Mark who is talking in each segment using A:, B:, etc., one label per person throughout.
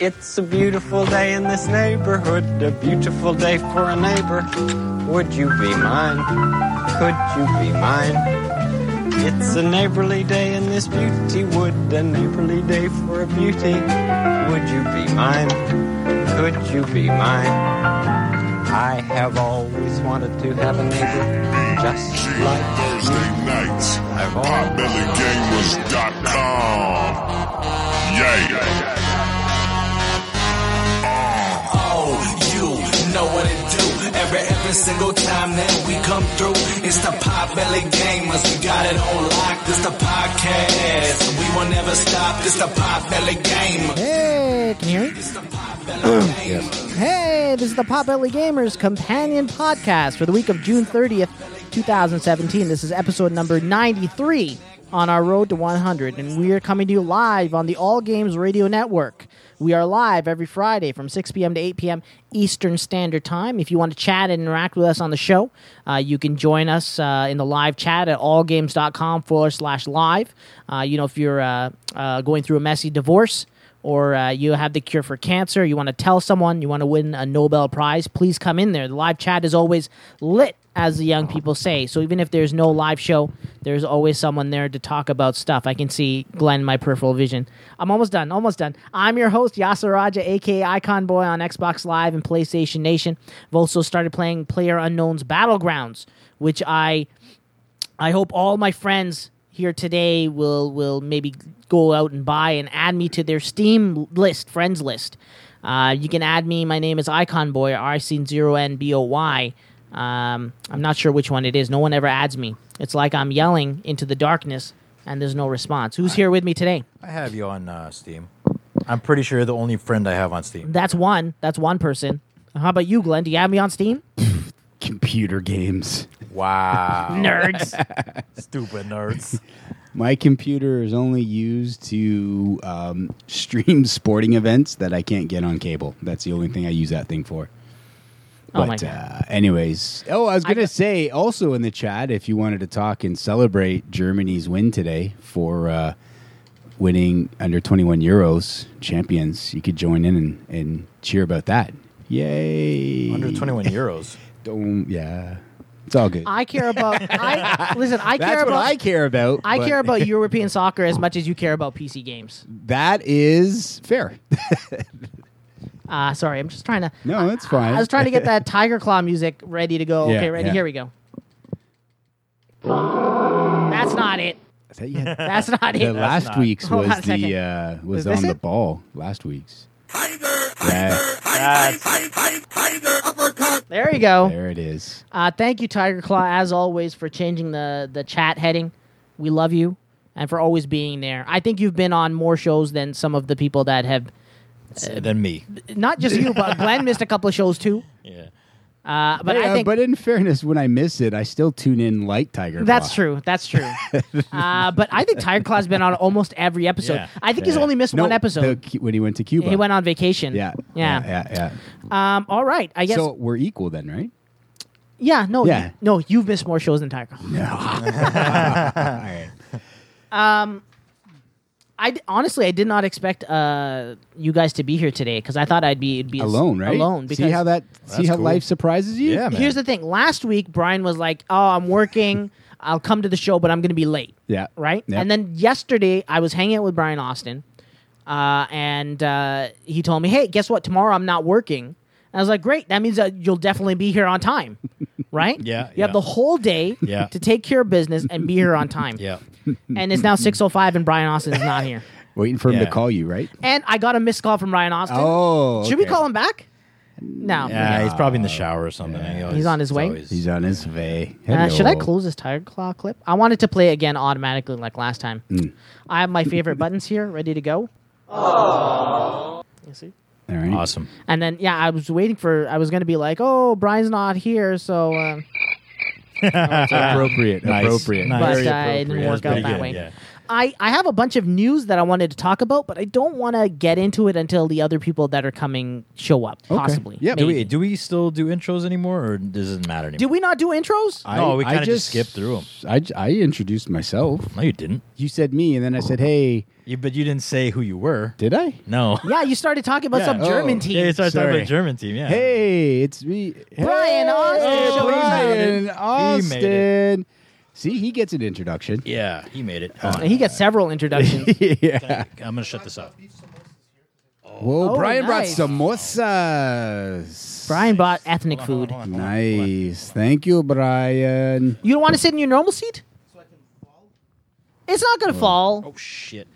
A: It's a beautiful day in this neighborhood, a beautiful day for a neighbor. Would you be mine? Could you be mine? It's a neighborly day in this beauty wood, a neighborly day for a beauty. Would you be mine? Could you be mine? I have always wanted to have a neighbor just like
B: Thursday nights at potbellygamers.com. Yay!
C: Oh, you know what it do. Every every single time that we come through, it's the Pop Belly Gamers. We got it on lock. This the podcast. We will never stop. This the Pop Belly Gamer.
D: Hey, can you hear me? Hey, this is the Pop Belly Gamers Companion Podcast for the week of June 30th, 2017. This is episode number 93 on our road to 100, and we are coming to you live on the All Games Radio Network. We are live every Friday from 6 p.m. to 8 p.m. Eastern Standard Time. If you want to chat and interact with us on the show, uh, you can join us uh, in the live chat at allgames.com forward slash live. Uh, you know, if you're uh, uh, going through a messy divorce, or uh, you have the cure for cancer, you want to tell someone, you want to win a Nobel Prize, please come in there. The live chat is always lit, as the young people say. So even if there's no live show, there's always someone there to talk about stuff. I can see Glenn in my peripheral vision. I'm almost done, almost done. I'm your host, Yasser Raja, aka Icon Boy on Xbox Live and PlayStation Nation. I've also started playing Player Unknown's Battlegrounds, which I I hope all my friends here today will will maybe go out and buy and add me to their Steam list, friends list. Uh, you can add me. My name is Icon Boy, R I C zero N B O Y. Um, I'm not sure which one it is. No one ever adds me. It's like I'm yelling into the darkness and there's no response. Who's here with me today?
E: I have you on uh, Steam. I'm pretty sure you're the only friend I have on Steam.
D: That's one. That's one person. How about you, Glenn? Do you have me on Steam?
F: computer games.
E: Wow.
D: Nerds.
E: Stupid nerds.
F: My computer is only used to um, stream sporting events that I can't get on cable. That's the only thing I use that thing for.
D: Oh
F: But,
D: my God.
F: Uh, anyways, oh, I was
D: I
F: gonna
D: got-
F: say also in the chat if you wanted to talk and celebrate Germany's win today for uh, winning under twenty one euros champions, you could join in and, and cheer about that. Yay!
E: Under 21 euros.
F: Don't- yeah, it's all good.
D: I care about. I listen. I
F: That's
D: care
F: what
D: about.
F: I care about.
D: I
F: but-
D: care about European soccer as much as you care about PC games.
F: That is fair.
D: Uh, sorry, I'm just trying to.
F: No, that's fine.
D: I was trying to get that Tiger Claw music ready to go.
F: Yeah,
D: okay, ready?
F: yeah.
D: Here we go. That's not it.
F: Is that you?
D: That's not
F: the
D: it.
F: last
E: not-
F: week's
D: Hold on
F: was
D: a second.
F: the uh, was
D: Is this
F: on the
D: it?
F: ball. Last week's. Yeah,
E: That's
D: There you go.
F: there it is.
D: Uh, thank you, Tiger Claw, as always, for changing the the chat heading. We love you and for always being there. I think you've been on more shows than some of the people that have
E: than me.
D: not just you, but Glenn missed a couple of shows too.
E: Yeah.
D: Uh, but
F: Yeah,
D: I think
F: but in fairness, when I miss it, I still tune in like Tiger.
D: That's
F: Claw.
D: true. That's true. uh, but I think Tiger Claw's been on almost every episode.
E: Yeah.
D: I think he's
F: Yeah.
D: only missed
F: No,
D: one episode.
F: the- when he went to Cuba.
D: He went on vacation.
F: Yeah,
D: Yeah.
F: yeah, yeah.
D: Um, all right. I guess.
F: So we're equal then, right?
D: yeah. No.
F: Yeah.
D: you- no. You've missed more shows than Tiger Claw.
F: All right.
D: Um, I d- honestly, I did not expect uh, you guys to be here today because I thought I'd be it'd be a s-
F: Alone, right?
D: Alone. Because
F: See how that? see
E: that's
F: how
E: cool.
F: life surprises you?
E: Yeah, man.
D: Here's the thing. Last week, Brian was like, "Oh, I'm working. I'll come to the show, but I'm going to be late."
F: Yeah.
D: right?
F: Yeah.
D: And then yesterday, I was hanging out with Brian Austin, uh, and uh, he told me, "Hey, guess what? Tomorrow I'm not working." And I was like, "Great! That means that you'll definitely be here on time, right?
E: Yeah,
D: You
E: yeah.
D: have the whole day
E: Yeah.
D: to take care of business and be here on time.
E: Yeah.
D: And it's now six oh five, and Brian Austin is not here.
F: waiting for him
E: Yeah.
F: to call you, right?
D: And I got a missed call from Brian Austin.
F: Oh,
D: should we
F: okay.
D: call him back? No,
E: Yeah, he's probably in the shower or something. He always-
D: He's on his way?
E: always-
F: He's on his way.
D: Uh, should I
F: Hello.
D: close this tired claw clip? I wanted to play again automatically like last time.
E: Hmm.
D: I have my favorite buttons here ready to go. You see?
F: All right.
E: awesome.
D: And then yeah, I was waiting for I was gonna be like, oh, Brian's not here, so uh,
F: Appropriate.
E: Nice.
F: Appropriate.
E: Ah, Nice.
D: but
E: Very
D: uh, it didn't
F: appropriate.
D: work
E: That's
D: out
E: pretty
D: that
E: good,
D: way.
E: yeah.
D: I, I have a bunch of news that I wanted to talk about, but I don't want to get into it until the other people that are coming show up, possibly.
F: Yeah,
E: Do we
D: maybe.
E: do we still do intros anymore, or does it matter anymore?
D: Did we not do intros?
E: No, we
F: I
E: kinda just skipped through 'em.
F: I, j- I introduced myself.
E: no, you didn't.
F: You said me, and then I said, "Hey,
E: You, but you didn't say who you were.
F: did I?
E: no.
D: yeah, you started talking about
E: Yeah.
D: some German
F: Oh.
E: Yeah,
D: team.
E: you started talking about
F: Sorry.
E: the German team. Yeah.
F: Hey, it's me,
D: Brian
F: Hey,
D: Austin.
E: Hey,
D: Show us how-
E: Brian.
F: Brian
E: He made it.
F: Austin." See, he gets an introduction.
E: Yeah, he made it.
D: And he got several introductions.
F: yeah.
E: I'm gonna shut this off.
F: Whoa,
D: Oh,
F: Brian brought
D: nice.
F: samosas.
D: Brian bought ethnic food.
F: Nice. Thank you, Brian.
D: You don't want to sit in your normal seat? It's not gonna fall.
E: Oh shit!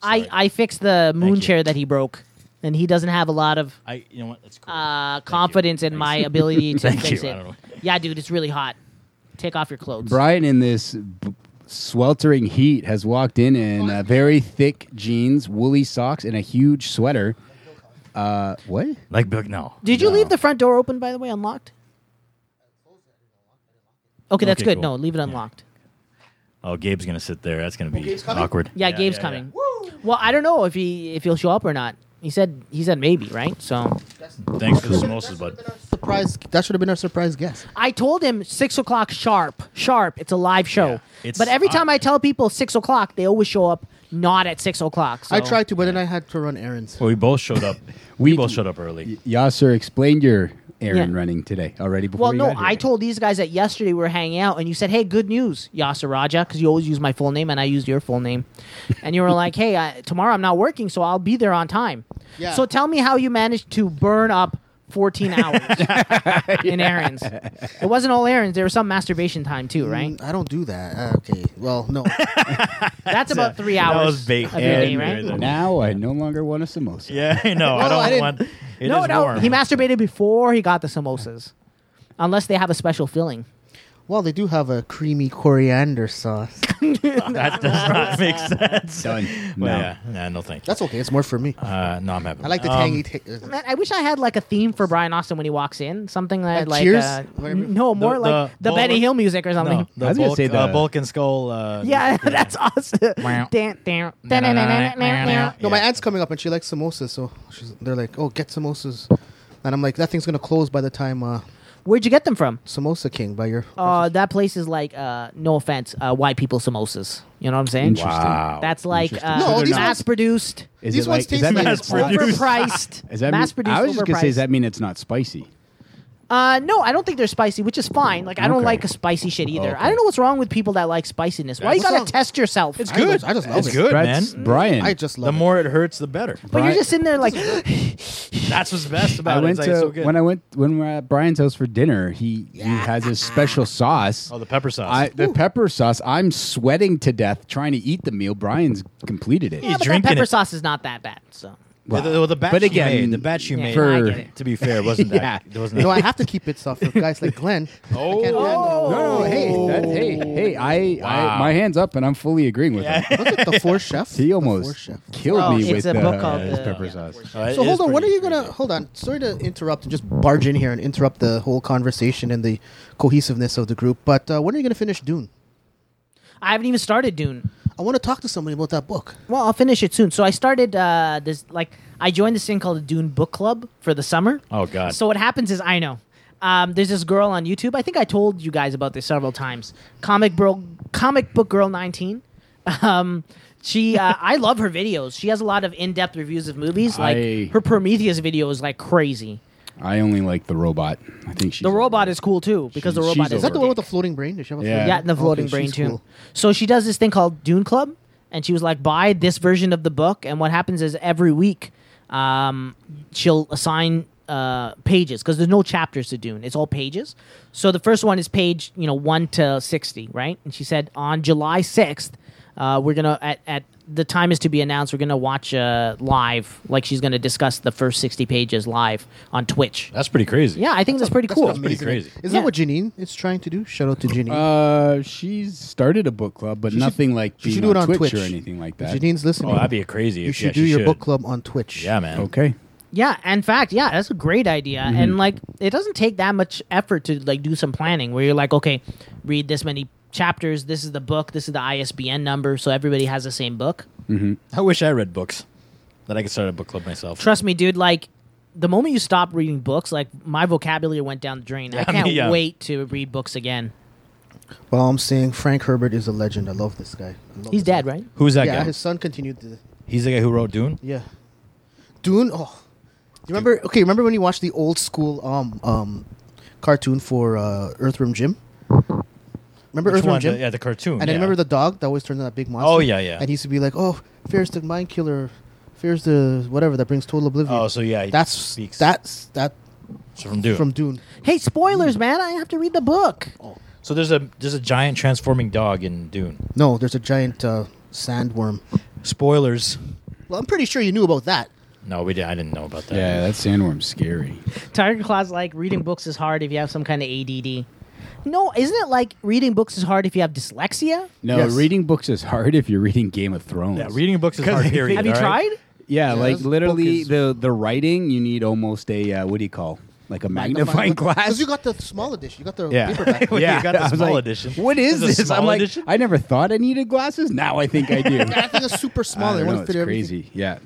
D: I, I fixed the moon
E: you.
D: chair that he broke, and he doesn't have a lot of
E: I. You know what? That's cool.
D: uh, confidence in my ability to
E: Thank
D: fix
E: you. I
D: it.
E: don't know.
D: Yeah, dude, it's really hot. Take off your clothes.
F: Brian, in this b- sweltering heat, has walked in in uh, very thick jeans, woolly socks, and a huge sweater. Uh, what?
E: like, Bill- no.
D: Did you leave the front door open, by the way, unlocked? Okay, that's
E: Okay,
D: good. No,
E: cool.
D: leave it unlocked.
E: Oh, Gabe's gonna sit there. That's gonna be awkward.
D: Yeah, Gabe's coming. Well, I don't know if he if he'll show up or not. He said he said maybe, right? So
E: Thanks for the samosas, bud.
G: Surprise! That should have been our surprise guest.
D: I told him six o'clock sharp, sharp. It's a live show.
E: Yeah, it's-
D: but every
E: I-
D: time I tell people six o'clock, they always show up not at six o'clock. So.
G: I tried to, but then I had to run errands.
E: Well, we both showed up. we,
F: We-
E: both showed up early.
F: Yasser, explained your errand
D: Yeah.
F: running today already before
D: Well,
F: you
D: no,
F: got here.
D: I told these guys that yesterday we were hanging out, and you said, "Hey, good news, Yasser Raja," because you always use my full name, and I used your full name, and you were like, "Hey, I, tomorrow I'm not working, so I'll be there on time."
G: Yeah.
D: So tell me how you managed to burn up 14 hours in errands. It wasn't all errands; there was some masturbation time too, right?
G: Mm, I don't do that. Uh, okay. Well, no.
D: That's about three
E: that
D: hours
E: was bait
D: of your day,
E: and-
D: right?
F: Now I no longer want a samosa.
E: Yeah, I know. I
G: No,
E: don't
G: I didn't-
E: want. It
D: no,
E: is
D: no,
E: warm.
D: he masturbated before he got the samosas, unless they have a special filling.
G: well, they do have a creamy coriander sauce.
E: that does not make sense.
F: Done.
E: Well,
F: No.
E: yeah, nah, no, thank you.
G: That's okay. It's more for me.
E: Uh, no, I'm happy.
G: I like the
E: Um,
G: tangy. ta- uh,
D: Man, I wish I had like a theme for Brian Austin when he walks in. Something that
G: Like
D: like,
G: Cheers?
D: uh,
G: Whatever.
D: n- no, more like the,
E: the- well,
D: Benny
E: what-
D: Hill music or something.
E: Um, No, the
F: I was gonna
E: bulk,
F: say
E: uh,
F: the-
E: bulk and skull. Uh,
D: Yeah, that's awesome.
E: Wow.
D: Dan- dan- dan- dan- dan- dan- dan.
G: No, my
E: Yeah.
G: aunt's coming up and she likes samosas, so she's, they're like, "Oh, get samosas," and I'm like, "That thing's gonna close by the time uh,
D: Where'd you get them from?
G: Samosa King by your."
E: Oh,
D: Uh, that place is like, uh, no offense, uh, white people samosas. You know what I'm saying?
F: Interesting. Wow.
D: That's like
F: Interesting.
D: uh,
G: No, these ones-
D: mass produced,
F: Is
G: These
F: it
G: ones
F: like,
G: taste
F: does that mean
G: mass
F: it's not-
E: produced.
D: overpriced,
F: Is that mean-
D: mass produced.
F: I was just gonna say,
D: overpriced.
F: does that mean it's not spicy?
D: Uh, no, I don't think they're spicy, which is fine. Like I don't
F: Okay.
D: like a spicy shit either.
F: Okay.
D: I don't know what's wrong with people that like spiciness. Why you
G: What's
D: gotta
G: up?
D: test yourself?
G: I just- I just love
E: it's
G: it.
E: good,
F: That's
E: man.
F: Brian.
G: I just love
E: The
G: it.
E: more it hurts, the better.
D: but you're
F: Bri-
D: just sitting there like.
E: That's what's best about
F: I
E: it.
F: went
E: it's
F: to
E: like so good.
F: when I went when we we're at Brian's house for dinner. He he has his special sauce.
E: oh, the pepper sauce.
F: I, the pepper sauce. I'm sweating to death trying to eat the meal. Brian's completed it.
D: Yeah, but that
E: drinking
D: pepper
E: it.
D: sauce is not that bad. So
E: Well, the, well, the batch
F: But
E: you
F: again,
E: made, the batch you
D: yeah,
E: made.
D: no, I
F: for-
D: get it.
E: to be fair, it wasn't that.
F: Yeah.
E: It Oh. wasn't
G: no, I
E: that.
G: have to keep it soft for guys like Glenn. I can't handle-
F: No, no, hey, that, hey, hey! I, I,
E: Wow.
F: my hands up, and I'm fully agreeing with him.
G: Look at the four chef.
F: He
G: The four
F: almost
G: chef.
F: killed
D: Oh,
F: me
D: it's
F: with
D: a
F: uh,
D: book called
F: his
D: the-
F: pepper
D: yeah,
F: sauce.
E: Oh, it
G: So
E: is
G: hold on, what are
E: pretty-
G: you gonna hold on? Sorry to interrupt and just barge in here and interrupt the whole conversation and the cohesiveness of the group. But uh, when are you gonna finish Dune?
D: I haven't even started Dune.
G: I want to talk to somebody about that book.
D: Well, I'll finish it soon. So I started uh, this like I joined this thing called the Dune Book Club for the summer.
E: Oh, God.
D: So what happens is I know. Um, there's this girl on YouTube. I think I told you guys about this several times. Comic bro, comic book girl 19. Um, she, uh, I love her videos. She has a lot of in-depth reviews of movies. Like
F: I-
D: her Prometheus video is like crazy.
F: I only like the robot. I think she's
D: The robot is cool too because the
F: She's-
D: robot
F: she's
D: is
G: Is that the one with
D: dick.
G: the floating brain? Does she have a
F: Yeah.
G: floating-
D: Yeah, and the
G: Okay,
D: floating
G: she's
D: brain too.
G: cool.
D: So she does this thing called Dune Club, and she was like, buy this version of the book. And what happens is every week, um, she'll assign uh, pages because there's no chapters to Dune; it's all pages. So the first one is page, you know, one to sixty, right? And she said on July sixth, uh, we're gonna at at the time is to be announced. We're gonna watch uh, live, like she's gonna discuss the first sixty pages live on Twitch.
E: That's pretty crazy.
D: Yeah, I think that's pretty cool.
E: That's pretty crazy.
G: Is
D: Yeah.
G: that what Janine is trying to do? Shout out to Janine.
F: Uh, she's started a book club, but nothing like
G: she
F: being
G: should do it
F: on,
G: on
F: Twitch,
G: Twitch.
F: or anything like that.
G: Janine's listening.
E: Oh, that'd be crazy.
G: you
E: if-
G: should
E: yeah,
G: do
E: she
G: your
E: should.
G: book club on Twitch.
E: Yeah, man.
F: Okay,
D: Yeah, in fact, yeah, that's a great idea.
E: Mm-hmm.
D: And like it doesn't take that much effort to like do some planning where you're like, okay, read this many chapters. This is the book. This is the ISBN number. So everybody has the same book.
E: I wish I read books that I could start a book club myself.
D: Trust me, dude. Like the moment you stop reading books, like my vocabulary went down the drain. I
E: I
D: can't
E: mean, yeah.
D: wait to read books again.
G: Well, I'm saying Frank Herbert is a legend. I love this guy. I
E: Oh,
G: love
D: He's
G: this guy.
D: dead, right?
E: Who's that
G: Yeah,
E: guy?
G: his son continued the.
E: He's the guy who wrote Dune.
G: Yeah. Dune. Oh, you remember? Okay, remember when you watched the old school um um cartoon for uh, Earthworm Jim? Remember
E: Which
G: Earthworm
E: one?
G: Jim?
E: The- yeah, the cartoon.
G: And I
E: yeah.
G: remember the dog that always turned into that big monster.
E: Oh, yeah, yeah.
G: And he used to be like, "Oh, fear's the mind killer, fear's the whatever that brings total oblivion."
E: Oh, so yeah, he
G: that's
E: speaks.
G: that's that
E: So from Dune.
G: from Dune.
D: Hey, spoilers, man! I have to read the book.
E: so there's a there's a giant transforming dog in Dune.
G: No, there's a giant uh, sandworm.
E: Spoilers.
G: Well, I'm pretty sure you knew about that.
E: No, we didn't. I didn't know about that.
F: Yeah, that sandworm's scary.
D: Tiger Claw's like reading books is hard if you have some kind of ADD. No, isn't it like reading books is hard if you have dyslexia?
F: No,
G: Yes.
F: reading books is hard if you're reading Game of Thrones.
E: Yeah, reading books is hard. Period.
D: Have you
E: all right?
D: tried?
F: Yeah, like
G: this book
F: literally
G: is-
F: the the writing, you need almost a uh, what do you call like a magnifying glass.
G: Because you got the small edition, you got the
E: Yeah.
G: paperback.
E: Well, you
F: yeah,
E: got the
F: I was
E: small
F: like,
E: edition.
F: What is
E: There's a
F: this? I'm
E: small
F: like,
E: edition?
F: I never thought I needed glasses. Now I think I do.
G: I think it's super
F: I
G: small. They
F: don't
G: want
F: know,
G: to
F: it's
G: fit everything.
F: crazy. Yeah,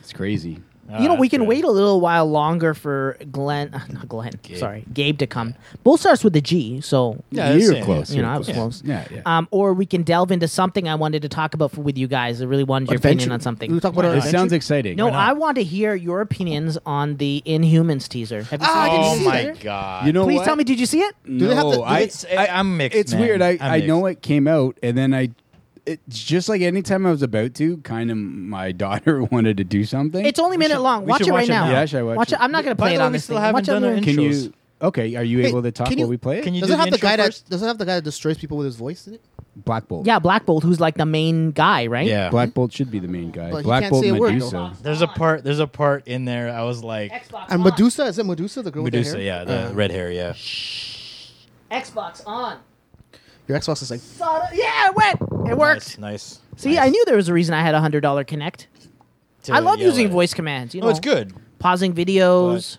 F: it's crazy.
D: you know,
E: that's
D: we can
E: good.
D: wait a little while longer for Glenn, not Glenn, sorry, Gabe to come. Both starts with a G, so
E: Yeah, that's
F: you're
E: it.
F: close.
D: you
F: you're
D: know I was close.
F: Yeah, yeah.
D: Um, or we can delve into something I wanted to talk about for, with you guys. I really wanted your opinion on something.
G: We talk about our
F: it
G: adventure?
F: sounds exciting.
D: no,
F: Why not?
D: I want to hear your opinions on the Inhumans teaser. Have you seen
G: didn't
E: Oh
D: it?
G: see
E: my
G: that. Mm.
E: god.
F: you know
D: Please
F: what?
D: tell me, did you see it?
F: No,
G: they have to- do
F: I,
E: It's I, I'm mixed.
F: it's
E: man.
F: weird. I,
E: I'm
F: I know
E: mixed.
F: it came out, and then I, it's just like anytime I was about to, kind of my daughter wanted to do something.
D: It's only a minute
E: should-
D: long.
E: we
D: Watch
E: should
D: it right
E: watch it
D: now.
E: now.
F: Yeah, should I watch it?
D: I'm not going to
E: By
D: play
E: the
D: it
E: way,
D: on
E: we
D: this
E: still
D: thing.
E: haven't
D: Watch it
E: done
D: on
E: an
D: the-
F: Can
E: intros.
F: you? Okay, are you
G: Hey,
F: able to talk
G: can you-
F: while we play it?
E: Can you
G: Does it
E: do
G: have the
E: intro
G: guy that
E: first?
G: does it have the guy that destroys people with his voice in it?
F: Black Bolt.
D: Yeah, Black Bolt, who's like the main guy, right?
E: Yeah.
F: Black Bolt should be the main guy.
G: But he
F: Black
G: can't
F: Bolt
G: say a word,
F: Medusa.
E: There's a part. There's a part in there. I was like
D: Xbox
G: And Medusa is it Medusa the girl with
E: Medusa.
G: the
E: Yeah,
G: hair?
E: the red hair. Yeah.
D: on. Xbox on.
G: Your Xbox is like
D: Son of- Yeah, it went. It worked.
E: Nice. nice.
D: See, I knew there was a reason I had a hundred dollar Connect.
E: To
D: I love
E: yell
D: using
E: at it.
D: voice commands. You know,
E: No, it's good.
D: Pausing videos.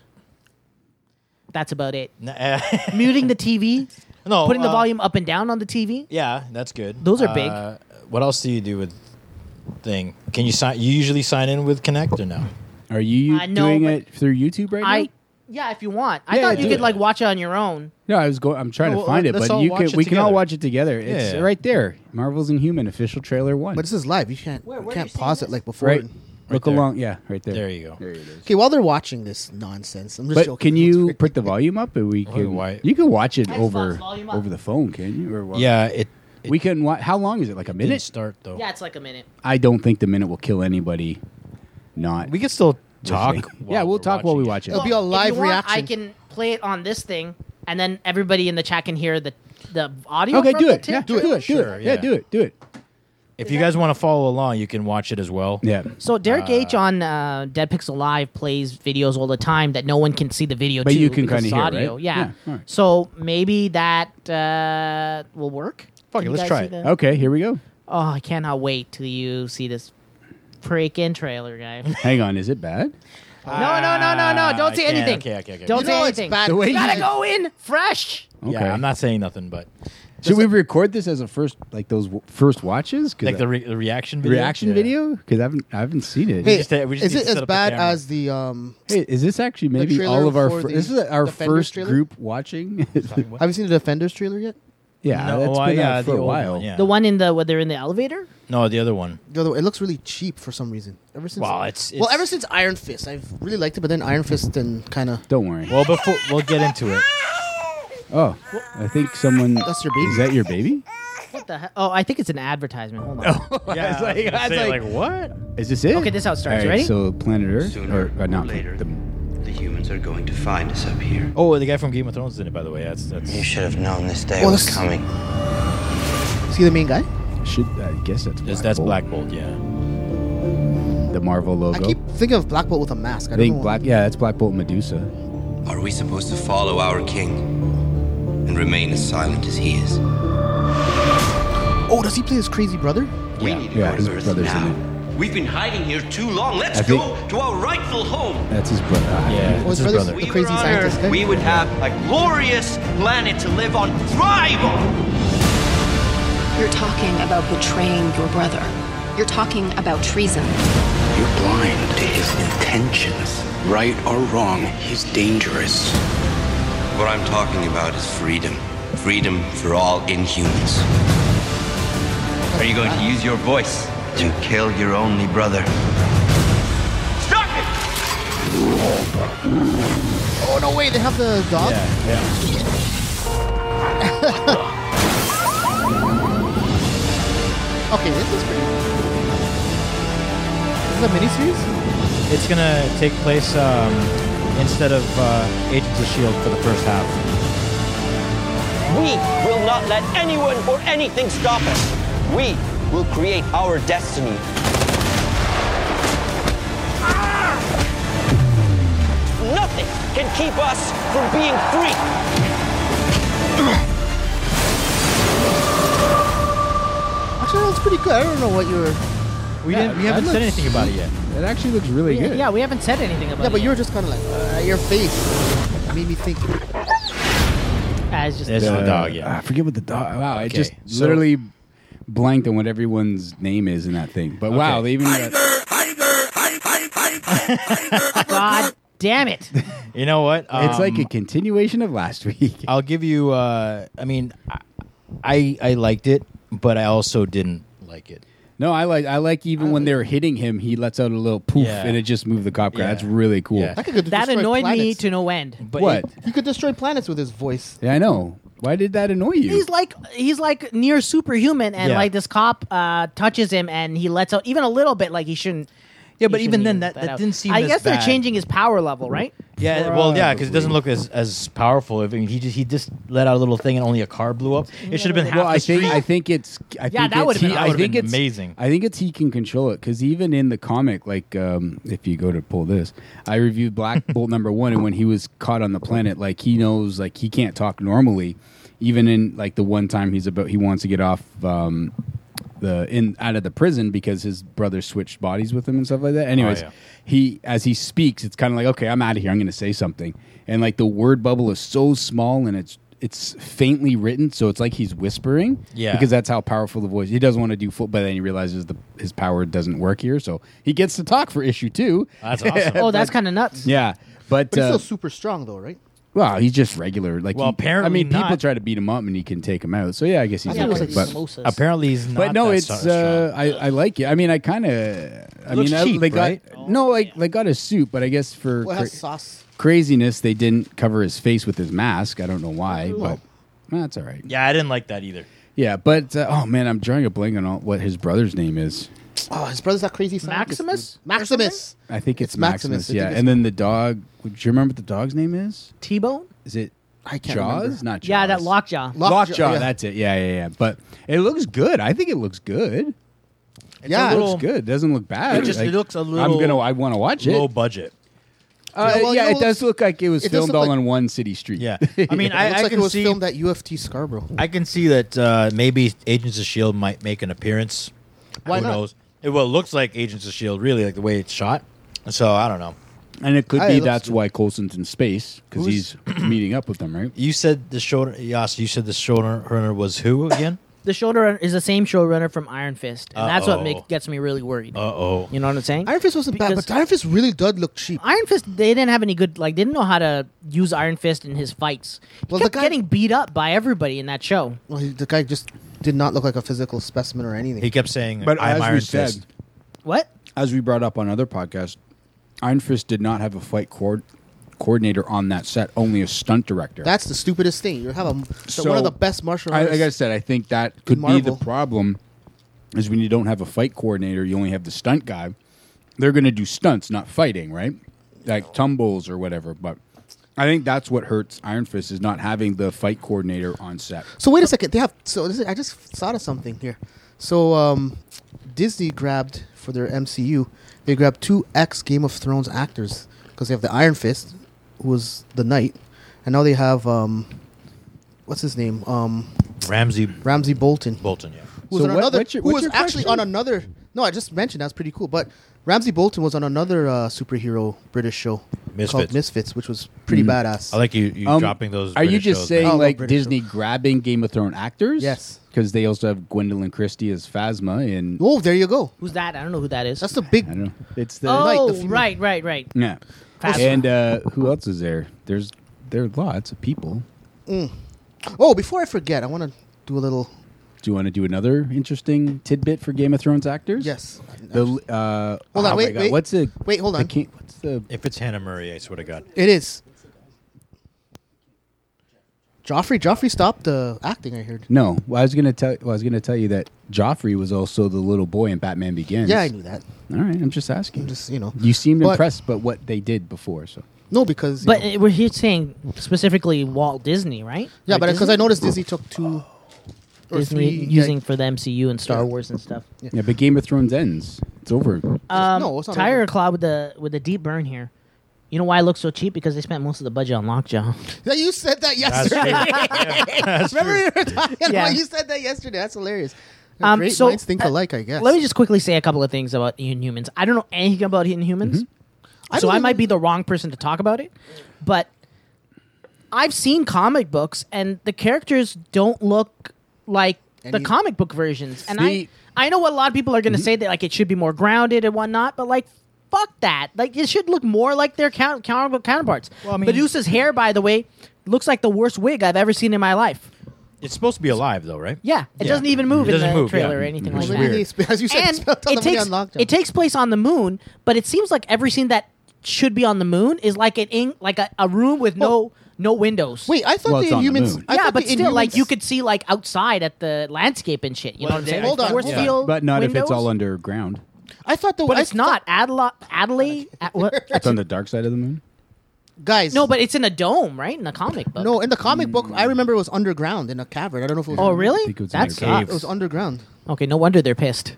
D: That's about it.
E: N- uh,
D: Muting the TV.
E: no,
D: putting the
E: uh,
D: volume up and down on the TV.
E: Yeah, that's good.
D: Those are big.
E: Uh, what else do you do with thing? Can you sign? You usually sign in with Connect or no?
F: Are you
D: I know,
F: doing
D: but-
F: it through YouTube right
D: I
F: now?
D: yeah, if you want. I
F: Yeah,
D: thought
F: yeah,
D: you
F: do
D: could
F: it.
D: like watch it on your own.
F: No, I was going. I'm trying
E: No,
F: to
E: well,
F: find it,
E: let's
F: but
E: all
F: you
E: watch
F: can.
E: it
F: We can all
E: together.
F: watch it together. It's
E: Yeah.
F: right there. Marvels Inhuman official trailer one.
G: But this is live. You can't
D: Where-
G: you
D: where are
G: can't
D: you
G: pause
D: seeing
G: it like before.
F: right.
G: and-
F: Look
E: there.
F: along. Yeah, right there.
E: There you go.
F: There it is.
G: Okay, while they're watching this nonsense, I'm just
F: But
G: joking.
F: can you put the volume up? And we can.
E: why-
F: You can watch it
D: Xbox
F: over
D: volume up.
F: over the phone, can you? Or what?
E: Yeah, it, it
F: We can. Wa- how long is it? Like a
E: didn't
F: minute?
E: start though.
D: Yeah, it's like a minute.
F: I don't think the minute will kill anybody. Not.
E: we could still talk.
F: yeah, we'll talk while we watch it.
G: It'll be a
D: If
G: live
D: you want,
G: reaction.
D: I can play it on this thing, and then everybody in the chat can hear the the audio.
F: Okay,
D: from
F: do
D: the
F: it.
D: tip.
F: Yeah, do it. Do it.
E: Sure,
F: yeah.
E: yeah.
F: do it. Do it.
E: If you guys want to follow along, you can watch it as well.
F: Yeah.
D: So Derek H on uh, Dead Pixel Live plays videos all the time that no one can see the video,
F: But
D: too,
F: you can
D: because
F: kinda
D: it's
F: hear,
D: audio.
F: right?
D: Yeah.
F: Yeah, alright.
D: So maybe that uh, will work.
E: Fuck it,
D: You
E: let's
D: guys
E: try
D: see
E: it.
D: the-
F: Okay. Here we go.
D: Oh, I cannot wait till you see this freaking trailer, guy. no,
F: Hang on. Is it bad?
D: no, no, no, no! Don't
E: I
D: say
E: can't.
D: anything.
E: Okay, okay, okay.
D: Don't
E: You
D: say
G: know it's
D: anything.
G: bad.
F: The way
D: You gotta
F: you-
D: go in fresh.
F: Okay.
E: Yeah, I'm not saying nothing, but
F: Should we record this as a first, like those w- first watches? 'Cause
E: like the,
F: I-
E: re- the reaction video.
F: reaction
E: Yeah.
F: video? Because I haven't, I haven't seen it.
G: Hey,
E: just- we just
G: is
E: need to
G: it
E: set
G: as
E: up the
G: bad
E: camera.
G: as the um?
F: Hey, is this actually maybe
G: trailer
F: all of our?
G: for
F: Fir-
G: the
F: this is our
G: Defenders
F: first
G: trailer?
F: group watching.
G: Have you seen the Defenders trailer yet?
F: yeah,
E: No,
F: that's
E: I-
F: been out
E: yeah,
F: for
E: the
F: a
E: old
F: while.
E: one, yeah.
D: The one in the where they're in the elevator.
E: No, the other one.
G: The other way, it looks really cheap for some reason. Ever since,
E: Well, it's-
G: well,
E: it's-
G: ever since Iron Fist, I've really liked it, but then Iron Fist and kind of
F: Don't worry.
E: Well, before we'll get into it.
F: oh, I think someone.
G: That's your baby.
F: Is that your baby?
D: What the hell? Oh, I think it's an advertisement. Hold on.
E: Yeah,
F: was like- I was like-
E: what?
F: Is this it?
D: Okay, this is how it starts.
F: All
D: You ready?
F: So planet Earth,
H: Sooner
F: or, or not?
H: later,
F: the-
H: the humans are going to find us up here.
E: Oh, the guy from Game of Thrones did it, by the way. That's that's.
H: You should have known this day
G: Well,
H: was
G: this-
H: coming.
G: see the main guy.
F: should I guess that's Black
E: that's- that's
F: Bolt,
E: Black Bolt, yeah.
F: The Marvel
G: I
F: logo.
G: keep thinking of Black Bolt with a mask. I,
F: I
G: don't
F: think
G: know.
F: Black. Yeah, that's Black Bolt Medusa.
H: Are we supposed to follow our king and remain as silent as he is?
G: Oh, does he play his crazy brother?
H: We need to
F: yeah,
H: go
F: his
H: to Earth
F: brother's in
H: now. We've been hiding here too long. Let's
F: I think-
H: go to our rightful home.
F: That's his brother.
E: Yeah,
G: Well,
E: that's
G: his
E: his
G: brother's-
E: brother.
G: The
H: We
G: crazy
H: were on
G: scientist
H: Earth,
G: guy?
H: We would have a glorious planet to live on, thrive on.
I: You're talking about betraying your brother. You're talking about treason.
J: You're blind to his intentions. Right or wrong, he's dangerous.
H: What I'm talking about is freedom. Freedom for all inhumans. Are you going to use your voice to kill your only brother?
K: Stop it!
G: Oh no! Wait, they have the dog.
E: Yeah, yeah.
G: Okay, this is pretty. This is a miniseries.
E: It's gonna take place um, instead of uh, Agents of Shield for the first half.
K: We will not let anyone or anything stop us. We will create our destiny. Nothing can keep us from being free.
G: Actually, that's pretty good. I don't know what you were.
E: We didn't. We haven't said anything about it yet.
F: It actually looks really
D: Yeah,
F: good.
D: yeah, we haven't said anything about
G: Yeah, but
D: it
G: you were
D: yet.
G: just kind of like uh, your face made me think.
D: Ah, it's just
E: It's the dog.
F: Uh, I
E: Yeah.
F: forget what the dog. Wow, I
E: Okay,
F: just
E: so-
F: literally blanked on what everyone's name is in that thing. But wow,
E: Okay.
F: they even got,
D: God damn it.
E: You know what?
F: it's like
E: Um, Oh,
F: a continuation of last week.
E: I'll give you. Uh, I mean, I- I I liked it, but I also didn't like it.
F: No, I like I like even when they're hitting him, he lets out a little poof,
E: Yeah.
F: and it just moved the cop car.
E: Yeah.
F: That's really cool.
E: Yeah.
G: I could
D: That
G: destroy
D: annoyed me
G: planets.
D: to no end.
E: But
F: What?
E: it-
G: He could destroy planets with his voice.
F: Yeah, I know. Why did that annoy you?
D: He's like he's like near superhuman, and
E: Yeah.
D: like this cop uh, touches him, and he lets out even a little bit. Like he shouldn't.
E: Yeah, but
D: he
E: even
D: shouldn't
E: then,
D: use
E: that, that,
D: out.
E: didn't seem.
D: I
E: as
D: guess
E: bad.
D: they're changing his power level, right?
E: Yeah, well, yeah, because it doesn't look as as powerful. I mean, he just he just let out a little thing, and only a car blew up. It should have been half
F: well,
E: the
F: I think
E: street.
F: I think it's I
D: Yeah,
F: think
D: that
F: it's,
D: would've
F: he,
D: been-
E: that
F: I
E: would've
F: think
E: been
F: it's
E: amazing.
F: I think it's he can control it because even in the comic, like um, if you go to pull this, I reviewed Black Bolt number one, and when he was caught on the planet, like he knows like he can't talk normally. Even in like the one time he's about he wants to get off um, the in out of the prison because his brother switched bodies with him and stuff like that. Anyways,
E: Oh, yeah.
F: he as he speaks, it's kind of like okay, I'm out of here. I'm going to say something, and like the word bubble is so small and it's it's faintly written, so it's like he's whispering.
E: Yeah.
F: because that's how powerful the voice. He doesn't want to do foot, but then he realizes the his power doesn't work here, so he gets to talk for issue two.
E: That's awesome.
D: Oh, that's kind of nuts.
F: yeah, but,
G: But he's
F: uh,
G: still super strong though, right?
F: well, he's just regular. Like,
E: Well,
F: he- I
E: apparently
F: mean, people
E: not.
F: try to beat him up and he can take him out. So yeah, I guess he's
G: I thought it was
F: okay.
G: like
F: but,
G: osmosis.
E: Apparently, he's not.
F: but no,
E: that
F: it's
E: star-
F: uh,
E: strong.
F: I, I like it. I mean, I kind of I
E: Looks
F: mean, I,
E: cheap,
F: they got
E: right?
F: no like they got a suit, but I guess for
G: Well, it
F: cra-
G: has sauce.
F: craziness they didn't cover his face with his mask. I don't know why, but that's all right.
E: yeah, I didn't like that either.
F: Yeah, but uh, oh man, I'm drawing a blank on all, what his brother's name is.
G: Oh, his brother's that crazy scientist, dude.
D: Maximus?
G: Maximus.
F: I think it's,
G: It's Maximus.
F: Maximus.
G: I think
F: Yeah,
G: it's-
F: and then the dog. Do you remember what the dog's name is?
D: T Bone.
F: Is it
G: I can't
F: Jaws?
G: remember.
F: Not Jaws.
D: Yeah, that lockjaw.
G: Lock-
F: Lockjaw.
G: yeah.
F: That's it. Yeah, yeah, yeah. But it looks good. I think it looks good.
G: yeah,
E: a
F: It
E: little-
F: looks good. It doesn't look bad.
E: It just-
F: Like,
E: it looks a
F: I'm
E: little
F: gonna. I want to watch it.
E: Low budget.
F: Uh,
G: Yeah,
F: yeah,
G: well, you know,
F: it does look like it was
G: it does
F: filmed
G: look
F: all
G: like-
F: on one city street.
E: Yeah, I mean,
G: it looks
E: I, I
G: like it
E: can
G: was
E: see.
G: filmed at UFT Scarborough.
E: I can see that uh, maybe Agents of Shield E might make an appearance.
G: Why
E: Who
G: not?
E: knows? It well it looks like Agents of Shield, E really, like the way it's shot. So I don't know.
F: and it could
G: Hey,
F: be
G: it looks
F: that's
G: good.
F: why Colson's in space because
E: Who's-
F: he's meeting up with them, right?
E: You said the shoulder. Yas, you said the shoulder runner was who again?
D: The showrunner is the same showrunner from Iron Fist, and that's what
E: Uh-oh.
D: make, gets me really worried.
E: Uh oh.
D: You know what I'm saying?
G: Iron Fist wasn't bad,
D: Because-
G: but Iron Fist really did look cheap.
D: Iron Fist, they didn't have any good. Like, they didn't know how to use Iron Fist in his fights. He
G: Well, the
D: kept
G: guy-
D: getting beat up by everybody in that show.
G: Well, he, the guy just did not look like a physical specimen or anything.
E: He kept saying,
F: But
E: "I'm
F: as
E: Iron
F: we said,
E: Fist."
D: What?
F: as we brought up on other podcasts, Iron Fist did not have a fight coord- coordinator on that set, only a stunt director.
G: That's the stupidest thing. You have a so, one of the best martial
F: I,
G: artists.
F: like I said, I think that could be the
G: Marvel.
F: problem. Is when you don't have a fight coordinator, you only have the stunt guy. They're going to do stunts, not fighting, right? Like tumbles or whatever. But I think that's what hurts Iron Fist is not having the fight coordinator on set.
G: So wait a second. They have. So this is, I just thought of something here. So um, Disney grabbed for their MCU. They grabbed two ex Game of Thrones actors because they have the Iron Fist, who was the knight, and now they have um, what's his name? Um,
E: Ramsey
G: Ramsey Bolton,
E: Bolton. Yeah.
G: who was
F: So
G: on
F: what-
G: another,
F: what's your-
G: who
F: what's
G: was
F: your
G: actually
F: question?
G: on another No, I just mentioned that's pretty cool. But Ramsey Bolton was on another uh, superhero British show called
E: Misfits.
G: Misfits, which was pretty
F: Mm.
G: badass.
E: I like you, you
F: Um,
E: dropping those.
F: Are you
E: British
F: just
E: shows,
F: saying
E: man.
G: Oh,
F: like Disney grabbing Game of Thrones actors?
G: Yes.
F: because they also have Gwendolyn Christie as Phasma, and
G: oh, there you go.
D: Who's that? I don't know who that is. That's
G: the big.
F: I don't know. It's the
D: Oh, right, right, right.
F: yeah.
D: Phasma.
F: And uh, who else is there? There's there are lots of people.
G: Mm. Oh, before I forget, I want to do a little.
F: Do you want to do another interesting tidbit for Game of Thrones actors?
G: Yes.
F: The uh,
G: Hold on,
F: oh my
G: wait,
F: God,
G: wait.
F: What's the
G: Wait, hold
F: the
G: on.
F: king- what's the
E: If it's Hannah Murray, I swear to God.
G: It is. Joffrey. Joffrey stopped uh, acting. I heard.
F: No, well, I was gonna tell. Well, I was gonna tell you that Joffrey was also the little boy in Batman Begins.
G: Yeah, I knew that.
F: All right, I'm just asking.
G: just you know.
F: you seemed
G: But-
F: impressed, but what they did before. So
G: No, because. you
D: But
G: know-
D: uh, we're here saying specifically Walt Disney, right?
G: yeah,
D: Or
G: but because
D: Disney?
G: I noticed Disney took two. Or
D: Disney
G: three,
D: using
G: yeah,
D: for the MCU and Star
G: Yeah.
D: Wars and stuff.
F: yeah, but Game of Thrones ends. It's over.
E: Uh,
D: Um,
G: No, it's not
D: Tiger
G: over.
D: Claw with the with the deep burn here. You know why it looks so cheap? Because they spent most of the budget on Lockjaw.
G: Yeah, you said that yesterday. Remember you were talking about-
D: Yeah.
G: you said that yesterday. That's hilarious. They're
D: Um,
G: Great
D: so,
G: minds think
D: uh,
G: alike, I guess.
D: Let me just quickly say a couple of things about Inhumans. I don't know anything about Inhumans,
E: Mm-hmm.
G: I
D: so
G: don't
D: I might
G: even-
D: be the wrong person to talk about it. But I've seen comic books, and the characters don't look like the
G: Any-
D: comic book versions. And
F: See-
D: I, I know what a lot of people are
E: Mm-hmm.
D: going to say that like it should be more grounded and whatnot, but like. Fuck that! Like it should look more like their count, comic book counterparts.
E: Well, I mean-
D: Medusa's hair, by the way, looks like the worst wig I've ever seen in my life.
E: It's supposed to be alive though, right?
D: Yeah, it
E: Yeah.
D: doesn't even move
E: It
D: in
E: doesn't
D: the
E: move,
D: trailer
E: yeah.
D: or anything like
E: Which is
D: that
E: weird.
G: They sp- As you said,
D: and
G: spent all
D: it
G: the money
D: takes
G: on lockdown.
D: it takes place on the moon, but it seems like everything that should be on the moon is like an ing- like a, a room with no no windows.
G: Oh. Wait, I thought
F: Well,
G: the
F: it's on the
G: Inhumans.
F: moon.
G: I
D: yeah,
G: thought
D: but
G: the
D: still, like
G: Inhumans-
D: you could see like outside at the landscape and shit. You know what I'm saying?
G: hold
D: Like,
G: on,
D: force
G: hold on.
D: field,
F: but not if it's
D: windows.
F: all underground.
G: I thought the.
D: But
G: I
D: it's not Adela Adelaide. Ad- what?
F: It's on the dark side of the moon.
G: thought- guys.
D: No, but it's in a dome, right? In the comic book.
G: no. In the comic book,
F: Hmm.
G: I remember it was underground in a cavern. I don't know if it was.
D: Oh,
F: I
D: really?
F: think it was in
D: That
F: the
D: sucks.
G: It was underground.
D: Okay, no wonder they're pissed.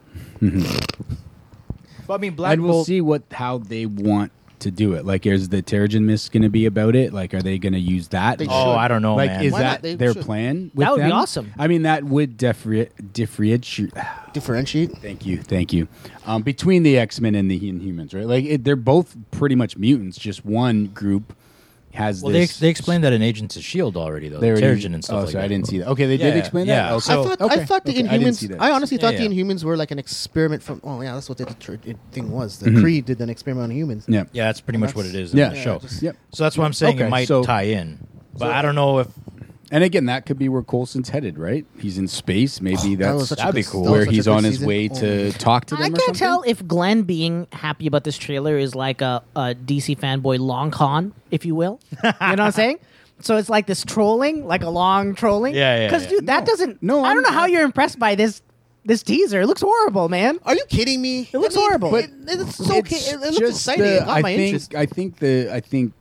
E: But I mean, Black
F: and we'll
E: Bolt.
F: see what how they want to do it. Like, is the Terrigen Mist going to be about it? Like, are they going to use that?
G: They should.
E: oh, I don't know,
F: like,
E: man.
F: is
G: Why not?
F: that
G: They
F: their
G: should.
F: plan? with
D: That would be
F: them?
D: awesome.
F: I mean, that would differentiate. Differentiate.
G: Differentiate.
F: Thank you, thank you. Um, between the X Men and the Inhumans, right? Like it, they're both pretty much mutants. Just one group has
E: well, they,
F: this.
E: ex- they explained that in Agents of Shield E already though,
F: they already-
E: Terrigen and stuff
F: Oh,
E: like
F: sorry,
E: that.
F: I didn't see that. Okay, they
E: Yeah,
F: did explain
E: yeah.
F: that.
E: I So-
G: I thought,
F: oh, okay,
G: I thought the
F: okay,
G: Inhumans.
F: I
G: I,
F: didn't see that.
G: honestly thought
E: Yeah,
G: the
E: yeah.
G: Inhumans were like an experiment from. Oh yeah, that's what the, the thing was. The Creed did an experiment on humans.
F: Mm-hmm. yeah,
E: Yeah, that's pretty much what it
G: That's-
E: is in
F: Yeah.
E: the
F: Yeah,
E: show.
G: just-
F: Yep.
E: So that's why I'm saying
F: Okay,
E: it might
F: so-
E: tie in. But I don't know if
F: And again, that could be where Colson's headed, right? He's in space. Maybe
G: that
F: that's
G: was such a
E: that'd be
G: good-
E: cool.
G: that was
F: where
G: such a
F: he's
G: good
F: on his
G: season.
F: way
G: Oh,
F: to talk to them.
D: I
F: or
D: can't
F: something?
D: tell if Glenn being happy about this trailer is like a, a DC fanboy long con, if you will. you know what I'm saying? So it's like this trolling, like a long trolling.
E: Yeah, yeah,
D: Because
E: yeah.
D: dude, that
F: No.
D: doesn't.
F: No,
D: No, I
F: I'm-
D: don't know how you're impressed by this this teaser. It looks horrible, man.
G: Are you kidding me?
D: It looks horrible.
G: It, it's so. It, it looks
F: just
G: exciting.
F: the-
G: it got
F: I
G: my
F: think,
G: interest.
F: I think the I think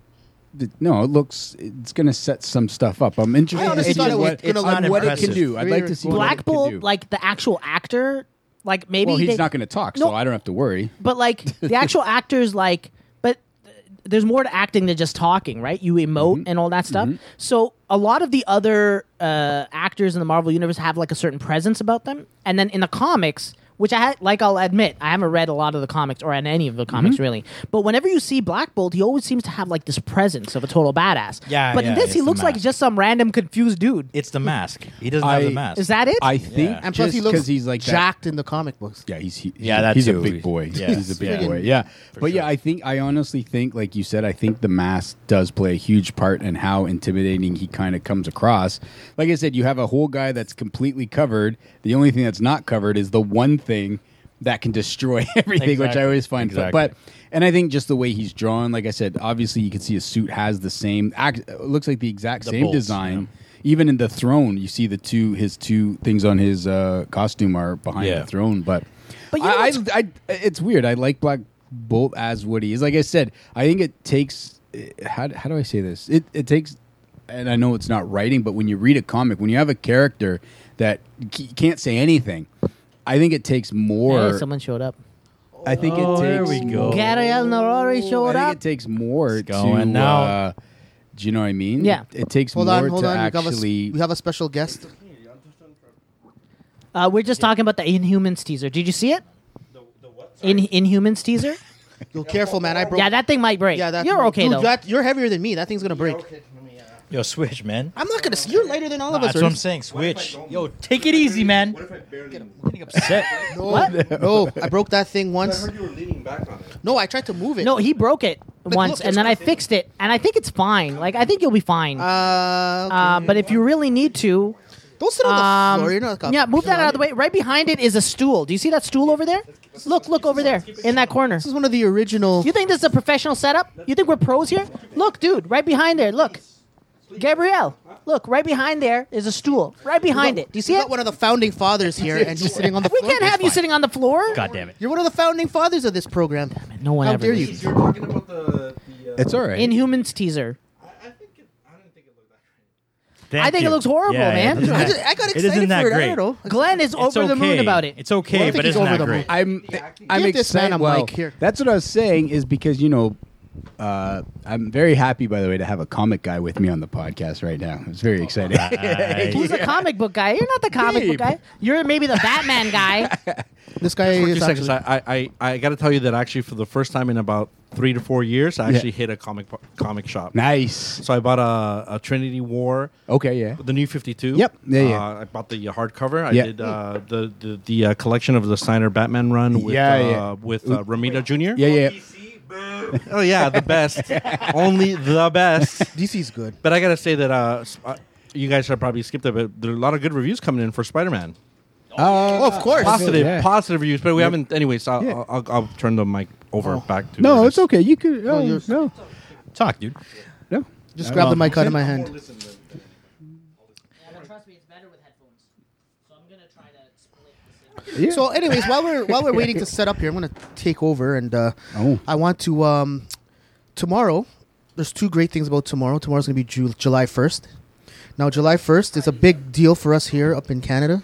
F: the, no, it looks it's going to set some stuff up. I'm interested
G: I
F: to
G: honestly
F: see
G: thought it was
F: what,
G: gonna
F: on
E: look
F: what it can
E: impressive.
F: do. I'd like to see what it
D: Black
F: can do.
D: Bolt, like the actual actor, like maybe
F: well, he's
D: they-
F: not going to talk, so
D: No.
F: I don't have to worry.
D: But like the actual actors, like, but th- there's more to acting than just talking, right? You emote and all that stuff. So a lot of the other uh, actors in the Marvel universe have like a certain presence about them, and then in the comics. Which I had, like, I'll admit, I haven't read a lot of the comics or in any of the comics really. But whenever you see Black Bolt, he always seems to have like this presence of a total badass.
E: Yeah,
D: But in
E: yeah,
D: this, he
E: it's the
D: looks like
E: mask.
D: just some random confused dude.
E: it's the mask. He doesn't
F: I-
E: have the mask.
D: Is that it?
F: I think
E: Yeah.
G: and plus, he
F: just
G: looks
F: 'cause he's like that-
G: jacked in the comic books.
F: Yeah, he's he,
E: Yeah, that
F: he's a
E: too.
F: big boy.
E: Yeah.
F: he's a big
E: Yeah.
F: boy. Yeah, but yeah,
E: sure.
F: I think I honestly think, like you said, I think the mask does play a huge part in how intimidating he kind of comes across. Like I said, you have a whole guy that's completely covered. The only thing that's not covered is the one thing that can destroy everything, which I
E: Exactly.
F: always find. fun.
E: Exactly.
F: But and I think just the way he's drawn, like I said, obviously you can see his suit has the same. Act, it looks like the exact
E: The
F: same
E: bolts,
F: design. Even in the throne, you see the two his two things on his uh, costume are behind
E: Yeah.
F: the throne, but.
D: But you know
F: I,
D: what's-
F: I, I, it's weird. I like Black Bolt as what he is. Like I said, I think it takes. eh, How, how do I say this? It it takes, and I know it's not writing, but when you read a comic, when you have a character that c- can't say anything, I think it takes more.
D: Hey, someone showed up.
F: I think it takes.
E: Oh, there we go.
F: more-
D: Gabriel Norori showed
F: I
D: up.
F: think it takes more
E: It's going
F: to.
E: out.
F: Uh, do you know what I mean?
D: Yeah.
F: It, it takes
G: Hold
F: more
G: on, hold
F: to
G: on. We have, a, s-
F: actually.
G: we have a special guest.
D: Uh, we're just talking about the Inhumans teaser. Did you see it? In Inhumans teaser.
G: Yo, careful, man. I broke.
D: Yeah, that thing might break.
G: Yeah, that,
D: You're okay,
G: dude,
D: though.
G: That, you're heavier than me. That thing's gonna break.
E: Yo, switch, man.
G: I'm not gonna. s- You're lighter than all
E: Nah,
G: of us.
E: that's what I'm
G: Ernest.
E: saying. Switch. Yo, take it easy, man. getting upset.
G: No, no, I broke that thing once. No, I tried to move it.
D: No, he broke it
G: But
D: once,
G: look,
D: and
G: it's
D: then I
G: broken.
D: fixed it, and I think it's fine. Like I think you'll be fine. Uh, but if you really need to,
G: don't sit on the floor. You're not like a
D: yeah, move that out of the way. Right behind it is a stool. Do you see that stool over there? Look, look over there in that corner.
G: This is one of the original.
D: You think this is a professional setup? You think we're pros here? Look, dude, right behind there. Look, Gabrielle. Look, right behind there is a stool. Right behind it. Do you see
G: you
D: it?
G: got one of the founding fathers here, and he's sitting on the
D: We
G: floor.
D: can't have you sitting on the floor.
E: God damn it.
G: You're one of the founding fathers of this program.
D: No one
G: How
D: ever
G: dare you?
D: listens.
F: It's all right.
D: Inhumans teaser.
E: Thank
D: I think it
E: you.
D: looks horrible,
E: Yeah, yeah,
D: man.
E: it doesn't
G: I,
E: that-
G: just, I got
E: it isn't
G: excited
E: that
G: for it.
E: great.
G: I don't know.
D: Glenn is
E: It's
D: over the moon
E: okay.
D: about it.
E: It's okay,
G: think
E: but
G: he's
E: isn't
G: over
E: that
G: the
E: great?
G: moon.
F: I'm I'm
G: Give this man
F: excited.
G: a
F: Well,
G: mic here.
F: that's what I was saying is because you know, uh, I'm very happy by the way to have a comic guy with me on the podcast right now. It's very exciting.
L: Oh,
D: Who's the comic book guy? You're not the comic book
F: Gabe.
D: guy. You're maybe the Batman guy.
G: This guy
L: For two
G: is
L: seconds,
G: actually.
L: I, I, I, I got to tell you that actually, for the first time in about three to four years, I actually hit a comic po- comic shop.
F: nice.
L: So I bought a, a Trinity War,
F: Okay, yeah.
L: the new Fifty Two.
F: Yep. Yeah, yeah.
L: Uh, I bought the uh, hardcover. I
F: Yeah.
L: did uh, the the, the uh, collection of the Steiner Batman run with
F: Yeah,
L: uh,
F: yeah.
L: with uh, Ramita Jr.
F: Yeah, yeah.
L: Oh yeah, the best, only the best.
G: DC's good.
L: But I gotta say that uh, s- uh, you guys have probably skipped it, but there are a lot of good reviews coming in for Spider Man.
F: Uh,
G: of course.
L: Positive,
F: yeah.
L: positive reviews, but we haven't. Anyway, so I'll,
F: Yeah.
L: I'll, I'll, I'll turn the mic over back to.
F: No,
L: Ernest.
F: it's okay. You could. Oh, no,
G: you're-
F: no,
E: Talk, dude.
F: no.
G: Just grab the mic out of my hand.
F: Yeah.
G: So, anyways, while we're while we're waiting to set up here, I'm gonna take over, and uh,
F: Oh.
G: I want to um, tomorrow. There's two great things about tomorrow. Tomorrow's gonna be Ju- July 1st. Now, July 1st is a big deal for us here up in Canada.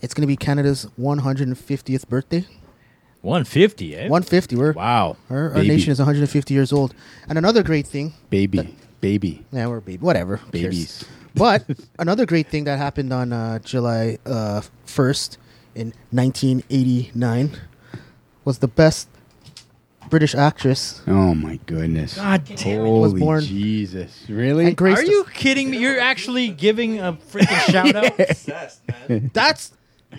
G: It's gonna be Canada's 150th birthday.
E: 150, eh?
G: 150. We're
F: wow,
G: our, our
F: baby,
G: nation is 150 years old. And another great thing.
F: baby, baby,
G: Yeah, we're a baby. Whatever. who cares?
F: babies.
G: But another great thing that happened on uh, July uh, 1st in 1989 was the best British actress.
F: Oh my goodness.
E: God damn it.
F: Holy
G: born-
F: Jesus! Really?
G: And Grace
E: Are you kidding me? You're actually giving a freaking shout out?
G: That's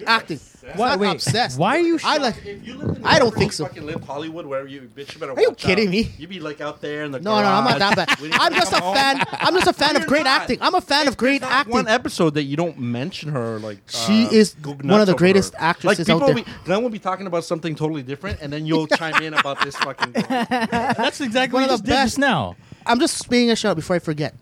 G: acting. Why,
E: wait.
G: obsessed.
E: Why are you
G: I
E: shocked?
G: like.
L: If you lived in
G: I don't
L: you
G: think so.
L: Fucking lived Hollywood, where you bitch, you better.
G: Are you kidding me?
L: You'd be like out there in the.
G: No, no, I'm not
L: garage.
G: that bad.
L: Waiting for
G: I'm
L: her to
G: just a
L: come home.
G: fan. I'm just a fan of
L: you're
G: great
L: not.
G: acting. I'm a fan of great
L: Not
G: acting.
L: One episode that you don't mention her, like
G: She
L: uh,
G: is
L: go
G: one
L: nuts
G: of the
L: over
G: greatest
L: her.
G: actresses
L: like, people
G: out there.
L: Will be, Glenn will be talking about something totally different, and then you'll chime in about this fucking. Girl.
E: That's exactly
G: One
E: what
G: of
E: you
G: the
E: just did
G: best.
E: just now.
G: I'm just being a shout out before I forget.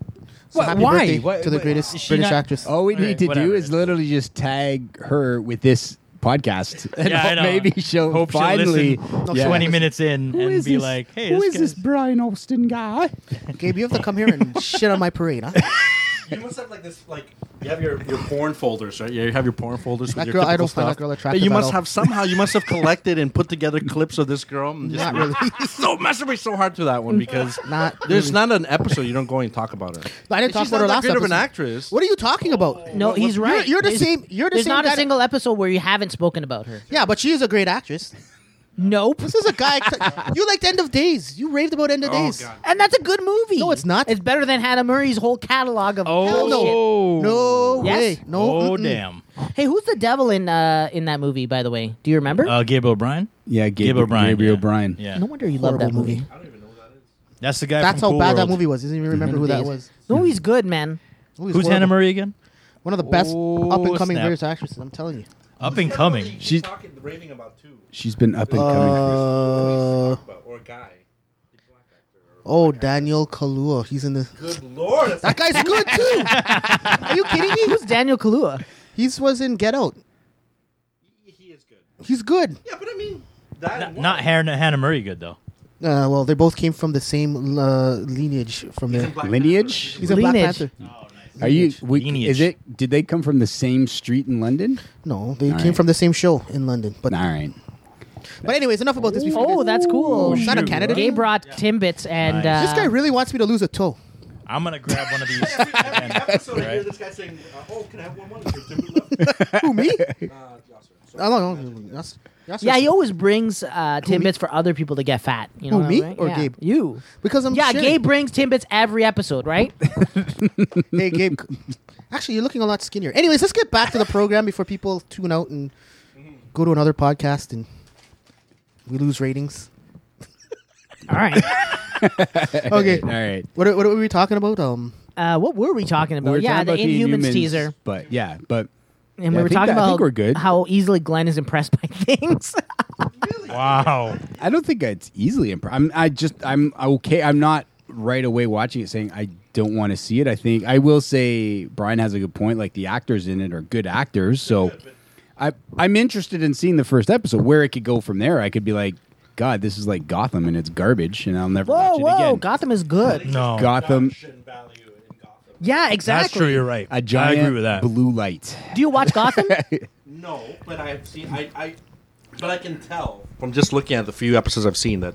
G: So
E: Wha-
G: happy
E: why?
G: birthday
E: Why-
G: to
E: why-
G: the
E: is
G: greatest
E: she
G: British
E: not-
G: actress.
F: All we
E: Okay,
F: need to do
E: whatever.
F: is literally just tag her with this podcast. And
E: Yeah, I
F: hope
E: know.
F: maybe she'll
E: Hope she'll
F: finally.
E: listen
F: Yeah.
E: 20 minutes in
F: Who
E: and
F: is
E: be
F: this-
E: like, hey,
F: who
E: this
F: is this
E: guy's-
F: Brian Austin guy?
G: Gabe, you have to come here and shit on my parade, huh?
L: you must have like this, like you have your, your porn folders, right? Yeah, you have your porn folders.
G: That
L: with
G: girl-
L: your typical
G: I don't find that
L: stuff.
G: girl
L: But
G: attractive
L: You
G: at
L: must
G: all.
L: have somehow. You must have collected and put together clips of this girl. And just
G: Not really.
L: so masturbate so hard to that one because
G: Not
L: there's
G: really.
L: not an episode you don't go and talk about her.
G: But I didn't
L: And
G: talk
L: she's
G: about
L: not
G: her
L: that
G: last
L: great of an
G: episode.
L: actress.
G: What are you talking about?
D: No, he's
G: Oh. You're-
D: right.
G: You're, the
D: There's-
G: same. You're the
D: There's
G: same.
D: not
G: guy
D: a
G: that-
D: single episode where you haven't spoken about her.
G: yeah, but she is a great actress.
D: Nope.
G: This is a guy. you liked End of Days. You raved about End of Days.
L: God.
D: And that's a good movie.
G: No, it's not.
D: It's better than Hannah Murray's whole catalog of
E: Oh,
G: Hell no. No
D: Yes.
G: way. No.
E: oh
G: mm-mm.
E: damn.
D: no. Hey, who's the devil in uh in that movie? By the way, do you remember?
E: Uh, Gabe O'Brien?
F: Yeah,
E: Gabe O'Brien.
F: Gabriel
E: yeah.
F: Bryan.
E: Yeah.
D: no wonder you love
G: Horrible
D: that movie.
G: movie.
E: That's the guy
G: That's
E: from
G: how
E: Cool
G: bad that
E: World.
G: movie was. He doesn't even remember who that
D: Days.
G: was.
D: The movie's good, man.
G: Movie's
E: Who's
G: horrible.
E: Hannah Murray again?
G: One of the best
E: Oh,
G: up and coming
E: snap.
G: greatest actresses. I'm telling you.
E: Up and coming.
F: She's-
L: talking, raving about two.
F: She's been up and coming.
G: Uh,
L: or a guy.
G: oh, Daniel Kaluuya. He's in the.
L: Good lord, that's
G: That guy's good too. Are you kidding me?
D: Who's Daniel Kaluuya?
G: He was in Get Out.
L: he is good.
G: He's good.
L: Yeah, but I mean that
E: Not, not Hannah, Hannah Murray good, though.
G: Uh, well, they both came from the same uh, lineage. From the
F: Lineage?
G: he's a Black
D: Lineage.
G: Panther.
F: Are you? We,
E: Lineage.
F: Is it? Did they come from the same street in London?
G: No, they
F: All
G: came
F: right.
G: from the same show in London. But
F: All right.
G: but anyways, enough about this. Before you
D: Oh,
G: guys-
D: that's cool.
G: Is that a Canada
D: Gay
G: thing?
D: brought Timbits and uh,
G: This guy really wants me to lose a toe.
E: I'm going to grab one of these. again.
L: episode I hear this guy saying, uh, "Oh, can I have one more?" Is there Timberlake?
G: Who
L: Uh,
G: me?
L: Joss Whedon.
G: I don't know. That's, that's
D: yeah,
G: just-
D: he always brings uh, tidbits for other people to get fat. You know
G: Who,
D: what I
G: me
D: mean?
G: or
D: Yeah.
G: Gabe? Oh,
D: You.
G: Because I'm
D: yeah,
G: sharing.
D: Gabe brings tidbits every episode, right?
G: hey Gabe. Actually, you're looking a lot skinnier. Anyways, let's get back to the program before people tune out and go to another podcast and we lose ratings.
D: All right.
G: okay.
F: All right.
G: What are- what were we talking about? Um.
D: Uh, what were we talking about?
F: We were
D: yeah,
F: talking
D: the Inhumans,
F: Inhumans,
D: teaser.
F: But yeah, but
D: And
F: Yeah,
D: we
F: I
D: were
F: think
D: talking
F: that- I
D: about
F: think we're good.
D: how easily Glenn is impressed by things.
F: Wow. I don't think it's easily impro- I'm I just I'm okay. I'm not right away watching it saying I don't want to see it. I think I will say Brian has a good point. Like the actors in it are good actors, so I I'm interested in seeing the first episode where it could go from there. I could be like, God, this is like Gotham and it's garbage, and I'll never
D: whoa,
F: watch it
D: whoa!
F: again.
D: Gotham is good.
L: Oh,
F: Gotham.
D: Yeah, exactly.
F: A giant Blue light.
D: Do you watch Gotham?
L: No, but I've seen. I, I, but I can tell from just looking at the few episodes I've seen that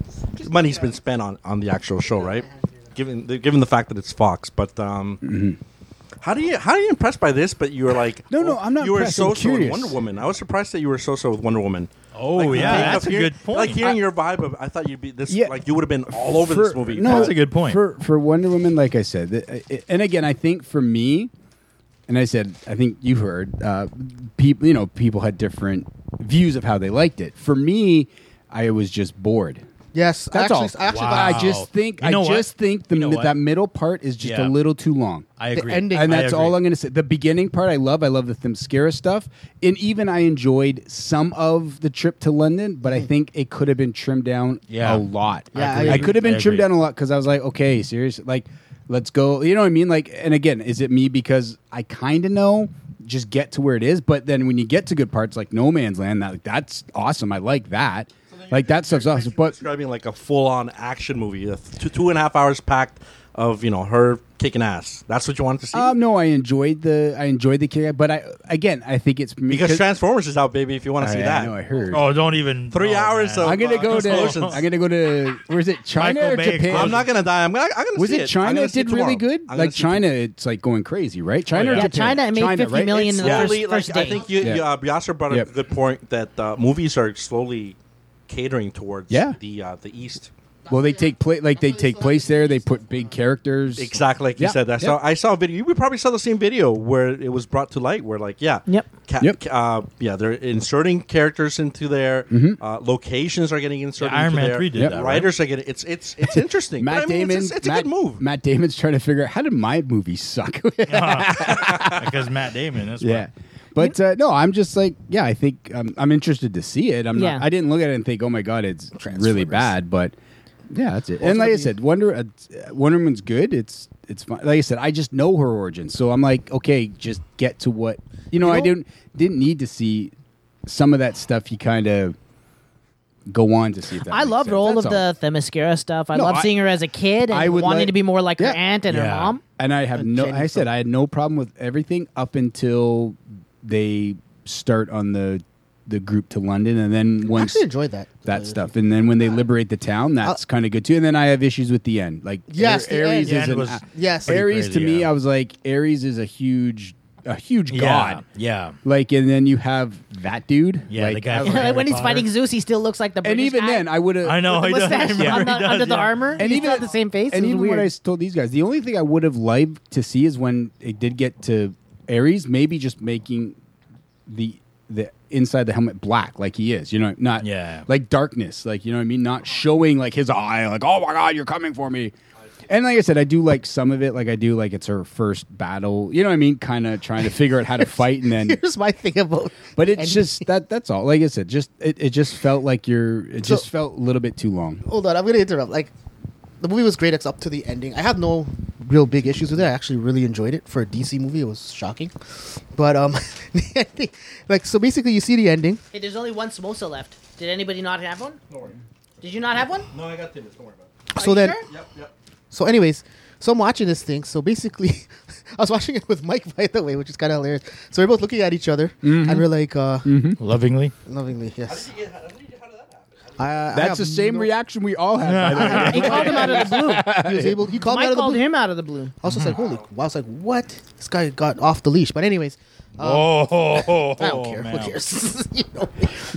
L: money's been spent on, on the actual show, right? Given the, given the fact that it's Fox, but um,
E: Mm-hmm.
L: how do you how are you impressed by this? But you were like,
F: No, no, I'm not
L: You were
F: impressed. I'm
L: so so with
F: curious.
L: Wonder Woman. I was surprised that you were so so with Wonder Woman.
E: Oh,
L: Like,
E: yeah,
L: thinking
E: that's
L: of
E: a
L: hearing-
E: good point.
L: Like hearing
E: I-
L: your vibe, of, I thought you'd be this.
F: Yeah.
L: like you would have been all over
F: For-
L: this movie.
F: no, For for Wonder Woman, like I said, th- and again, I think for me, and I said, I think you heard, uh, people, you know, people had different views of how they liked it. For me, I was just bored.
G: Yes, I
F: That's
G: actually,
F: all.
G: I actually
F: I
G: thought-
F: just think,
E: You know
F: I
E: what?
F: just think the
E: You know
F: mi-
E: what?
F: that middle part is just
E: Yeah.
F: a little too long.
E: I agree.
G: ending.
F: And
E: I
F: that's
E: agree.
F: all I'm going to say. The beginning part, I love. I love the Themyscira stuff, and even I enjoyed some of the trip to London. But I think it could have been trimmed down
E: Mm. Yeah.
F: a lot.
G: Yeah, I
F: I,
G: agree.
F: could have
E: I
F: been trimmed
E: agree.
F: down a lot because I was like, okay, seriously, like, let's go. You know what I mean? Like, and again, is it me because I kind of know? Just get to where it is. But then when you get to good parts, like No Man's Land, that that's awesome. I like that. Like that stuff's awesome. But
L: describing like a full-on action movie, a th- two two and a half hours packed of you know her kicking ass. That's what you wanted to see.
F: Um, no, I enjoyed the I enjoyed the kick, but I again I think it's
L: because Transformers is out, baby. If you want to see
F: I,
L: that,
F: I know I heard.
E: Oh, don't even.
L: Three
E: oh,
L: hours
E: man.
L: of
F: I'm gonna
L: uh,
F: go to
L: explosions.
F: I'm gonna go to where's it China
E: Michael
F: or
E: Bay
F: Japan?
E: explosion.
L: I'm not gonna die. I'm gonna. I'm gonna
F: was
L: see
F: it China?
L: I'm
F: It
L: gonna see
F: did really
L: tomorrow. Oh,
F: good.
L: I'm gonna
F: like
L: see
F: China, it's like going crazy, right? China,
E: yeah.
F: or
E: Yeah,
F: Japan?
D: China, it made
F: China,
D: 50
F: right?
D: million in the
F: It's-
D: first-
L: slowly, like,
D: first
L: I
D: day.
L: think you,
F: Yeah.
L: you, uh, Yasser brought
F: Yep.
L: up a good point that uh, movies are slowly catering towards
F: Yeah.
L: the uh, the East.
F: Well, they take place like they take place there. They put big characters.
L: Exactly like you
F: Yeah,
L: said. I
F: yeah.
L: saw I saw a video. You probably saw the same video where it was brought to light. Where like yeah,
D: Yep.
L: ca-
F: Yep.
L: ca- uh, yeah, they're inserting characters into their uh, locations are getting inserted.
E: Mm-hmm. Yeah, Iron
L: into
E: Man
L: their-
E: 3 did
F: Yep.
E: that. right?
L: Writers are getting it's it's it's interesting.
F: Matt
L: But I mean,
F: Damon.
L: it's, it's a
F: Matt,
L: good move.
F: Matt Damon's trying to figure out how did my movie suck.
E: because Matt Damon. That's
F: yeah. But uh, no, I'm just like, yeah, I think um, I'm interested to see it. I'm
D: Yeah.
F: not, I didn't look at it and think, oh my god, it's really bad. But yeah, that's it. And like I said, Wonder uh, Wonder Woman's good. It's it's fun. Like I said, I just know her origin, so I'm like, okay, just get to what you know. I
G: know-
F: didn't didn't need to see some of that stuff. You kind of go on to see. If that
D: I
F: makes
D: loved
F: sense.
D: all
F: That's
D: of the Themyscira stuff. I
F: No,
D: loved
F: I-
D: seeing her as a kid and
F: I would
D: wanting
F: like-
D: to be more like
F: Yeah.
D: her aunt and her
E: Yeah.
D: mom.
F: And I have
G: Uh,
F: no.
G: Jenny
F: I said
G: Fo-
F: I had no problem with everything up until they start on the the group to London, and then
G: I
F: once
G: actually enjoyed that.
F: that stuff, and then when they liberate the town, that's kind of good too. And then I have issues with the end, like
G: Yes, the end.
F: Aries
G: The
F: is
E: Uh, end
F: an-
E: was
G: Yes.
E: pretty
F: Aries
E: crazy,
F: to me,
E: yeah.
F: I was like Aries is a huge, a huge
E: Yeah,
F: god.
E: yeah.
F: Like, and then you have that dude.
E: Yeah,
F: like,
E: the guy
F: I-
E: from- Harry
D: when he's
E: Potter.
D: fighting Zeus, he still looks like the
F: and
D: British
F: even
D: guy
F: then, I would have.
E: I know.
D: with
E: he
D: the
E: does.
D: mustache
E: Yeah,
D: on the-
E: he does,
D: under the
E: yeah.
D: armor.
F: and
D: he's
F: even
D: got the same face.
F: And
D: It was
F: even
D: weird.
F: what I s- told these guys, the only thing I would have liked to see is when it did get to Ares, maybe just making the the inside the helmet black, like he is. You know, not
E: Yeah.
F: like darkness, like you know what I mean. Not showing like his eye, like oh my god, you're coming for me. And like I said, I do like some of it. Like I do like it's her first battle. You know what I mean? Kind of trying to figure out how to fight, and then.
G: Here's my thing about.
F: But it's
G: and-
F: just that. That's all. Like I said, just it, it just felt like you're. It
G: So-
F: just felt a little bit too long.
G: hold on, I'm gonna interrupt. Like, the movie was great. It's up to the ending. I have no real big issues with it. I actually really enjoyed it for a DC movie. It was shocking, but um, the ending, like so basically, you see the ending.
D: Hey, there's only one samosa left. Did anybody not have one? Did you not have one?
L: No, I got this. Don't worry about it.
G: so then,
L: Yep, yep.
G: so anyways, so I'm watching this thing. So basically, I was watching it with Mike, by the way, which is kind of hilarious. So we're both
F: Mm-hmm.
G: looking at each other, and we're like, uh,
E: Lovingly.
G: lovingly, yes.
L: Yeah, how did you- how did that happen? How did
G: I,
F: That's the same reaction we all had. by the way.
D: he called him out of the blue.
G: He was able. He called
D: Mike
G: him out of the
D: called
G: blue.
D: him out of the blue.
G: I was just like, holy! I was like, what? This guy got off the leash. But anyways, um,
E: Oh,
G: I don't care.
E: man.
G: Who cares? You know?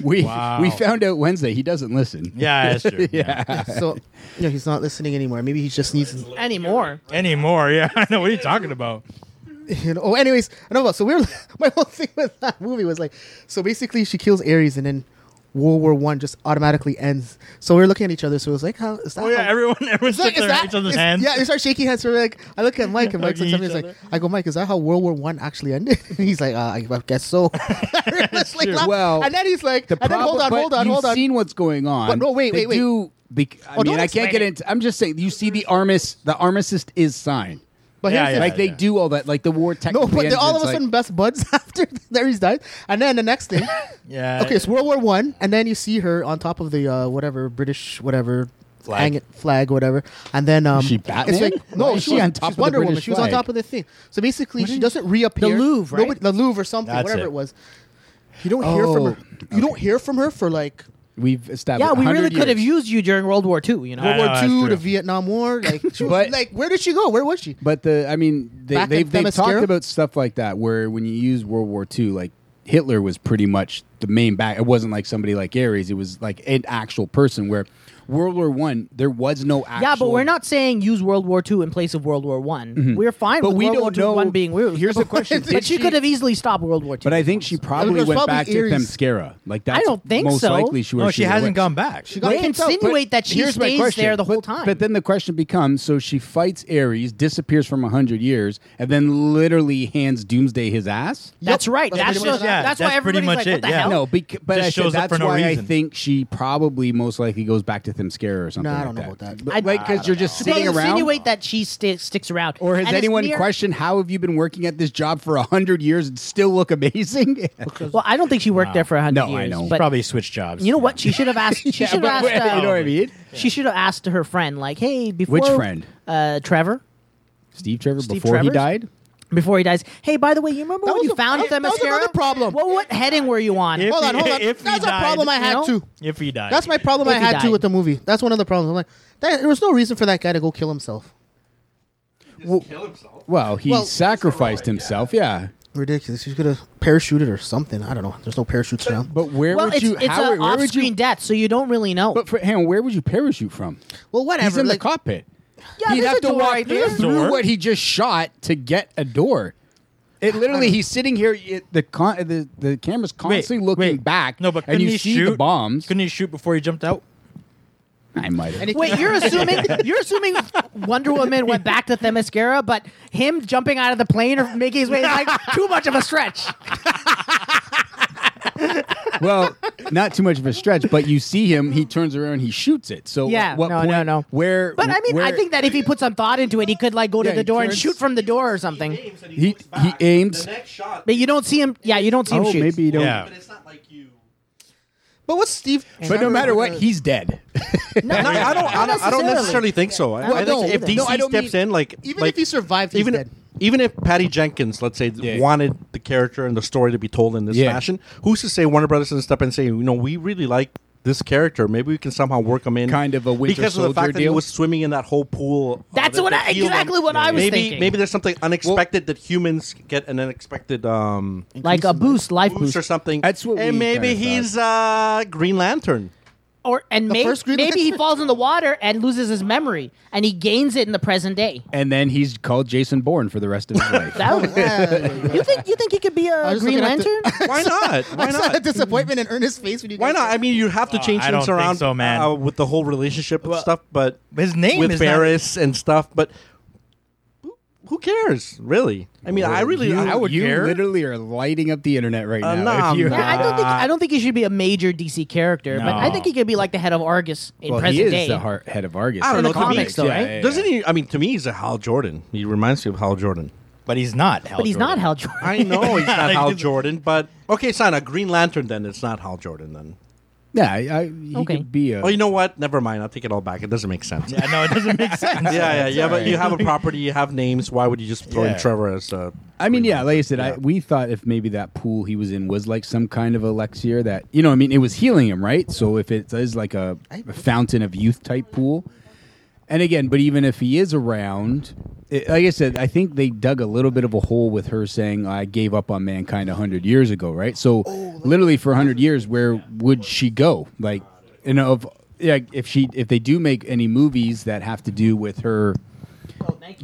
F: We
E: Wow.
F: we found out Wednesday he doesn't listen.
E: Yeah, that's true.
F: yeah.
G: So, you know, he's not listening anymore. Maybe he just needs.
D: Anymore.
E: Anymore, yeah. I know. What are you talking about?
G: You know. Oh, anyways, I know. So we were. My whole thing with that movie was like, so basically she kills Ares, and then World War One just automatically ends. So we were looking at each other. So it was like, how is that?
E: Oh, yeah.
G: how-
E: Everyone, everyone
G: Is that-
E: sits there
G: is
E: at
G: that-
E: each other's
G: is-
E: hands.
G: Yeah, they start shaking hands. So we're like, I look at Mike, and Mike
E: Hugging
G: looks at me.
E: each
G: He's like,
E: other.
G: I go, Mike, is that how World War One actually ended? And he's like, uh, I I guess so. It's like,
F: true.
G: laugh-
F: Well,
G: and then he's like,
F: The
G: and then hold
F: problem-
G: on,
F: but
G: hold on,
F: you've
G: hold on.
F: Seen what's going on?
G: But no, wait,
F: They
G: wait, wait.
F: do- bec- I
G: Oh, don't
F: mean, I can't
G: explain
F: get
G: it.
F: into. I'm just saying. You see, the armice, the armistice is signed.
G: But here's
E: Yeah,
G: the
E: yeah,
F: like they
E: yeah.
F: do all that. Like the war
G: No,
F: technically.
G: but they're
F: ends,
G: all of
F: it's
G: a
F: like-
G: sudden best buds after Larry's died. And then the next thing,
E: Yeah.
G: okay, it's World War One, and then you see her on top of the uh, whatever British whatever
E: Flag.
G: hang it- flag whatever, and then um,
F: Is she
G: it's
F: Batman?
G: like- no,
F: Why is
G: she
F: she
G: was,
F: on top
G: she's
F: of the
G: Wonder Woman.
F: British
G: She was on
F: flag?
G: top of the thing. So basically, she doesn't reappear.
D: The Louvre, right?
G: Nobody- the Louvre or something,
E: That's
G: whatever
E: it.
G: it. was. You don't hear from
F: Oh,
G: her. You don't hear from her for like
F: We've established.
D: Yeah, we really
F: 100
D: could have
F: years.
D: used you during World War II, you know?
E: I
G: World
E: know,
G: War
E: that's
G: Two, the
E: true.
G: Vietnam War. Like, she was,
F: But-
G: like where did she go? Where was she?
F: But the, I mean, they,
G: Back
F: they've,
G: at
F: they've
G: Themyscira?
F: talked about stuff like that where when you use World War II, like Hitler was pretty much the main back. It wasn't like somebody like Ares. It was like an actual person where World War One there was no actual. Mm-hmm.
D: Yeah, but we're not saying use World War II in place of World War One. We're fine
F: But
D: with
F: we
D: World
F: don't
D: War II
F: know-
D: one being rude.
F: Here's the question.
D: but
F: Did
D: she,
F: she-
D: could have easily stopped World War II.
F: But I think she probably
G: there's
F: went
G: probably
F: back
G: Ares.
F: to Themyscira. Like that's
D: don't think
F: most
D: so.
F: likely she was.
E: No, she hasn't gone back.
G: She got
D: They
G: kicked out, but-
D: insinuate that she
F: Here's my
D: stays
F: question.
D: there the whole
F: But-
D: time.
F: But then the question becomes: so she fights Ares, disappears from hundred years, and then literally hands Doomsday his ass.
D: that's right.
G: That's
D: That's,
G: pretty
D: the-
G: much it.
E: Yeah,
D: that's why
E: that's pretty
D: everybody's
E: much
D: like,
E: it,
D: what the
E: yeah.
D: hell?
F: No, bec- but
E: Just
F: I said
E: shows up
F: that's
E: for no
F: why I
E: reason.
F: think she probably most likely goes back to Themyscira or something.
G: No,
F: like
G: I don't know about that.
F: But,
D: I-
F: like because you're just sitting
D: they
F: around.
D: insinuate that she sti- sticks around.
F: Or has
D: And it's
F: anyone
D: near-
F: questioned how have you been working at this job for a hundred years and still look amazing?
D: Well, I don't think she worked there for a hundred
F: No, I
D: years.
F: know.
D: But
E: Probably switched jobs.
D: you know what? She should have asked. She
F: Yeah,
D: should
F: but-
D: have asked. Uh,
F: you know what I mean?
D: She should have asked her friend, like, "Hey, before
F: friend?
D: Uh, Trevor."
F: Steve Trevor
D: Steve
F: before he
D: Trevor's?
F: died.
D: Before he dies, hey, by the way, you remember
G: That
D: when
G: was
D: you
G: a-
D: found
G: that-
D: the
G: that was
D: mascara?
G: another problem.
D: Well, what heading were you on?
E: If
G: Hold on,
E: he-
G: hold on.
E: if he
G: That's a
E: died,
G: problem I
E: you
G: had
E: know?
G: too.
E: If he died.
G: That's my problem
D: If
G: I
D: he
G: had
D: died.
G: too with the movie. That's one of the problems. I'm like, that, there was no reason for that guy to go kill himself.
F: Well, he
G: Well-
F: sacrificed himself. Oh, Yeah.
G: Ridiculous. He's gonna parachute it or something. I don't know. There's no parachutes around.
F: but where
D: well,
F: would
D: it's,
F: you?
D: it's
F: how,
D: an
F: where would
D: off-screen
F: you?
D: death, so you don't really know.
F: But for, hang on, where would you parachute from?
G: Well, whatever.
F: He's in
G: like,
F: the cockpit.
D: Yeah,
F: he'd
D: there's
F: have
D: a
F: to
D: door
F: walk
D: right there.
F: through
E: Door.
F: what he just shot to get a door. It literally, he's sitting here. It, the, con, the the camera's constantly looking back.
E: No, but
F: and
E: couldn't
F: you
E: he
F: see
E: shoot?
F: the bombs.
E: Couldn't he shoot before he jumped out?
F: I might have.
D: Wait, you're assuming you're assuming Wonder Woman went back to Themyscira, but him jumping out of the plane or making his way is like too much of a stretch.
F: well, not too much of a stretch, but you see him. He turns around. He shoots it. So
D: Yeah,
F: at what
D: no,
F: point-
D: no, no.
F: Where?
D: But I mean, I
F: where-
D: think that if he put some thought into it, he could like go
F: Yeah,
D: to the
F: he
D: door and
F: turns-
D: shoot from the door or something.
L: He aims and he,
F: He-
L: looks back.
F: he aims-
L: The next shot.
D: But you don't see him. Yeah, you don't see him
F: Oh,
D: shoot.
F: maybe you don't.
E: Yeah.
L: But it's not like you.
G: but what's Steve?
F: But no matter what, he's dead.
D: No,
L: No, I don't. I don't, I don't
D: necessarily.
L: necessarily think so. I,
D: Well,
L: I think
D: no,
L: if DC
D: no,
G: I don't
L: steps
G: mean-
L: in, like
G: even
L: like-
G: if he survived, he's
L: even
G: dead.
L: even if Patty Jenkins, let's say,
F: Yeah.
L: wanted the character and the story to be told in this
F: Yeah.
L: fashion, who's to say Warner Brothers doesn't step in and say, you know, we really like this character. Maybe we can somehow work him in,
F: Kind of a Winter
L: because of the
F: Soldier
L: fact that he
F: deal?
L: was swimming in that whole pool. uh,
D: That's
L: that-
D: what
L: that
D: I-
L: healed him.
D: exactly what I was
L: maybe,
D: thinking.
L: Maybe there's something unexpected that humans get an unexpected um,
D: like a boost, life
L: boost
D: boost,
L: or something.
F: That's what
L: And
F: we
L: maybe
F: kinda
L: he's uh, Green Lantern.
D: or and
G: The
D: may-
G: first Green
D: maybe he
G: Lantern.
D: falls in the water and loses his memory, and he gains it in the present day.
F: And then he's called Jason Bourne for the rest of his life.
D: That would- you think you think he could be a
G: was just
D: Green
G: looking at the-
D: Lantern?
L: Why not? Why
G: I saw
L: not?
G: the disappointment in Ernest's face when you.
L: Why
G: guys
L: not? I
G: said-
L: mean, you have to
E: Oh,
L: change
E: I
L: things
E: don't think
L: around
E: so, man.
L: Uh, with the whole relationship
E: Well,
L: and stuff, but
E: his name
L: with
E: is not-
L: Barris and stuff, but who- who cares, really? I mean, I really,
F: you,
L: I would
F: you
L: care.
F: literally are lighting up the internet right
L: Uh,
F: now.
L: nah,
F: If you-
L: nah.
D: Yeah, I don't think I don't think he should be a major DC character, but I think he could be like the head of Argus in
F: well,
D: present
F: he is
D: day.
F: the har- head of Argus.
L: I don't
D: in the
L: know. To me,
D: comics, though,
F: yeah,
D: right?
F: yeah, yeah.
L: doesn't he? I mean, to me, he's a Hal Jordan. He reminds me of Hal Jordan.
E: But he's not.
D: but he's not Hal Jordan.
L: I know he's not
E: Like,
L: Hal
E: he's-
L: Jordan, but okay, it's not a Green Lantern. Then it's not Hal Jordan. Then
F: Yeah, I, I, he
L: Okay.
F: could be a.
L: Oh, you know what? Never mind. I'll take it all back. It doesn't make sense.
E: Yeah, no, it doesn't make sense.
L: yeah, yeah,
E: It's
L: yeah.
E: all
L: But you
E: right.
L: have a property. You have names. Why would you just throw
F: Yeah.
L: in Trevor as a?
F: I mean, yeah, like I said, I, we thought if maybe that pool he was in was like some kind of elixir that, you know, I mean, it was healing him, right? So if it is like a, a fountain of youth type pool, and again, but even if he is around, it, like I said, I think they dug a little bit of a hole with her saying, I gave up on mankind 100 years ago, right? So literally for 100 years, where would she go? Like, you know, if, yeah, if she if they do make any movies that have to do with her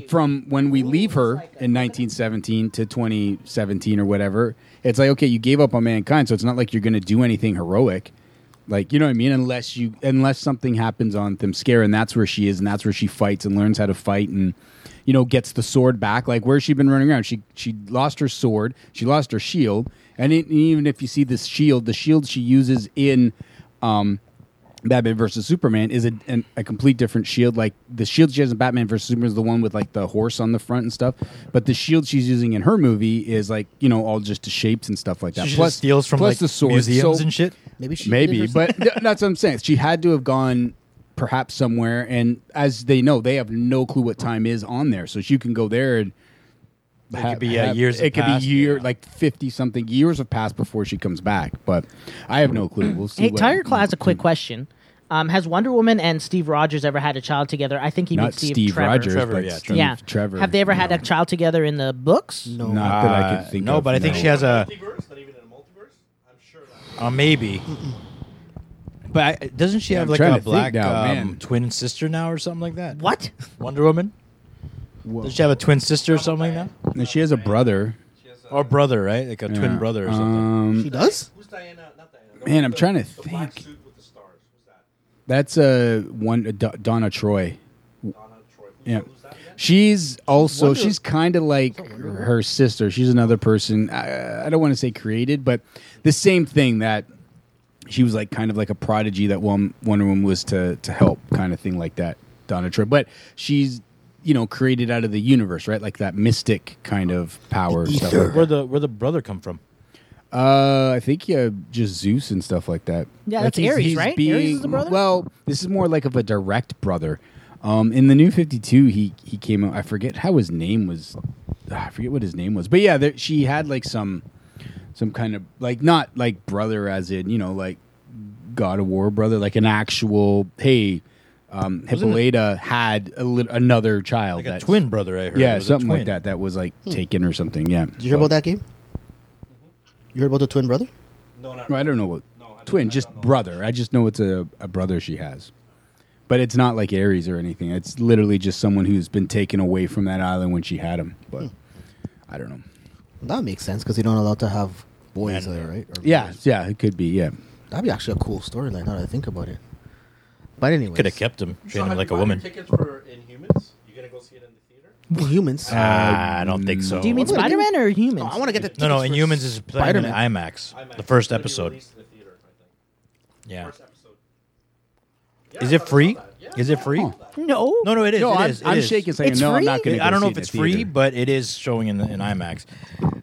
F: from when we leave her in 1917 to 2017 or whatever, it's like okay, you gave up on mankind, so it's not like you're going to do anything heroic. Like you know what I mean? Unless you unless something happens on Themyscira, and that's where she is, and that's where she fights and learns how to fight, and you know gets the sword back. Like where's she been running around? She she lost her sword, she lost her shield, and it, even if you see this shield, the shield she uses in um, Batman versus Superman is a, an, a complete different shield. Like the shield she has in Batman versus Superman is the one with like the horse on the front and stuff. But the shield she's using in her movie is like you know all just to shapes and stuff like that.
E: She just steals from, like, museums and shit?
G: Maybe she did
F: maybe,
G: or
F: but
G: something.
F: th- that's what I'm saying. She had to have gone perhaps somewhere, and as they know, they have no clue what time is on there, so she can go there and.
E: It
F: ha-
E: could be, uh,
F: have-
E: years
F: It
E: have
F: could
E: passed,
F: be year like fifty something years have passed before she comes back, but I have no clue. We'll see.
D: Hey,
F: what-
D: tire class. A quick question: um, Has Wonder Woman and Steve Rogers ever had a child together? I think he
F: Not
D: means Steve,
F: Steve
D: Trevor.
F: Rogers, Trevor, but yeah, Steve Trevor.
D: Have they ever had a child together in the books? No,
F: Not that I could think
E: Uh, no,
F: of,
E: but I think
F: no.
E: she has a. Uh, maybe. But I, doesn't she
F: Yeah,
E: have
F: I'm
E: like
F: trying to
E: a
F: think
E: black
F: now,
E: um,
F: man.
E: twin sister now or something like that?
D: What?
E: Wonder Woman? Does she have a twin sister or something like that?
F: And she has a brother.
E: Or brother, right? Like a
F: Yeah.
E: twin brother or something.
F: Um, She does?
E: Who's
F: Man, I'm trying to think. That's a one a Do- Donna Troy. Yeah, she's also
E: Wonder-
F: she's kind of like her sister. She's another person. I, I don't want to say created, but the same thing that she was like kind of like a prodigy that one Wonder Woman was to to help, kind of thing like that. Donna Troy, but she's you know created out of the universe, right? Like that mystic kind of power. Stuff like
E: Where the where the brother come from?
F: uh, I think yeah, just Zeus and stuff like that.
E: Yeah,
F: Like,
E: that's Ares, right? Ares is the brother?
F: Well, this is more like of a direct brother. Um, in the New Fifty Two, he he came out. I forget how his name was. ah, I forget what his name was, but yeah, there, she had like some some kind of like not like brother as in you know like God of War brother, like an actual hey. Um,
E: Wasn't it-
F: Hippolyta had a lit another child,
E: Like a
F: that's-
E: twin brother, I heard. It
F: Yeah,
E: was a
F: something like
E: twin.
F: that. That was like
G: Hmm.
F: taken or something. Yeah.
G: Did you hear about that game? You heard about the twin brother?
F: I don't know what twin, just brother. I just know it's a, a brother she has, but it's not like Aries or anything. It's literally just someone who's been taken away from that island when she had him. But I don't know.
G: That makes sense because you don't allow to have boys there, right? Or
F: Yeah, yeah, it could be. Yeah,
G: That'd be actually a cool storyline now that I think about it. But anyway,
E: Could have kept him,
L: So
E: trained him
L: have
E: like
L: you
E: a
L: bought
E: woman.
L: Tickets for Inhumans. You gonna go see it in the theater?
G: humans.
L: Uh,
E: Ah, I don't think so.
D: Do you mean Spider Man or humans?
G: I want to get the
E: No, no.
G: tickets for
E: Inhumans is playing in
G: Spider-Man.
E: IMAX. The first episode. Yeah. Is it free? Is it free?
D: No.
E: No, no, it is.
F: No,
E: it
F: I'm-
E: is, it
F: I'm
E: is.
F: shaking, saying, It's no, I'm free? not gonna
E: I
F: go
E: don't know
F: see
E: if
F: it
E: it's
F: at theater.
E: free, but it is showing in the in IMAX.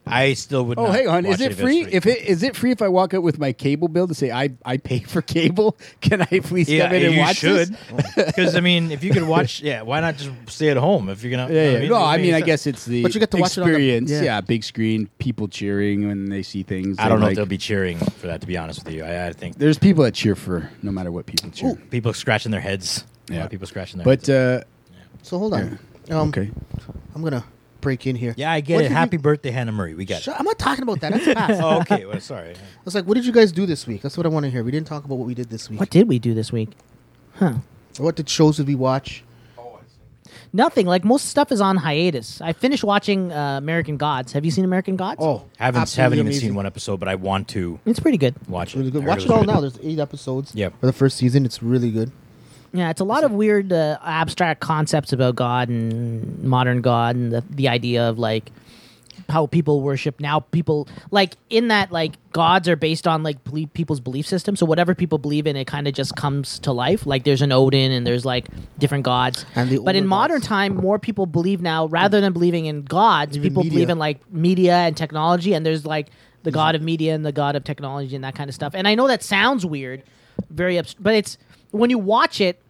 E: I still would.
F: Oh,
E: not
F: hang on. Is
E: watch
F: it
E: if it's
F: free? If it is it free if I walk out with my cable bill to say I I pay for cable? Can I please
E: yeah,
F: come in and
E: you
F: watch this?
E: should. Because I mean, if you could watch, yeah, why not just stay at home if you're gonna?
F: Yeah, yeah.
E: you know
F: no,
E: what
F: I mean, I
E: It's-
F: guess it's the
G: But you get to watch it on the-
F: experience.
G: yeah.
F: yeah. big screen, people cheering when they see things.
E: I don't know
F: Like,
E: if they'll be cheering for that. To be honest with you, I, I think
F: There's people that cheer for no matter what people cheer.
E: people scratching their heads. A lot
F: Yeah.
E: of people scratching their
F: But
E: heads.
F: uh,
G: So hold on. Um, okay. I'm gonna break in here.
E: yeah, I get
G: What
E: it.
G: did you-
E: Happy birthday, Hannah Marie. We got
G: Shut-
E: it.
G: I'm not talking about that. That's past.
E: oh, okay. Well, sorry.
G: It's like, what did you guys do this week? That's what I want to hear. We didn't talk about what we did this week.
D: What did we do this week? Huh.
G: What did shows did we watch?
D: Nothing. Like most stuff is on hiatus. I finished watching uh, American Gods. Have you seen American Gods? Oh,
E: Haven't haven't even seen one episode, but I want to
D: It's pretty good.
E: watch it.
G: Really good.
E: I
G: Watch it
E: really
G: all
E: should.
G: now. There's eight episodes.
E: Yeah.
G: For the first season, it's really good.
D: Yeah, it's a lot of weird uh, abstract concepts about God and modern God and the, the idea of like how people worship now people like in that like gods are based on like belie- people's belief system so whatever people believe in it kind of just comes to life like there's an odin and there's like different gods
G: And the
D: but in
G: older
D: modern time more people believe now rather than believing in gods people believe
G: media.
D: in like media and technology and there's like the god of media and the god of technology and that kind of stuff and i know that sounds weird very abs- but it's when you watch it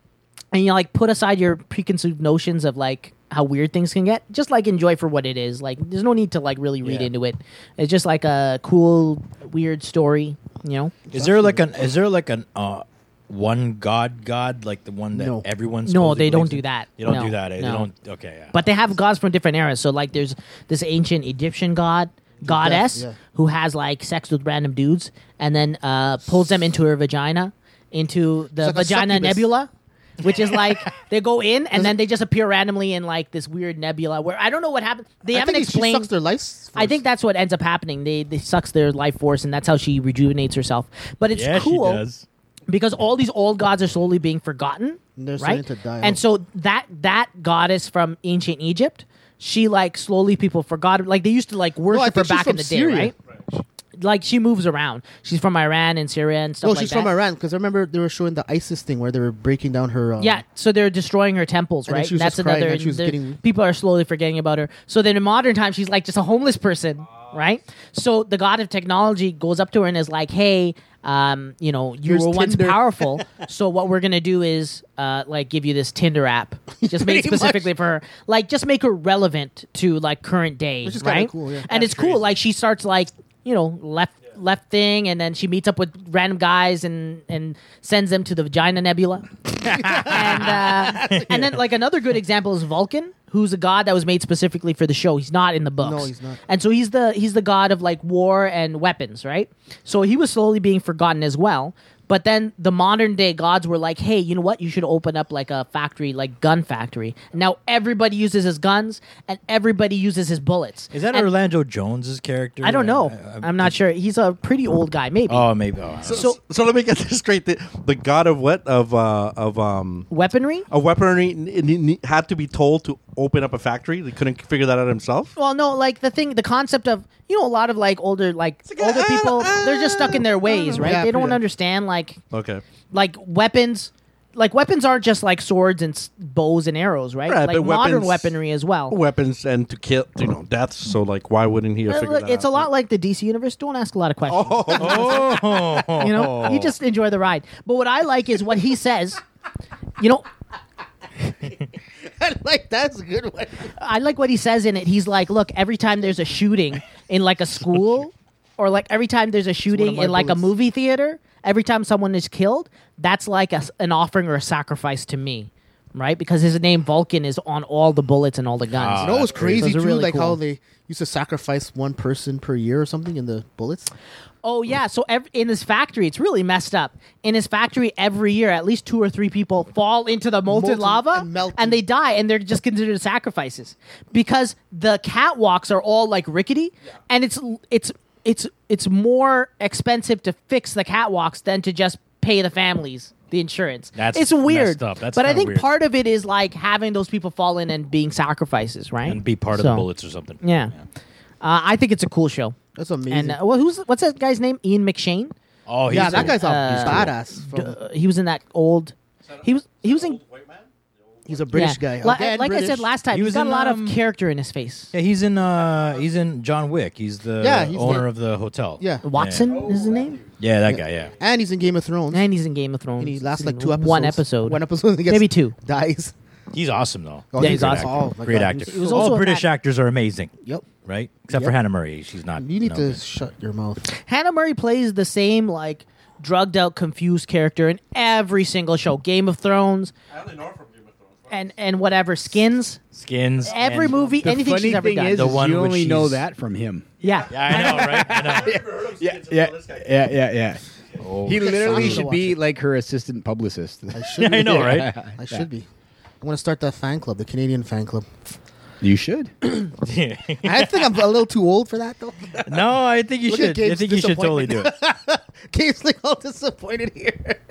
D: and you like put aside your preconceived notions of like how weird things can get just like enjoy for what it is like there's no need to like really read
E: Yeah.
D: into it it's just like a cool weird story you know
E: Is there like an is there like an uh one god god like the one that
D: No.
E: everyone's
D: no they don't do that
E: They don't
D: No,
E: do that. eh? They
D: no.
E: don't okay. Yeah.
D: but they have gods from different eras so like there's this ancient egyptian god goddess
E: yeah.
D: who has like sex with random dudes and then uh pulls them into her vagina into the
G: It's like a
D: vagina
G: succubus.
D: nebula which is like they go in and then they just appear randomly in like this weird nebula where I don't know what happened. They
G: I
D: haven't
G: think she
D: explained.
G: sucks their life.
D: I think that's what ends up happening. They they sucks their life force, and that's how she rejuvenates herself. But it's
E: Yeah, she
D: cool
E: does.
D: because all these old gods are slowly being forgotten,
G: And they're
D: right?
G: starting to die
D: and
G: out.
D: so that that goddess from ancient Egypt, she like slowly people forgot. her. Like they used to like worship her
G: think she's
D: back in
G: from
D: the
G: Syria.
D: day, right? Like she moves around. She's from Iran and Syria and stuff
G: No,
D: like
G: she's
D: that.
G: from Iran because I remember they were showing the ISIS thing where they were breaking down her. Um,
D: Yeah, so they're destroying her temples,
G: And then
D: right?
G: she was
D: That's
G: just crying,
D: another.
G: and she was
D: they're-
G: getting-
D: People are slowly forgetting about her. So then in modern times, she's like just a homeless person, right? So the god of technology goes up to her and is like, "Hey, um, you know, you
G: Here's
D: were once
G: Tinder."
D: powerful. so what we're gonna do is uh, like give you this Tinder app, just made
G: Pretty much.
D: specifically for her. Like just make her relevant to like current day,
G: Which is kinda
D: right?
G: cool, yeah.
D: And it's
G: That's
D: cool. Like she starts like you know left left thing, and then she meets up with random guys and and sends them to the vagina nebula. and uh, and then like another good example is Vulcan, who's a god that was made specifically for the show. He's not in the books.
G: No, he's not.
D: And so he's the he's the god of like war and weapons, right? So he was slowly being forgotten as well. But then the modern day gods were like, "Hey, you know what? You should open up like a factory, like gun factory." Now everybody uses his guns and everybody uses his bullets.
E: Is that
D: And
E: Orlando Jones's character?
D: I don't know.
E: I-
D: I'm not sure. He's a pretty old guy, maybe.
E: Oh, maybe. Oh, I don't
L: So, so, let me get this straight: the, the god of what of uh, of um
D: weaponry.
L: A weaponry n- n- n- had to be told to open up a factory. They couldn't figure that out himself.
D: Well, no, like the thing, the concept of you know, a lot of like older, like older people, they're just stuck in their ways, right?
L: Yeah,
D: they don't
L: yeah.
D: understand like
L: Okay.
D: like weapons, like weapons aren't just like swords and s- bows and arrows, right?
L: Right,
D: like
L: but
D: modern
L: weapons-
D: weaponry as well.
L: Weapons and to kill, you know, deaths. So like, why wouldn't he have
D: Uh,
L: figured
D: look,
L: that
D: it's a
L: out?
D: lot like the DC universe. Don't ask a lot of questions.
E: Oh,
D: you know, you just enjoy the ride. But what I like is what he says. You know,
G: I like that's a good one.
D: I like what he says in it. He's like, look, every time there's a shooting in like a school, or like every time there's a shooting
G: my
D: in like a
G: bullets.
D: movie theater, every time someone is killed, that's like a s an offering or a sacrifice to me, right? Because his name Vulcan is on all the bullets and all the guns.
G: you know, it was crazy
D: So
G: too,
D: it's really
G: like
D: cool.
G: how they used to sacrifice one person per year or something in the bullets.
D: Oh yeah, so ev- in this factory, it's really messed up. In his factory, every year, at least two or three people fall into the molten,
G: Molten
D: lava
G: and melted.
D: they die, and they're just considered sacrifices because the catwalks are all like rickety, and it's it's it's it's more expensive to fix the catwalks than to just pay the families the insurance.
E: That's
D: it's weird,
E: messed up. That's
D: but I
E: kinda
D: think
E: weird.
D: part of it is like having those people fall in and being sacrifices, right?
E: and be part of the
D: So,
E: bullets or something.
D: Yeah, Uh, I think it's a cool show.
G: That's amazing.
D: And uh, well, who's what's that guy's name? Ian McShane.
E: Oh, he's
G: yeah, that
E: cool.
G: guy's a
D: Uh,
G: badass.
D: D-
G: From,
D: uh, he was in that old. He was he was in
G: he's a British
D: yeah.
G: guy.
D: Li-
G: Again,
D: like I
G: British.
D: said last time,
E: He
D: he
E: was
D: has got
E: in,
D: a lot
E: um,
D: of character in his face.
E: Yeah, he's in uh he's in John Wick. He's the
G: Yeah, he's
E: owner
G: the-
E: of the hotel.
G: Yeah.
D: Uh, Watson is his name,
E: Yeah, that guy, yeah.
G: and he's in Game of Thrones.
D: and he's in Game of Thrones.
G: And he lasts like
D: In
G: two episodes.
D: One episode.
G: One episode. He gets,
D: Maybe two.
G: Dies.
E: He's awesome though.
G: Oh,
D: Yeah, he's
E: Great
D: awesome.
E: actor.
G: Oh, my
E: Great
G: God,
E: actor.
G: he was
D: so- also
E: All
D: in
E: British
D: that-
E: actors are amazing,
G: Yep.
E: right? Except for
G: Yep.
E: Hannah Murray. She's not.
G: You need
E: no
G: to
E: good.
G: shut your mouth.
D: Hannah Murray plays the same like drugged out, confused character in every single show. Game of Thrones. I only know from Game of Thrones. And and whatever skins,
E: Skins.
D: every
E: and-
D: movie,
F: The
D: anything
F: funny
D: she's ever
F: thing
D: done.
F: is,
E: The
F: is
E: one
F: you
E: when
F: only know
E: she's-
F: that from him.
D: yeah.
E: Yeah, I know, right? I know.
F: Yeah, yeah, yeah, yeah, yeah. He literally
G: Sasha
F: should
G: watch
F: be like her assistant publicist.
G: I
E: Yeah,
G: should.
E: I
G: be.
E: know, right?
G: I should be. I'm gonna start that fan club, the Canadian fan club.
F: You should.
G: I think I'm a little too old for that though.
E: No, I think you
G: Look at
E: should. I
G: Gabe's
E: think you should totally do it.
G: Gabe's like all disappointed here.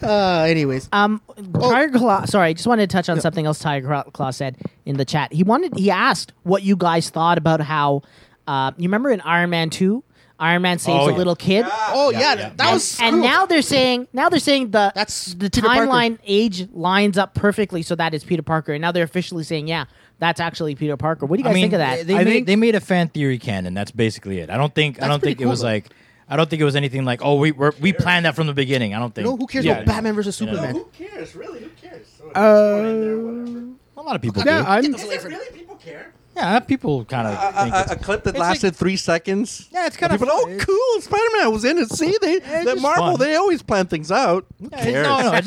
G: Uh, anyways,
D: Um, Tiger Claw. Sorry, I just wanted to touch on something else Tiger Claw- Claw said in the chat. He wanted. He asked what you guys thought about how. Uh, you remember in Iron Man two, Iron Man saves
E: Oh,
D: a
E: yeah.
D: little kid.
G: oh yeah, that
D: And-
G: was
D: and,
G: cool.
D: now they're saying now they're saying the
G: That's
D: the
G: Peter Parker.
D: timeline age lines up perfectly so that is Peter Parker and now they're officially saying yeah that's actually Peter Parker what do you guys think of that
E: They,
F: I
E: made,
F: think-
E: they made a fan theory canon. That's basically it. I don't think I
G: That's
E: don't
G: pretty
E: think it
G: cool,
E: was
G: though.
E: like I don't think it was anything like, oh, we we're, we planned that from the beginning. I don't think.
G: No, who cares
E: Yeah.
G: about Batman versus
E: You know?
G: Superman? who
L: cares, really? Who cares?
E: A lot of people.
L: Yeah,
E: do.
L: I'm-
E: Is it really people care? Yeah, people kind of. think
L: a,
E: it's-
L: a clip that
E: It's
L: lasted
E: like-
L: three seconds.
E: Yeah, it's kinda
L: Uh, People, oh,
E: fun.
L: cool! Spider Man was in it. See, they that
E: just
L: Marvel,
E: fun.
L: they always plan things out. Who cares?
D: No, I don't,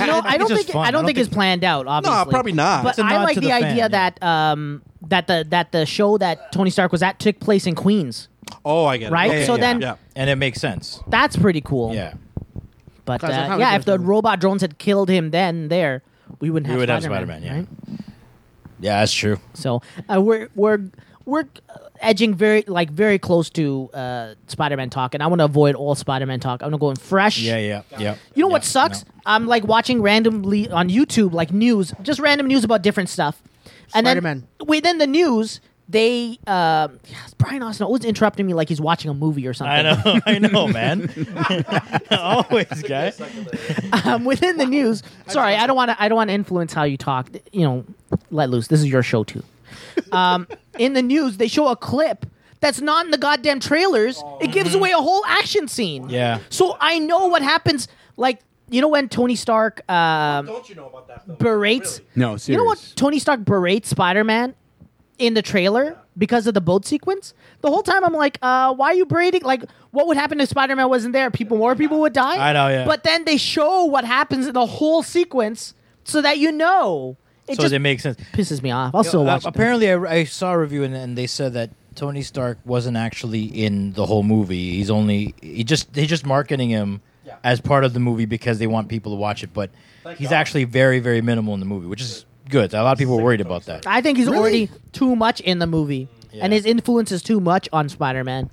D: think I don't think it's planned out. Obviously,
L: probably not.
D: But
L: It's a
D: I
L: nod
D: like
L: to
D: the,
L: the fan,
D: idea that um, that the that the show that Tony Stark was at took place in Queens.
L: Oh, I get it.
D: Right?
E: Yeah, yeah,
D: So
E: yeah.
D: then-
E: Yeah. and it makes sense.
D: That's pretty cool.
E: Yeah,
D: But uh,
E: Guys, I thought we
D: yeah,
E: were
D: if the robot drones had killed him then there, we wouldn't
E: We
D: have
E: would have
D: Spider-Man.
E: Spider-Man, yeah.
D: right?
E: yeah, that's true.
D: So uh, we're we're we're edging very like very close to uh, Spider-Man talk, and I want to avoid all Spider-Man talk. I'm gonna go in fresh.
E: Yeah, yeah, yeah.
D: You know what sucks? I'm like watching randomly on YouTube, like news, just random news about different stuff. And
G: Spider-Man.
D: then within the news, they uh, yes, Brian Austin always interrupting me like he's watching a movie or something.
E: I know, I know, man. Always, guy.
D: um, within the news. Sorry, I don't want to. I don't want to influence how you talk. You know, let loose. This is your show too. Um, in the news, they show a clip that's not in the goddamn trailers. It gives away a whole action scene.
E: Yeah.
D: So I know what happens. Like you know when Tony Stark. Um, don't you know about that? Berates.
F: No,
D: You know what Tony Stark berates Spider Man in the trailer because of the boat sequence? The whole time I'm like, uh, why are you berating? Like, what would happen if Spider Man wasn't there? People, more people would die.
E: I know, yeah.
D: But then they show what happens in the whole sequence so that you know. It
E: so
D: just
E: it makes sense. Uh,
D: pisses me off. I'll still watch. it.
E: apparently, I, I saw a review and, and they said that Tony Stark wasn't actually in the whole movie. He's only he just they just marketing him as part of the movie because they want people to watch it. But he's actually very very minimal in the movie, which is good. A lot of people were worried about that.
D: I think he's
E: Really?
D: already too much in the movie, and his influence is too much on Spider Man.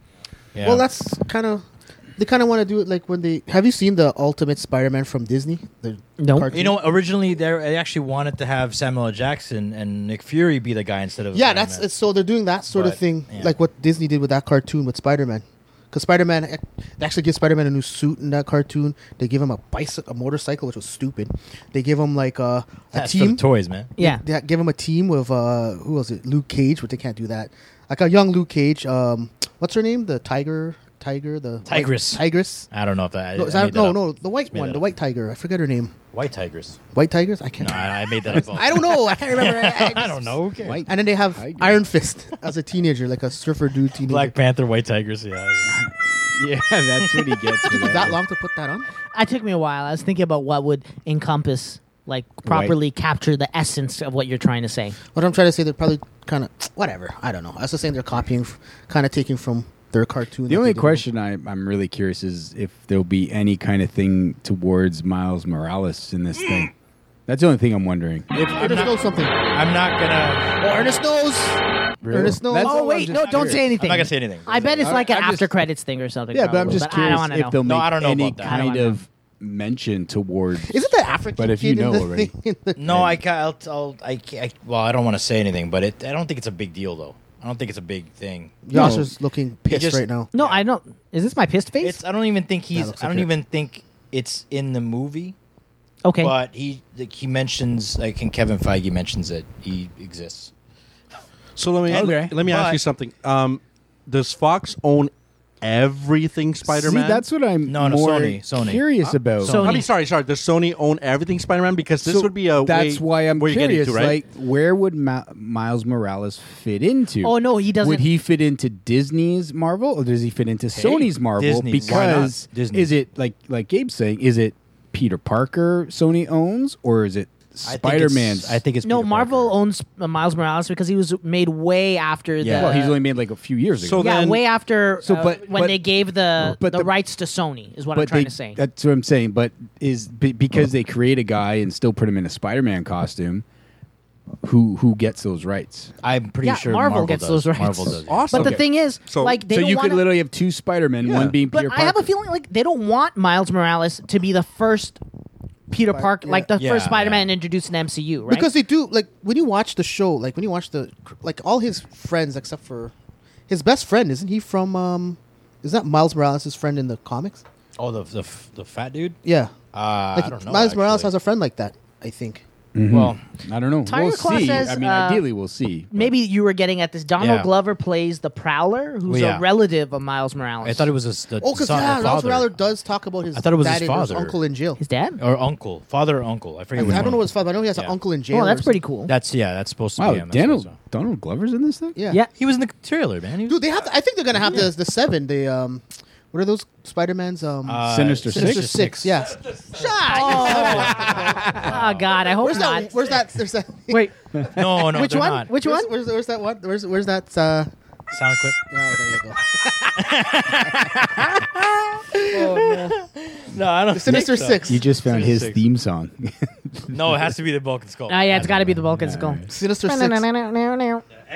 E: Yeah.
G: Well, that's kind of. They kind of want to do it like when they. Have you seen the Ultimate Spider-Man from Disney? The
D: no.
E: You know, originally they're- they actually wanted to have Samuel L. Jackson and Nick Fury be the guy instead of
G: Yeah,
E: Iron
G: that's
E: Man.
G: it's, so they're doing that sort of
E: But,
G: thing,
E: yeah.
G: like what Disney did with that cartoon with Spider-Man. Because Spider-Man, ac- they actually give Spider-Man a new suit in that cartoon. They give him a bicycle, a motorcycle, which was stupid. They give him like uh, a
E: That's for the
G: team
E: toys, man.
G: They-
E: Yeah.
G: they give him a team with uh, who was it? Luke Cage, but they can't do that. Like a young Luke Cage. Um, what's her name? The tiger, tiger, the white-
E: Tigress.
G: tigress.
E: I don't know if that.
G: No,
E: I,
G: is
E: I
G: that-
E: made that
G: no,
E: up.
G: no, the white
E: Just made
G: one,
E: that
G: the
E: up.
G: white tiger. I forget her name.
E: White tigress.
G: White tigers? I can't.
E: No, I, I made that up.
G: I don't know. I can't remember. I,
E: I don't know. Okay.
G: And then they have Iron Fist as a teenager, like a surfer dude teenager.
E: Black Panther, White Tigers. Yeah.
F: yeah, that's what he gets.
G: Took you that long to put that on?
D: I took me a while. I was thinking about what would encompass, like, properly capture the essence of what you're trying to say.
G: What I'm trying to say, they're probably kind of whatever. I don't know. I was just saying they're copying, kind of taking from their cartoon.
F: The
G: that
F: only
G: they did.
F: question I, I'm really curious is if there'll be any kind of thing towards Miles Morales in this thing. That's the only thing I'm wondering.
G: If Ernest knows something.
E: I'm not gonna.
G: Oh, Ernest knows.
F: Really?
G: Ernest knows.
F: That's all
D: oh
F: I'm
D: wait,
F: just
D: no, don't
F: curious.
D: say anything.
E: I'm not gonna say anything.
D: I bet it's
F: I-
D: like an
F: I'm just-
D: after credits thing or something.
F: yeah, but I'm
D: probably,
F: just
D: I don't
F: curious
D: wanna
F: if
D: know.
F: they'll
E: No,
F: make
E: I don't know
F: any
E: about that. I don't
F: kind
E: wanna
F: of mention towards.
G: Isn't that African
F: But if
G: kid
F: you
G: in
F: know
G: the
F: already,
G: thing?
E: No, I ca I'll, I'll, I, ca I well, I don't want to say anything, but it, I don't think it's a big deal though. I don't think it's a big thing.
G: Yasser's looking pissed
E: just-
G: right now.
D: No, I don't. Is this my pissed face?
E: It's I don't even think he's.
D: looks
E: I
D: like
E: don't
D: it.
E: even think it's in the movie.
D: okay.
E: But he like, he mentions like and Kevin Feige mentions that he exists.
L: So let me
E: Okay.
L: let me ask you
E: But-
L: something. Um, does Fox own everything Spider Man?
F: See, that's what I'm
E: No, no,
F: more
E: Sony, Sony.
F: curious about.
L: I mean, sorry, sorry. Does Sony own everything Spider Man? Because this
F: So
L: would be a
F: that's
L: way-
F: why I'm
L: where you're getting
F: curious.
L: to, right?
F: Like, where would Ma- Miles Morales fit into?
D: Oh, no, he doesn't-
F: Would he fit into Disney's Marvel, or does he fit into Sony's Marvel?
E: Disney's. Why not?
F: Because
E: Disney's.
F: is it like like Gabe's saying? Is it Peter Parker Sony owns, or is it
E: I think it's-
F: Spider Man's?
E: I think it's
D: no,
E: Peter
D: Marvel owns uh, Miles Morales because he was made way after
F: yeah.
D: the.
F: Well, he's only made like a few years ago.
L: So
D: yeah,
L: then-
D: way after
F: So,
D: uh,
F: but-
D: when
F: but-
D: they gave the
F: but
D: the,
F: the-
D: rights to Sony is what
F: but
D: I'm trying
F: they-
D: to say.
F: That's what I'm saying. But is be- because they create a guy and still put him in a Spider Man costume. Who who gets those rights?
E: I'm pretty
D: yeah,
E: sure
D: Marvel,
E: Marvel
D: gets
E: does.
D: those rights.
E: Marvel does. yeah.
D: But the thing is,
F: So-
D: like, they
F: so
D: don't
F: you
D: wanna,
F: could literally have two Spider Men, one being
D: But
F: Peter
D: I
F: Parker.
D: have a feeling like they don't want Miles Morales to be the first Peter Parker, like the
F: Yeah,
D: first Spider-Man introduced in MCU, right?
G: Because they do like when you watch the show, like when you watch the like all his friends except for his best friend, isn't he from? um Is that Miles Morales' friend in the comics?
E: Oh, the the, f- the fat dude.
G: Yeah,
E: Uh, I
G: like
E: don't know.
G: Miles Morales
E: actually. Mm-hmm.
G: has a friend like that. I think
F: Mhm.
E: Well,
F: I don't know.
D: Tiger
F: we'll
D: Claw
F: see.
D: says,
F: I mean,
D: uh,
F: ideally, we'll see.
D: Maybe you were getting at this. Donald
F: Yeah.
D: Glover plays the Prowler, who's
F: Well, yeah.
D: a relative of Miles Morales.
E: I thought it was his the
G: Oh, because
E: son or
G: yeah, Ralph
E: father.
G: Rowler does talk about his.
E: I thought it was
G: dad
E: his
G: and
E: father,
G: uncle in jail.
D: His dad
E: or uncle, father or uncle. I
G: I,
E: forget. which
G: I
E: one.
G: don't know his father. I know he has an uncle in
D: Oh,
G: jail. or something.
E: That's yeah. That's supposed to
F: Wow,
E: be him.
F: Donald Donald Glover's in this thing.
G: Yeah. Yeah.
E: he was in the trailer, man. He was-
G: Dude, they have. To, I think they're gonna have the the seven. The um, what are those Spider Mans? Um,
E: Uh,
F: Sinister
G: Sinister
F: Six?
G: Six. Yeah.
D: Oh God, I hope
G: where's
D: not.
G: That, where's that? There's that.
D: Wait.
E: No, no,
G: Which
E: they're
G: one?
E: not.
G: Which one? Where's, where's that one? Where's where's that? Uh,
E: Sound clip.
G: oh, there you go.
E: No, I don't.
G: The Sinister
E: think so.
G: Six.
F: You just found his
E: Six.
F: theme song.
E: No, it has to be the Vulcan skull.
D: Ah, yeah, it's Ah, got to be the Vulcan skull.
G: Sinister Six.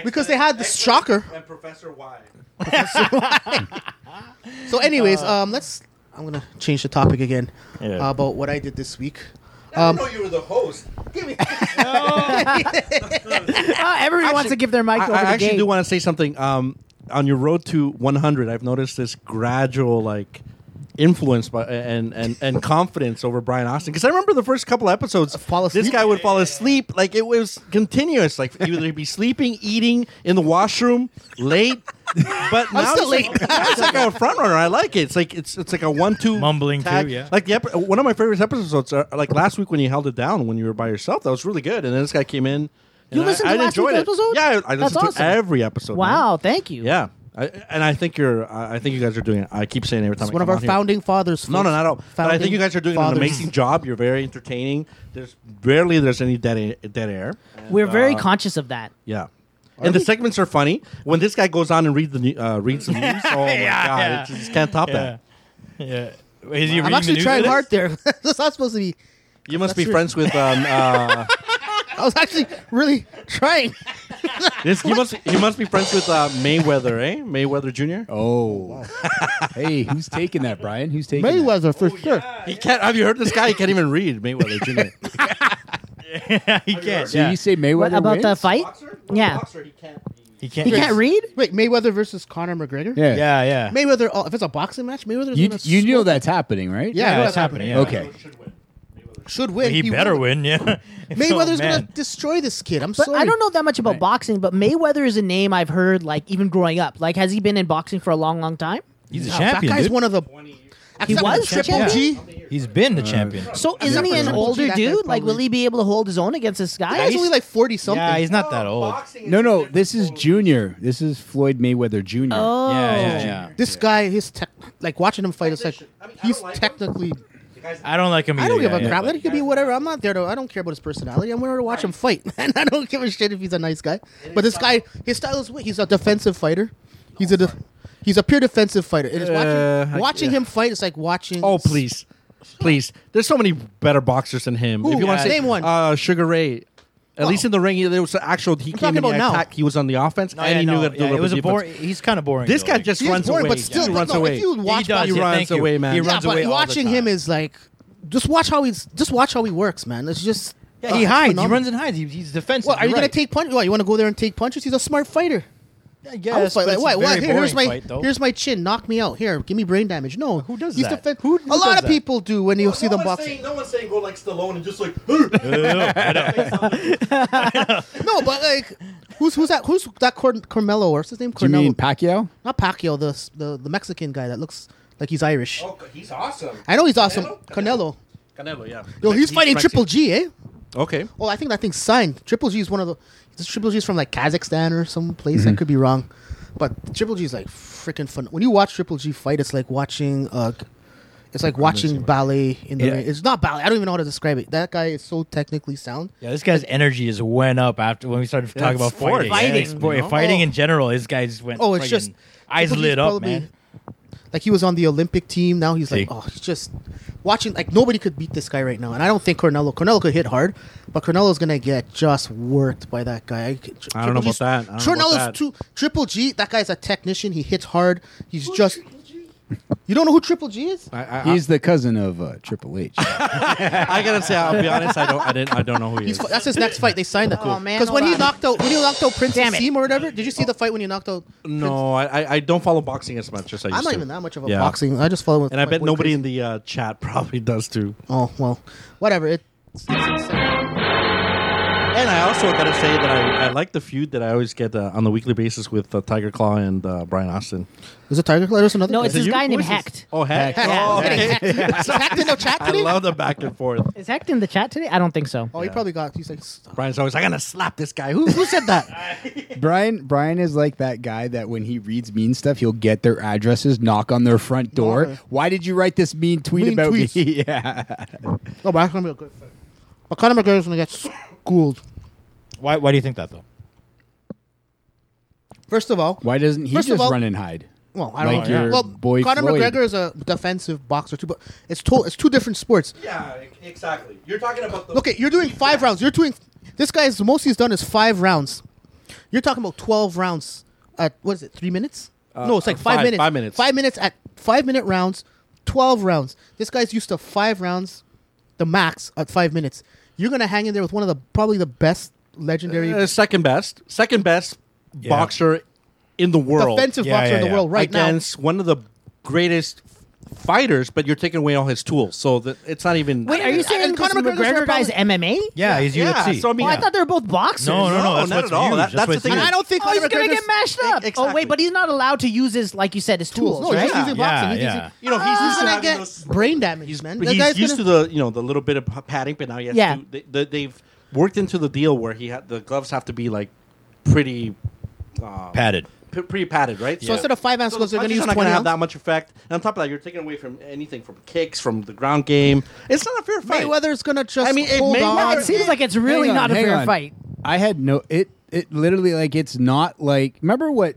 G: Because they had the shocker.
L: And Professor Y.
G: So, anyways, um, let's. I'm gonna change the topic again
L: Uh, Yeah.
G: uh, about what I did this week.
L: I
G: Um,
L: didn't know you were the host. Give me.
D: Ah, everyone wants to give their mic
L: I,
D: over
L: I
D: the
L: actually
D: gate.
L: do want to say something. Um, on your road to 100, I've noticed this gradual like influence by, and and and confidence over Brian Austin because I remember the first couple episodes, this guy would fall asleep like it was continuous. Like either he'd be sleeping, eating in the washroom, late. But now
G: still
L: it's like,
G: late.
L: now it's like a front runner. I like it. It's like it's it's like a one-two
E: Mumbling
L: tag.
E: too, yeah.
L: Like the ep- one of my favorite episodes are like last week when you held it down when you were by yourself. That was really good. And then this guy came in. and
D: You
L: I-
D: listened to
L: I,
D: last
L: enjoyed
D: week's
L: it.
D: episode?
L: Yeah, I, I
D: That's
L: listened to
D: awesome.
L: every episode.
D: Wow, thank you.
L: man. Yeah, I, and I think you're. I I think you guys are doing. I keep saying every time.
G: It's
L: I
G: one of
L: come
G: our
L: on here.
G: founding fathers.
L: No, no, not at all. But I
G: Founding
L: think you guys are doing
G: fathers.
L: an amazing job. You're very entertaining. There's barely there's any dead air, dead air.
D: We're
L: Uh,
D: very conscious of that.
L: Yeah. and the segments are funny. When this guy goes on and reads the new, uh, reads the news, oh my
E: Yeah,
L: god,
E: yeah.
L: it just can't top that.
E: Yeah. yeah. Is he reading
G: I'm
E: the
G: actually
E: news
G: trying
E: with
G: hard
E: us?
G: there. That's not supposed to be.
L: You must be
G: That's
L: friends with um, uh,
G: I was actually really trying.
L: this. You must you must be friends with uh, Mayweather, eh? Mayweather Jr.
F: Oh, hey, who's taking that, Brian? Who's taking that?
G: Mayweather
L: Oh,
G: for sure.
L: He can't. Have you heard this guy? He can't even read Mayweather Jr.
E: he can't.
F: So
E: yeah.
F: you say Mayweather
D: What about the
F: wins?
D: fight? Yeah,
E: He can't.
D: he can't read.
G: Wait, Mayweather versus Conor McGregor?
F: Yeah,
E: Yeah, yeah.
G: Mayweather, oh, if it's a boxing match, Mayweather's
F: You
G: gonna
F: you
G: s-
F: know that's happening, right?
G: Yeah, I know
E: Yeah,
G: that's
E: it's happening. Yeah.
F: Okay.
G: should
E: Well,
G: win.
E: he, better
G: will.
E: win. Yeah.
G: Mayweather's
E: Oh,
G: gonna
E: man.
G: destroy this kid. I'm
D: But
G: sorry.
D: I don't know that much about boxing. But Mayweather is a name I've heard, like even growing up. Like, has he been in boxing for a long, long time?
E: He's a
G: Wow,
E: champion.
G: That guy's
E: dude.
G: one of the. Except for
D: was
G: Triple
D: champion?
G: G.
E: He's been
L: Uh,
E: the champion.
D: So isn't he an
G: Yeah.
D: older
G: That guy
D: dude? Like,
G: probably-
D: will he be able to hold his own against this guy?
G: That guy's only like forty something.
E: yeah, he's not that
L: Oh,
E: old.
F: No, no, this is Junior. This is Floyd Mayweather Jr.
D: oh,
E: Yeah, yeah, yeah.
G: this guy, his tech, like watching him fight, it's like
L: I mean, I
G: he's
L: don't like him.
G: technically.
E: I don't like him. Either,
G: I don't give
E: yeah,
G: a
E: yeah,
G: crap.
E: but-
G: Let him be whatever. I'm not there to. I don't care about his personality. I'm there to watch him fight, and I don't give a shit if he's a nice guy. But this guy, his style is he's a defensive fighter. He's a def- he's a pure defensive fighter. It is
L: Uh,
G: watching
L: I-
G: watching
L: yeah.
G: him fight. It's like watching.
L: Oh please, please. There's so many better boxers than him.
G: Who?
L: if you want to
G: Name one.
L: uh, Sugar Ray. At least in the ring, there was an actual. He came
G: talking
L: in the
G: about now.
L: attack. He was on the offense,
E: No,
L: and
E: yeah,
L: he knew
E: no,
L: that
E: yeah,
L: little
E: it was
L: bit
E: a
L: defense.
E: boring. He's kind of boring.
L: This
E: though,
L: guy
E: like-
L: just
G: He is
L: runs
G: boring,
L: away.
G: but still,
L: he
G: but
L: runs
G: no,
L: away.
G: if you watch,
E: does,
L: he
E: yeah,
L: runs
E: thank you.
L: away, man.
E: He
L: Yeah,
E: runs
G: yeah,
E: away
G: but
E: all the
G: watching him
E: time.
G: is like, just watch how he's, just watch how he works, man. It's just.
E: Yeah, he
G: uh,
E: hides. He
G: phenomenal.
E: runs and hides. He, he's defensive.
G: What are you
E: You're
G: gonna
E: right.
G: take punch? What you want to go there and take punches? He's a smart fighter.
E: Yeah,
G: I would
E: yes,
G: fight
E: but
G: like,
E: it's a
G: what?
E: very
G: What? Here- here's
E: boring
G: my
E: fight, though.
G: here's my chin. Knock me out. Here, give me brain damage. No,
E: Who does
G: he's
E: that?
G: defen-
E: Who- who
G: a lot
E: does
G: of
E: that?
G: people do when you see them boxing.
L: no one's saying go like Stallone and just like.
G: No, but like, who's who's that? Who's that? Corn Carmelo? What's his name?
F: Do you
G: Cornello.
F: mean Pacquiao?
G: Not Pacquiao. The, s- the the Mexican guy that looks like he's Irish.
L: Oh, he's awesome.
G: I know he's awesome. Canelo.
L: Canelo, yeah.
G: Yo, he's fighting Triple G, eh?
L: Okay.
G: Well, I think that thing's signed. Triple G is one of the. this Triple G is from like Kazakhstan or some place.
L: Mm-hmm.
G: I could be wrong, but Triple G is like freaking fun. When you watch Triple G fight, it's like watching. Uh, it's like watching ballet in the
F: Yeah.
G: ring. It's not ballet. I don't even know how to describe it. That guy is so technically sound.
E: Yeah, this guy's energy just went up after when we started talking about
L: sports,
E: fighting.
L: yeah,
E: yeah,
D: Fighting,
E: it's boy-
G: you know?
E: fighting
G: Oh.
E: in general. This guy just went.
G: Oh, it's
E: friggin'
G: just
E: eyes
G: Triple G's
E: lit up,
G: probably-
E: man.
G: Like he was on the Olympic team. Now he's
E: See?
G: like, oh, he's just watching. Like nobody could beat this guy right now. And I don't think Cornello. Cornello could hit hard, but Cornello's gonna get just worked by that guy. I, Tri-
L: I don't know
G: Triple G's-
L: about that. I don't know
G: Cornello's
L: about that.
G: too. Triple G. That guy's a technician. He hits hard. He's just. You don't know who Triple G is?
L: I, I,
F: He's the cousin of uh, Triple H.
L: I, I gotta say, I'll be honest. I don't. I didn't. I don't know who he
G: He's,
L: is.
G: fi- that's his next fight. They signed that.
D: Cool. Oh, man,
G: Because when
D: hold
G: he
D: on.
G: knocked out when he knocked out Prince
D: Damn it.
G: Asim or whatever, did you see the fight when he knocked out?
L: No, I, I- I don't follow boxing as much as I used
G: I'm not
L: to.
G: even that much of a
L: Yeah.
G: boxing. I just follow.
L: And I bet nobody in the uh, chat probably does too.
G: Oh well, whatever. It.
L: And I also gotta say that I, I like the feud that I always get uh, on the weekly basis with uh, Tiger Claw and uh, Brian Austin.
G: Is it Tiger Claw? There's another.
D: No, it's
L: Is it
D: this
L: you?
D: guy
L: Who
D: named
L: is this?
D: Hecht.
L: Oh, Hecht.
D: Hecht.
L: Oh,
D: Yeah.
L: okay.
D: Hecht.
L: Is Hecht in the
G: chat
L: I love the back and forth.
D: Is Hecht in the chat today? I don't think so.
G: Oh, he probably got. He's like,
L: Brian's always, I gotta slap this guy. Who, who said that?
F: Brian Brian is like that guy that when he reads mean stuff, he'll get their addresses, knock on their front door. Why did you write this mean tweet
G: Mean
F: about
G: tweets.
F: me? yeah.
G: no, but that's gonna be a good fight. But Conor McGregor's gonna get schooled.
E: Why, why do you think that though?
G: First of all,
F: Why doesn't he
G: First of
F: just
G: all-
F: run and hide?
G: Well, I don't
F: like
G: know.
F: Your
G: well,
F: boy
G: Conor
F: Floyd.
G: McGregor is a defensive boxer too, but it's to, it's two different sports.
L: yeah, e- exactly. You're talking about the.
G: Look, at you're doing five rounds. You're doing this guy's the most he's done is five rounds. You're talking about twelve rounds at what is it? Three minutes?
L: Uh,
G: no, it's like
L: uh,
G: five,
L: five-
G: minutes.
L: five minutes.
G: Five minutes at five minute rounds, twelve rounds. This guy's used to five rounds, the max at five minutes. You're gonna hang in there with one of the probably the best legendary
L: Uh, second best, second best boxer in the world,
G: Defensive Yeah, boxer in yeah, the yeah. world right now.
L: against one of the greatest f- fighters, but you're taking away all his tools, so that it's not even.
D: Wait, are you saying
G: and
D: this
G: Conor McGregor's
D: McGregor guy's
G: probably-
D: MMA?
E: Yeah, he's
L: Yeah,
E: UFC.
L: so I mean-
D: Oh, I thought they were both boxers.
E: no, no, no,
L: No,
E: that's
L: not
E: what's
L: at all. That-
E: huge.
L: that's the
E: what's
L: thing.
E: huge.
G: And I don't think
D: Oh, he's
G: Conor
D: gonna
G: McGregor's-
D: get mashed up. Oh wait, but he's not allowed to use his, like you said, his tools,
G: No,
D: right?
G: he's using boxing.
E: Yeah,
G: he's
E: yeah.
G: using,
L: You know, Ah. he's used to
G: gonna
L: having
G: get
L: those-
G: brain damage, man.
L: But
G: That
L: he's
G: guy's
L: used
G: gonna-
L: to the you know the little bit of p- padding, but now he has
D: Yeah.
L: to. They, they, they've worked into the deal where he had the gloves have to be like pretty uh,
E: Padded.
L: p- pretty padded, right?
G: So instead of five ounce gloves,
L: the
G: they're going to
L: punches
G: use
L: are not
G: 20
L: gonna
G: ounce.
L: have that much effect. And on top of that, you're taking away from anything from kicks, from the ground game. It's not a fair fight.
G: Mayweather's going to just
L: I mean, it
G: hold
L: may-
G: on.
D: Yeah, it seems like it's really
F: Hang on,
D: not a
F: hang
D: fair
F: on.
D: fight.
F: I had no it it literally like it's not like remember what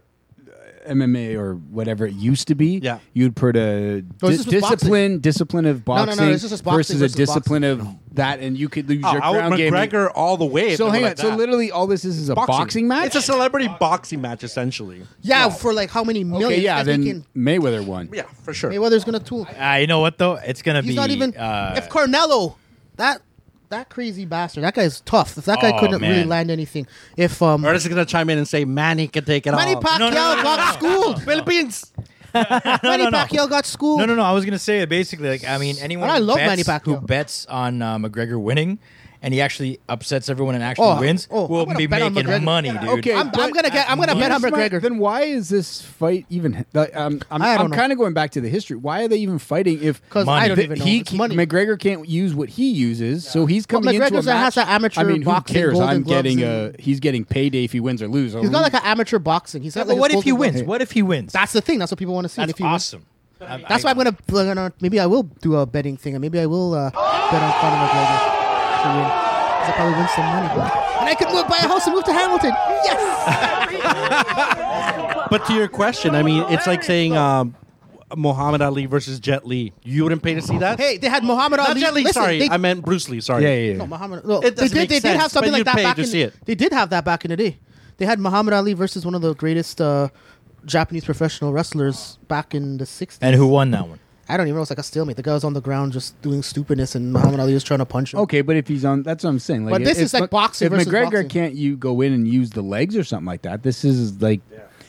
F: uh, MMA or whatever it used to be.
L: Yeah.
F: you'd put a
G: Oh,
F: dis-
G: this was boxing.
F: discipline discipline of
G: no, no,
F: boxing,
G: this is just boxing
F: versus,
G: versus
F: a discipline of that, and you could lose
L: Oh,
F: your
L: I would
F: ground game.
L: McGregor all the way. if
F: So
L: they were
F: hang on.
L: like
F: So
L: that.
F: literally, all this is is a boxing, match.
L: It's a celebrity boxing match, essentially.
G: Yeah, for like how many millions?
F: okay, yeah.
G: This guy's
F: Then
G: making-
F: Mayweather won.
L: Yeah, for sure.
G: Mayweather's going to tool.
E: Uh, you know what though? It's gonna
G: He's
E: be.
G: not even.
E: uh,
G: if Carnello, that that crazy bastard, that guy's tough. If that guy
E: Oh,
G: couldn't really
E: man.
G: land anything, if um,
L: Or
G: Manny
L: is gonna chime in and say Manny can take it all?
G: Pacquiao
E: no, no, no,
G: got schooled.
L: Philippines.
G: Manny
E: no, no.
G: Pacquiao got schooled.
E: No, no, no. I was gonna say that basically, like, I mean, anyone
G: I
E: who
G: love
E: bets-
G: Manny Pacquiao.
E: who bets on uh, McGregor winning and he actually upsets everyone and actually
G: Oh,
E: wins
G: oh, I'm
E: will
G: gonna
E: be
G: bet on McGregor.
E: making money, dude.
F: Okay,
G: I'm, I'm gonna get. I'm gonna bet on
F: Here's my-
G: McGregor.
F: Then why is this fight even? Like, um, I'm,
G: I don't
F: I'm
G: know.
F: kind of going back to the history. Why are they even fighting if
G: 'Cause I don't
F: the-
G: even know.
F: he
G: It's
F: ca-
G: money.
F: McGregor can't use what he uses, so he's
G: Well,
F: coming into a
G: McGregor's a-
F: match.
G: has an amateur
F: I mean, who
G: boxing,
F: cares?
G: Golden
F: I'm
G: Gloves
F: getting a.
G: and-
F: He's getting paid if he wins or loses.
G: He's got like an amateur boxing. He's got
E: But
G: like
E: what
G: his
E: if he
G: Golden
E: wins?
G: Gloves.
E: What if he wins?
G: That's the thing. That's what people want to see.
E: That's
G: if he wins.
E: awesome.
G: That's why I'm gonna, I'm gonna- Maybe I will do a betting thing, and maybe I will uh, bet on Conor McGregor to win. 'Cause I probably win some money, and I could move, buy a house and move to Hamilton. Yes.
L: But to your question, I mean, it's like saying um, Muhammad Ali versus Jet Li. You wouldn't pay to see that.
G: hey, they had Muhammad
L: not
G: Ali.
L: Jet Li.
G: Listen,
L: sorry,
G: they,
L: I meant Bruce Lee. Sorry.
F: yeah, yeah, yeah.
G: no Muhammad. No,
L: It
G: they
L: doesn't
G: did.
L: make
G: They did
L: sense,
G: have something
L: but
G: like
L: you'd
G: that
L: pay
G: back
L: to
G: in.
L: see it.
G: They did have that back in the day. They had Muhammad Ali versus one of the greatest uh, Japanese professional wrestlers back in the '60s.
E: and who won that one?
G: I don't even know. It's like a stalemate. The guy was on the ground just doing stupidness, and Muhammad Ali was trying to punch him.
F: Okay, but if he's on, that's what I'm saying. Like,
G: But this
F: if-
G: is like
F: if-
G: boxing
F: If
G: versus
F: McGregor
G: boxing.
F: can't, you go in and use the legs or something like that. This is like,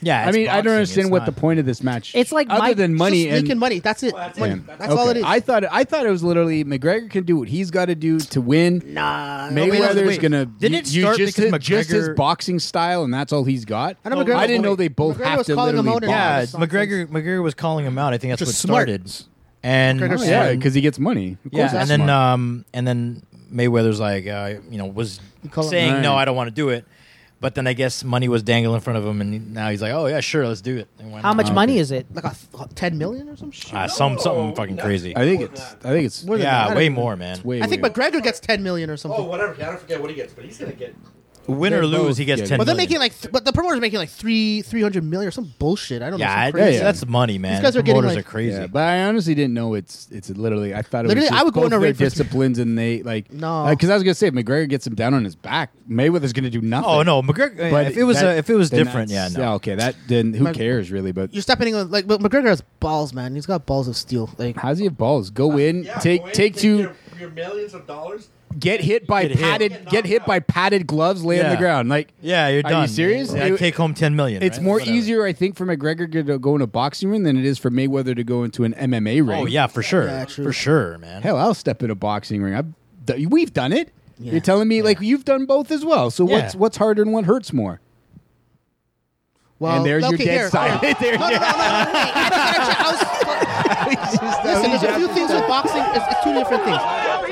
E: Yeah,
F: I
E: it's
F: mean, I
E: boxing,
F: don't understand
E: it's
F: what
E: not-
F: the point of this match.
D: It's like
F: other
D: Mike-
F: than
D: it's
F: money
G: just
F: and
G: making money. That's it.
F: Yeah.
G: money. That's all it
F: Okay.
G: is.
F: I thought I thought it was literally McGregor can do what he's got to do to win. Nah, Mayweather's
E: wait.
F: gonna
E: Didn't it
F: you- you
E: start
F: just
E: because
F: his, just his
E: McGregor-
F: boxing style and that's all he's got.
G: I know McGregor
F: I didn't
G: was-
F: know they both
G: McGregor
F: have
G: was
F: to
G: calling him
F: literally
G: out in
F: box.
E: Yeah,
G: Boxing.
E: McGregor. McGregor was calling him out. I think that's
G: Just
E: what
G: smart.
E: started. And
G: McGregor's
E: and-
F: Yeah, because he gets money. Of course
E: yeah, and
F: that's
E: then
F: smart.
E: um, and then Mayweather's like, uh, you know, was
G: call it-
E: saying no,
F: Right.
E: I don't want to do it. But then I guess money was dangling in front of him, and now he's like, oh yeah, sure, let's do it. And why
D: How
E: not?
D: much money is it?
G: like a th- ten million or some shit.
E: Uh, some something fucking crazy.
F: I think it's I think it's
G: than that. I
E: yeah,
G: don't
E: way
G: even-
E: more, man.
F: way.
G: uh, I think
F: way-
G: McGregor gets ten million or something.
L: Oh, whatever. I don't forget what he gets, but he's gonna get.
E: Win or
F: They're
E: lose,
F: both
E: he gets
F: getting-
E: ten.
G: but they're
E: million.
G: making like, th- but the promoter's making like three three hundred million or some bullshit. I don't know.
E: yeah,
G: some
E: it-
G: crazy-
F: yeah.
E: that's money, man.
G: These guys are getting,
E: Promoters
G: like-
E: are crazy.
F: Yeah, but I honestly didn't know it's it's literally. I thought it
G: Literally,
F: was just
G: I would go
F: both
G: in a
F: their
G: ring for-
F: disciplines and they like
G: No.
F: because I was gonna say if McGregor gets him down on his back, Mayweather's gonna do nothing.
E: oh no, McGregor. But if it was
F: that-
E: uh, if it was
F: then
E: different, yeah,
F: that's-
E: no.
F: okay, that then who
G: Mc-
F: cares really? But
G: You're stepping in with, like, but McGregor has balls, man. He's got balls of steel. Like,
F: How's he have balls? Go in, take take two,
L: your millions of dollars.
F: get hit by
E: Get hit.
F: padded,
L: Get knocked
F: get hit by padded gloves, lay on the
E: Yeah.
F: ground. Like,
E: Yeah, you're
F: Are
E: done.
F: you serious?
E: Yeah,
F: It-
E: take home ten million. Oh,
F: it's
E: right?
F: more
E: Whatever.
F: easier, I think, for McGregor to go in a boxing ring than it is for Mayweather to go into an MMA ring.
E: Oh yeah, for sure,
G: Yeah, true.
E: for sure, man.
F: hell, I'll step in a boxing ring. I've d- we've done it. You're telling me like you've done both as well. So
G: Yeah.
F: what's what's harder and what hurts more?
G: Well,
F: and there's your
G: okay,
F: dead
G: here.
F: side. there,
G: No, no, no, no, no, wait. I think I was- Listen, there's a few things with boxing. It's, it's two different things.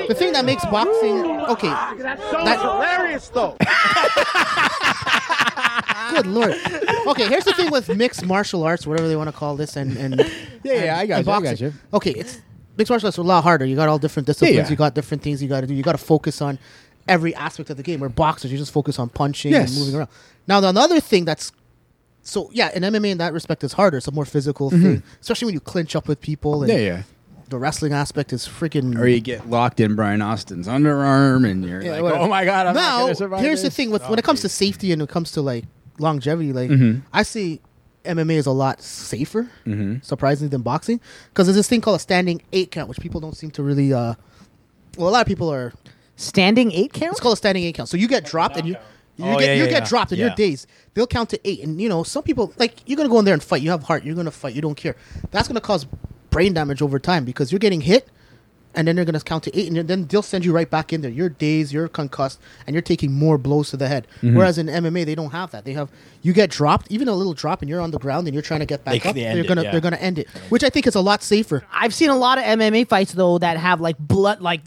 G: The thing that makes boxing okay. that-
M: hilarious, though.
G: Good lord. Okay, here's the thing with mixed martial arts, whatever they want to call this, and and
F: Yeah, yeah, I got
G: and
F: you, I got
G: boxing.
F: you.
G: Okay, it's mixed martial arts are a lot harder. You got all different disciplines.
F: yeah.
G: You got different things you got to do. You got to focus on every aspect of the game. Where boxers, you just focus on punching
F: Yes.
G: and moving around. Now, the another thing that's so yeah, in MMA in that respect is harder. It's a more physical
F: Mhm.
G: thing, especially when you clinch up with people. And
F: Yeah, yeah.
G: The wrestling aspect is freaking.
F: Or you get locked in Brian Austin's underarm, and you're
G: Yeah,
F: like,
G: whatever.
F: oh my god, I'm
G: now,
F: not gonna survive.
G: here's the
F: this." Oh,
G: thing with when it comes to safety and it comes to like longevity, like
F: Mhm.
G: I see MMA is a lot safer,
F: Mhm.
G: surprisingly, than boxing because there's this thing called a standing eight count, which people don't seem to really. uh Well, a lot of people are
D: standing eight count.
G: It's called a standing eight count. So you get dropped and you. You
D: Oh,
G: get
D: yeah,
G: you
D: yeah,
G: get
D: yeah.
G: dropped and
D: Yeah.
G: you're dazed. They'll count to eight, and you know some people like you're gonna go in there and fight. You have heart. You're gonna fight. You don't care. That's gonna cause brain damage over time because you're getting hit, and then they're gonna count to eight, and then they'll send you right back in there. You're dazed. You're concussed, and you're taking more blows to the head.
E: Mhm.
G: Whereas in MMA, they don't have that. They have you get dropped, even a little drop, and you're on the ground, and you're trying to get back
E: They-
G: up.
E: they
G: They
E: end
G: are
E: it,
G: gonna
E: yeah.
G: they're gonna end it, which I think is a lot safer.
D: I've seen a lot of MMA fights though that have like blood, like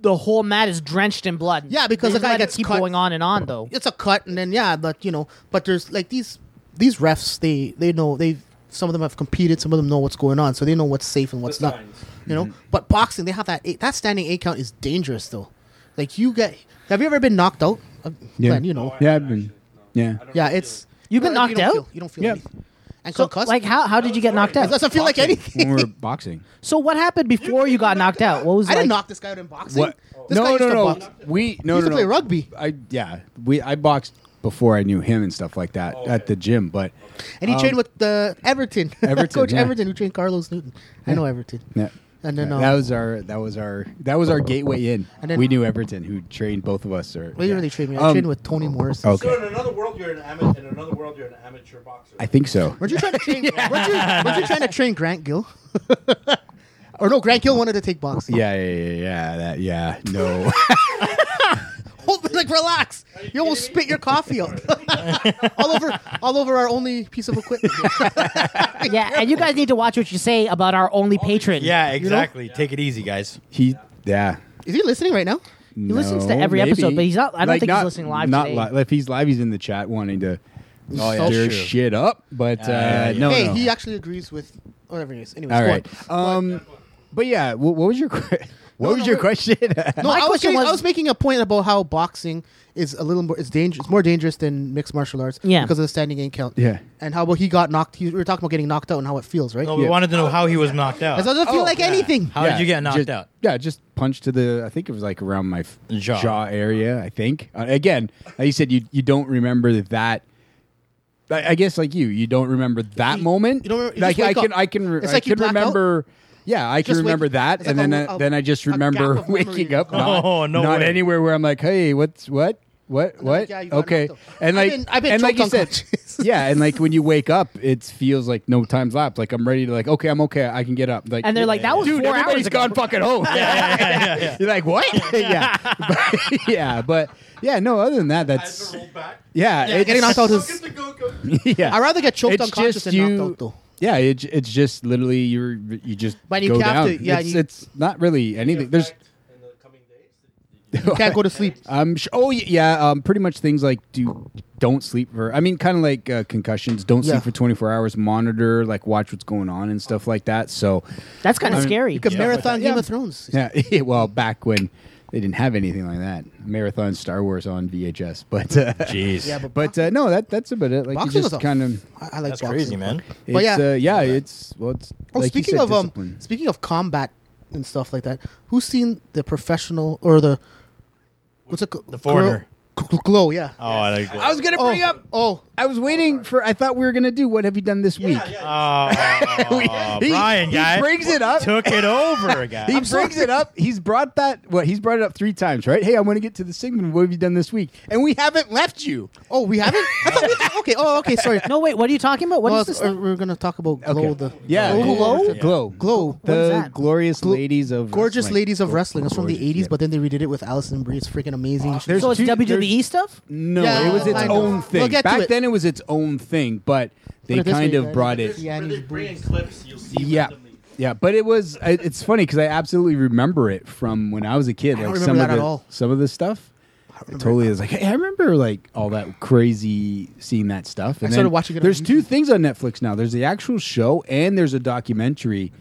D: the whole mat is drenched in blood. Yeah,
G: because the guy gets
D: keep
G: cut.
D: going on and on though.
G: It's a cut, and then yeah, but you know, but there's like these these refs. They they know they some of them have competed, some of them know what's going on, so they know what's safe and what's not. You know,
F: Mm-hmm.
G: but boxing they have that eight, that standing eight count is dangerous though. Like you get, have you ever been knocked out? Uh,
F: yeah,
G: Glenn, you
D: Oh,
G: know,
F: yeah, I've been, yeah.
G: yeah, it's
D: You've been
G: No, you
D: knocked
G: don't
D: out?
G: feel- you don't feel anything. And
D: So,
G: concussed.
D: like, how how did you get knocked out?
G: It doesn't feel like anything.
F: when we were boxing.
D: So what happened before you got knocked out? What was
G: I
D: like?
G: didn't knock this guy out in boxing.
F: What?
G: This guy
F: no,
G: used
F: no,
G: to
F: no.
G: box.
F: We no,
G: He used
F: no,
G: to play
F: no.
G: rugby.
F: I yeah. We I boxed before I knew him and stuff like that at the gym, but
G: And he
F: um,
G: trained with the Everton,
F: Everton,
G: coach
F: yeah.
G: Everton, who trained Carlos Newton. I know Everton.
F: Yeah.
G: And then,
F: Yeah,
G: um,
F: that was our that was our that was our gateway in.
G: And then-
F: we knew Everton, who trained both of us. Or
G: Well, you really trained me. I
F: Um, oh.
G: trained with Tony Morris.
F: Okay,
L: So in another world, you're an amateur. In another world, you're an amateur boxer.
F: I think so.
G: Weren't you trying to train? weren't, you, weren't you trying to train Grant Gill? or no, Grant Gill wanted to take boxing.
F: Yeah, yeah, yeah, yeah. That, yeah, no.
G: Hold, like relax. You almost spit your coffee out all over all over our only piece of equipment.
D: yeah, and you guys need to watch what you say about our only patron.
E: Yeah,
D: you know?
E: exactly. Take it easy, guys.
F: He, yeah.
G: Is he listening right now?
F: He
D: listens to every episode, but he's not- I don't think he's listening live
F: Not
D: today.
F: li- if he's live, he's in the chat wanting to
G: Oh, yeah,
F: stir
G: true.
F: shit up. But uh, no,
G: hey,
F: no.
G: he actually agrees with whatever it is. Anyways,
F: All
G: go
F: right.
G: on.
F: Um, but yeah, what, what was your que- what was your question?
G: No, I was, saying- I was making a point about how boxing is a little more it's dangerous, it's more dangerous than mixed martial arts,
E: Yeah.
G: because of the standing game count.
E: Yeah.
G: and how about he got knocked? He, we were talking about getting knocked out and how it feels, right?
E: No, we wanted to know how he was knocked out.
G: It doesn't
F: Oh,
G: feel like anything.
E: How did you get knocked
F: just-
E: out?
F: Yeah, just punched to the. I think it was like around my f-
E: Jaw.
F: jaw, area. I think uh, again, like you said, you you don't remember that. I, I guess like you, you don't remember that moment. You
G: don't. you
F: like
G: just
F: I
G: wake
F: can,
G: up.
F: I can, re-
G: It's
F: I
G: like you
F: can
G: black out.
F: remember. Yeah, I can
G: Just wake-
F: remember that,
G: it's
F: and
G: like
F: then
G: a-
F: I-
G: a-
F: then I just remember waking up. Not,
E: Oh, no
F: not
E: way.
F: anywhere where I'm like, hey, what's what. What? What?
E: yeah, you got
F: okay.
E: knocked
F: And
E: I've
F: like,
E: been- I've been
F: and like you
E: choked
F: said, yeah. And like when you wake up, it feels like no time's lapsed. Like I'm ready to like, okay, I'm okay, I can get up. Like,
D: And they're like, that was
F: dude,
D: four
F: everybody's
D: hours ago.
F: gone fucking home. You're like, what? yeah. But, yeah, but yeah, no, other than that, that's yeah,
G: Yeah, getting knocked out is-
F: yeah.
G: I'd rather get choked
F: It's
G: unconscious
F: just
G: than knocked out, though.
F: Yeah, it, j- it's just literally you're you just
G: But you
F: go
G: have
F: down.
G: to- yeah,
F: it's,
G: you-
F: it's not really anything. There's
G: You can't go to sleep.
F: um sh- oh y- yeah, um pretty much things like do don't sleep for I mean kind of like uh, concussions, don't
G: Yeah.
F: sleep for 24 hours, monitor like watch what's going on and stuff like that. So
D: That's kinda
F: I mean,
D: scary.
G: You could
F: stuff like
G: marathon
F: that.
G: Game
F: Yeah.
G: of Thrones.
F: Yeah, yeah, well, back when they didn't have anything like that, marathon Star Wars on VHS. But uh,
E: jeez,
G: Yeah,
F: but, uh, no, that that's about it. Like
G: Boxing
F: you
G: was
F: just
G: a-
F: kind of
G: I- I like
E: That's
G: boxing.
E: crazy, man.
F: It's,
G: But yeah.
F: uh, yeah, it's well, it's
G: Oh,
F: like you
G: speaking
F: said,
G: of um,
F: discipline.
G: speaking of combat and stuff like that, who's seen the professional or the what's it called?
E: The Foreigner.
G: Glow, yeah.
E: Oh, I like
G: was gonna bring up. Oh,
F: I was waiting for. I thought we were gonna do. What have you done this week?
E: Oh,
F: He-
E: Brian,
F: he
E: guy
F: brings it up.
E: Took it over, guy.
F: He brings it up. He's brought that. What he's brought it up three times, right? Hey, I want to get to the segment. What have you done this week? And we haven't left you.
G: Oh, we haven't. okay. Oh, okay. Sorry.
D: No, wait. What are you talking about? What
G: well,
D: is this?
G: uh, We're gonna talk about glow. The
F: Yeah,
G: glow.
F: glow,
G: Glow.
F: glow,
G: Glow.
F: The glorious
G: Glo-
F: ladies of
G: Gorgeous
F: wrestling.
G: ladies of
F: Glo-
G: wrestling. It's from the
F: gorgeous,
G: '80s,
F: yeah.
G: but then they redid it with Allison Brie. It's freaking amazing. She's
F: There's
D: so it's
F: two-
D: WWE stuff?
F: No,
G: Yeah,
F: it was its
G: I know.
F: own thing.
G: We'll get to
F: Back
G: it.
F: then, it was its own thing, but they
G: Put it this
F: kind
G: way,
F: of
G: guys.
F: brought it.
G: Yeah, and his boobs.
F: Yeah. Yeah, but it was. I- It's funny because I absolutely remember it from when I was a kid.
G: I don't
F: like
G: remember
F: some
G: that
F: of
G: at
F: the
G: all.
F: some of the stuff. It totally is like hey, I remember like all that crazy seeing that stuff.
G: I started watching it on
F: There's two things on Netflix now. There's the actual show and there's a documentary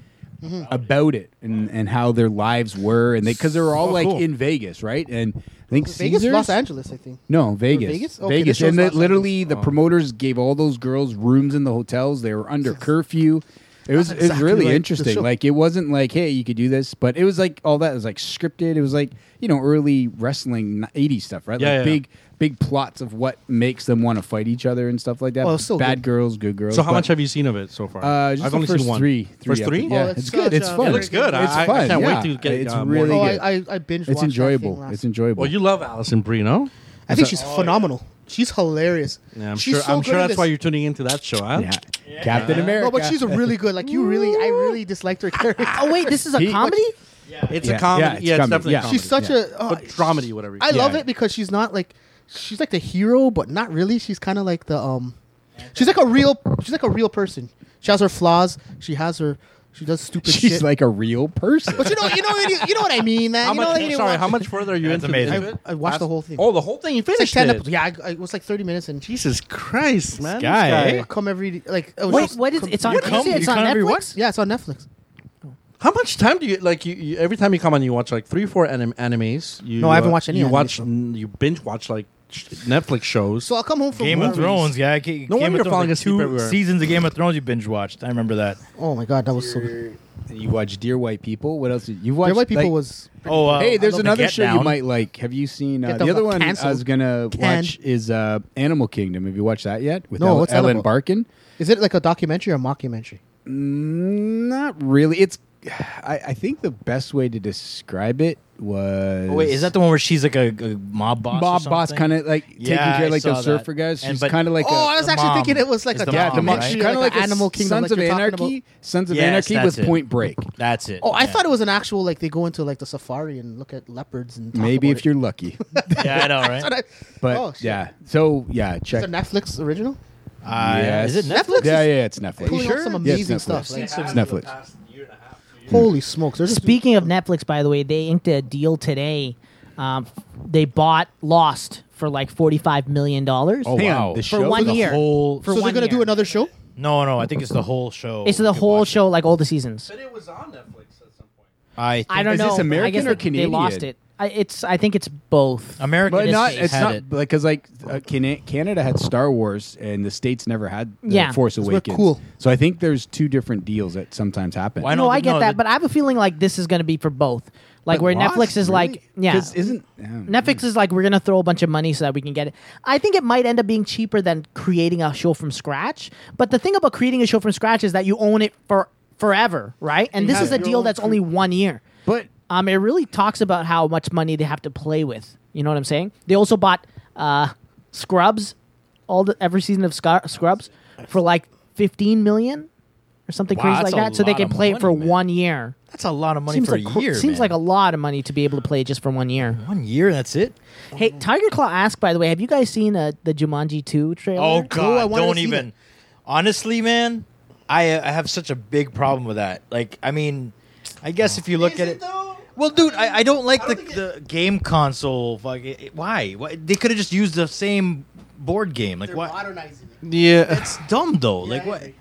G: Mm-hmm.
F: about it and, and how their lives were and they because they were all
G: Oh,
F: like
G: cool.
F: in Vegas, right? And I think
G: Vegas,
F: Caesars-
G: Los Angeles, I think.
F: no, Vegas.
G: Vegas?
F: Vegas.
G: Okay, the show's
F: And
G: Los
F: that literally,
G: Angeles.
F: the promoters gave all those girls rooms in the hotels. They were under curfew. It was it was
G: exactly
F: really
G: like the show.
F: interesting. Like it wasn't like, hey, you could do this, but it was like all that. It was like scripted. It was like you know early wrestling '80s stuff, right?
L: Yeah,
F: like
L: yeah.
F: big big plots of what makes them want to fight each other and stuff like that.
G: Well, it's still
F: Bad
G: good.
F: girls, good girls.
L: So how
F: but-
L: much have you seen of it so far?
F: Uh, just
L: I've
F: the
L: only
F: first
L: seen one.
F: three- three
L: First three?
F: episodes.
G: Oh,
F: Yeah, it's good, it's fun.
L: It looks good.
F: It's
L: I, I- I
F: fun,
L: can't
F: yeah.
L: wait to get.
F: It's
L: uh,
F: really
L: more.
G: Oh,
F: good.
G: I, I, I binge.
F: It's
G: watched That
F: enjoyable.
G: thing last
F: It's enjoyable.
L: Well, you love Alison Brie, no?
G: I think she's phenomenal. She's hilarious.
L: Yeah, I'm
G: she's
L: sure.
G: so
L: I'm
G: good
L: sure
G: in
L: that's
G: this.
L: why you're tuning into that show. Huh?
F: yeah. Captain America.
G: No, but she's a really good. Like you really, I really disliked her character.
D: Oh, wait. This is a
F: He-
D: comedy?
L: It's
F: Yeah,
L: a comedy.
F: yeah,
L: Yeah,
F: it's
L: it's,
F: comedy,
L: definitely
F: yeah.
L: a comedy.
G: She's such a oh,
L: but dramedy, whatever. you-
G: I love
F: Yeah.
G: it because she's not like she's like the hero, but not really. She's kind of like the um, she's like a real she's like a real person. She has her flaws. She has her she does stupid
F: she's
G: shit.
F: like a real person.
G: but you know you know what you, you know what I mean. That
L: How
G: you know
L: much?
G: what I mean?
L: sorry,
G: Watch-
L: how much further are you
E: That's
L: into
E: amazing.
L: it?
G: I- I watched the whole thing.
L: Oh, the whole thing. You
G: It's like
L: finished
G: ten
L: it.
G: episodes. Yeah, I, I, it was like thirty minutes, and she's
L: Jesus Christ, man!
F: guy,
L: This
F: eh?
G: I come every like. I was
D: Wait,
G: just-
D: what is
G: come-
D: It's on,
E: You
D: you
E: come-
D: say it's
E: you
D: on
E: come every
D: Netflix?
E: what?
G: Yeah, it's on Netflix.
L: How much time do you like? You, you every time you come on, you watch like three, four anim- animes. You,
G: No, I haven't
L: uh,
G: watched any
L: You
G: animes,
L: watch,
G: though.
L: mm, you binge watch like sh- Netflix shows.
G: So I'll come home from
E: Game of
G: movies.
E: Thrones, yeah. I ca- Game
L: wonder
E: of
L: you're
E: Thrones,
L: falling
E: like
L: asleep
E: two
L: everywhere.
E: seasons of Game of Thrones you binge watched. I remember that.
G: Oh my god, that was so. good.
F: you watch Dear White People. What else? Did you watch?
G: Dear White People
F: like-
G: was
E: Oh, uh,
F: hey, there's
E: The
F: another
E: Get
F: show you
E: Down.
F: might like. Have you seen uh,
G: Get
F: the
G: the
F: other
G: fuck
F: one? I was
G: canceled.
F: gonna
G: Can.
F: watch is uh, Animal Kingdom. Have you watched that yet? With
G: No,
F: Ellen-
G: what's that
F: Ellen
G: about?
F: Barkin?
G: is it like a documentary or mockumentary?
F: Mm, Not really. It's I, I think the best way to describe it was.
E: Oh, wait, is that the one where she's like a, a mob boss? or
F: Bob Boss
E: something?
F: kind of like taking
E: Yeah,
F: care
E: I
F: of like
E: saw
F: those surfer
E: that.
F: guys?
E: And-
F: She's
E: but-
F: kind of like
G: oh,
F: a,
G: I was
E: the
G: actually
E: mom
G: thinking it was like
E: is
G: a
E: the
F: yeah,
E: mom,
F: the mo-
E: right?
F: she's
G: documentary,
F: kind of
G: like
F: like,
G: an
F: a
G: Animal Kingdom,
F: Sons
G: like
F: of
G: you're talking
F: Anarchy. Sons of
E: Yes,
F: Anarchy
E: that's
F: with
E: it.
F: Point Break.
E: That's it.
G: Oh, I
E: yeah.
G: thought it was an actual like they go into like the safari and look at leopards and talk
F: Maybe
G: about
F: if
G: it.
F: you're lucky,
E: Yeah, I know, right?
F: but
G: Oh, shit.
F: yeah. So yeah,
G: Is
F: check.
G: it Netflix original?
E: Uh,
F: Yes.
E: Is it Netflix?
F: Yeah, yeah, it's Netflix.
G: Pulling up some
F: Yeah,
G: amazing
F: it's
G: stuff.
F: Netflix.
G: Like,
F: It's Netflix.
G: holy smokes! There's Speak.
D: Speaking of Netflix, by the way, they inked a deal today. Um, they bought Lost for like $45 million.
F: Oh,
D: for
F: Hang on,
E: wow.
F: the
E: For
F: show?
D: one
F: The
D: year.
E: Whole,
D: for
G: so
D: one
G: they're gonna
D: year.
G: do another show.
E: no, no. I think it's the whole show.
D: It's
E: You
D: the
E: can
D: whole
E: watch it.
D: show, like all the seasons.
L: it was on Netflix at some point.
E: I think
D: I don't
F: Is
D: know.
F: this
D: I
F: American
D: guess
F: or
D: they-
F: Canadian?
D: They lost it. I, it's. I think it's both.
E: American.
F: But
E: is-
F: not,
E: had
F: it's not
E: it.
F: because like uh, Cana- Canada had Star Wars and the states never had the
D: Yeah.
F: Force
G: we're
F: Awakens.
G: cool.
F: So I think there's two different deals that sometimes happen.
E: Why I
D: no,
E: know
D: I
E: that-
D: get
E: no,
D: that,
E: that-
D: but I have a feeling like this is going to be for both. Like where
F: Lost?
D: Netflix is
F: Really?
D: like, yeah,
F: 'Cause isn't um,
E: Mm.
D: Netflix is like we're going to throw a bunch of money so that we can get it. I think it might end up being cheaper than creating a show from scratch. But the thing about creating a show from scratch is that you own it for forever, right? And this
G: have
D: is a
G: your
D: deal
G: own
D: that's only one year.
F: But
D: Um, it really talks about how much money they have to play with. You know what I'm saying? They also bought uh, Scrubs, all the every season of Scar- Scrubs for like 15 million or something
E: Wow,
D: crazy
E: that's
D: like
E: a
D: that, so they
E: lot
D: can
E: of
D: play it
E: money,
D: for
E: man.
D: one year.
E: That's a lot of money
D: seems
E: for
D: like
E: a
D: cr-
E: year.
D: seems
E: man.
D: like a lot of money to be able to play just for one year.
E: one year. That's it.
D: Hey,
E: Mm-hmm.
D: Tiger Claw asked by the way, have you guys seen uh, the Jumanji 2 trailer?
E: Oh God!
G: I wanted to
E: don't
G: see
E: even. Honestly, man, I I have such a big problem with that. Like, I mean, I guess if you look at it. Well, dude, I, I don't like the, the game console. Fuck, it- it- why? why? They could have just used the same board game. Like, what?
G: modernizing it.
L: Yeah,
E: It's dumb though.
G: Yeah,
E: like,
G: I
E: what?
G: agree.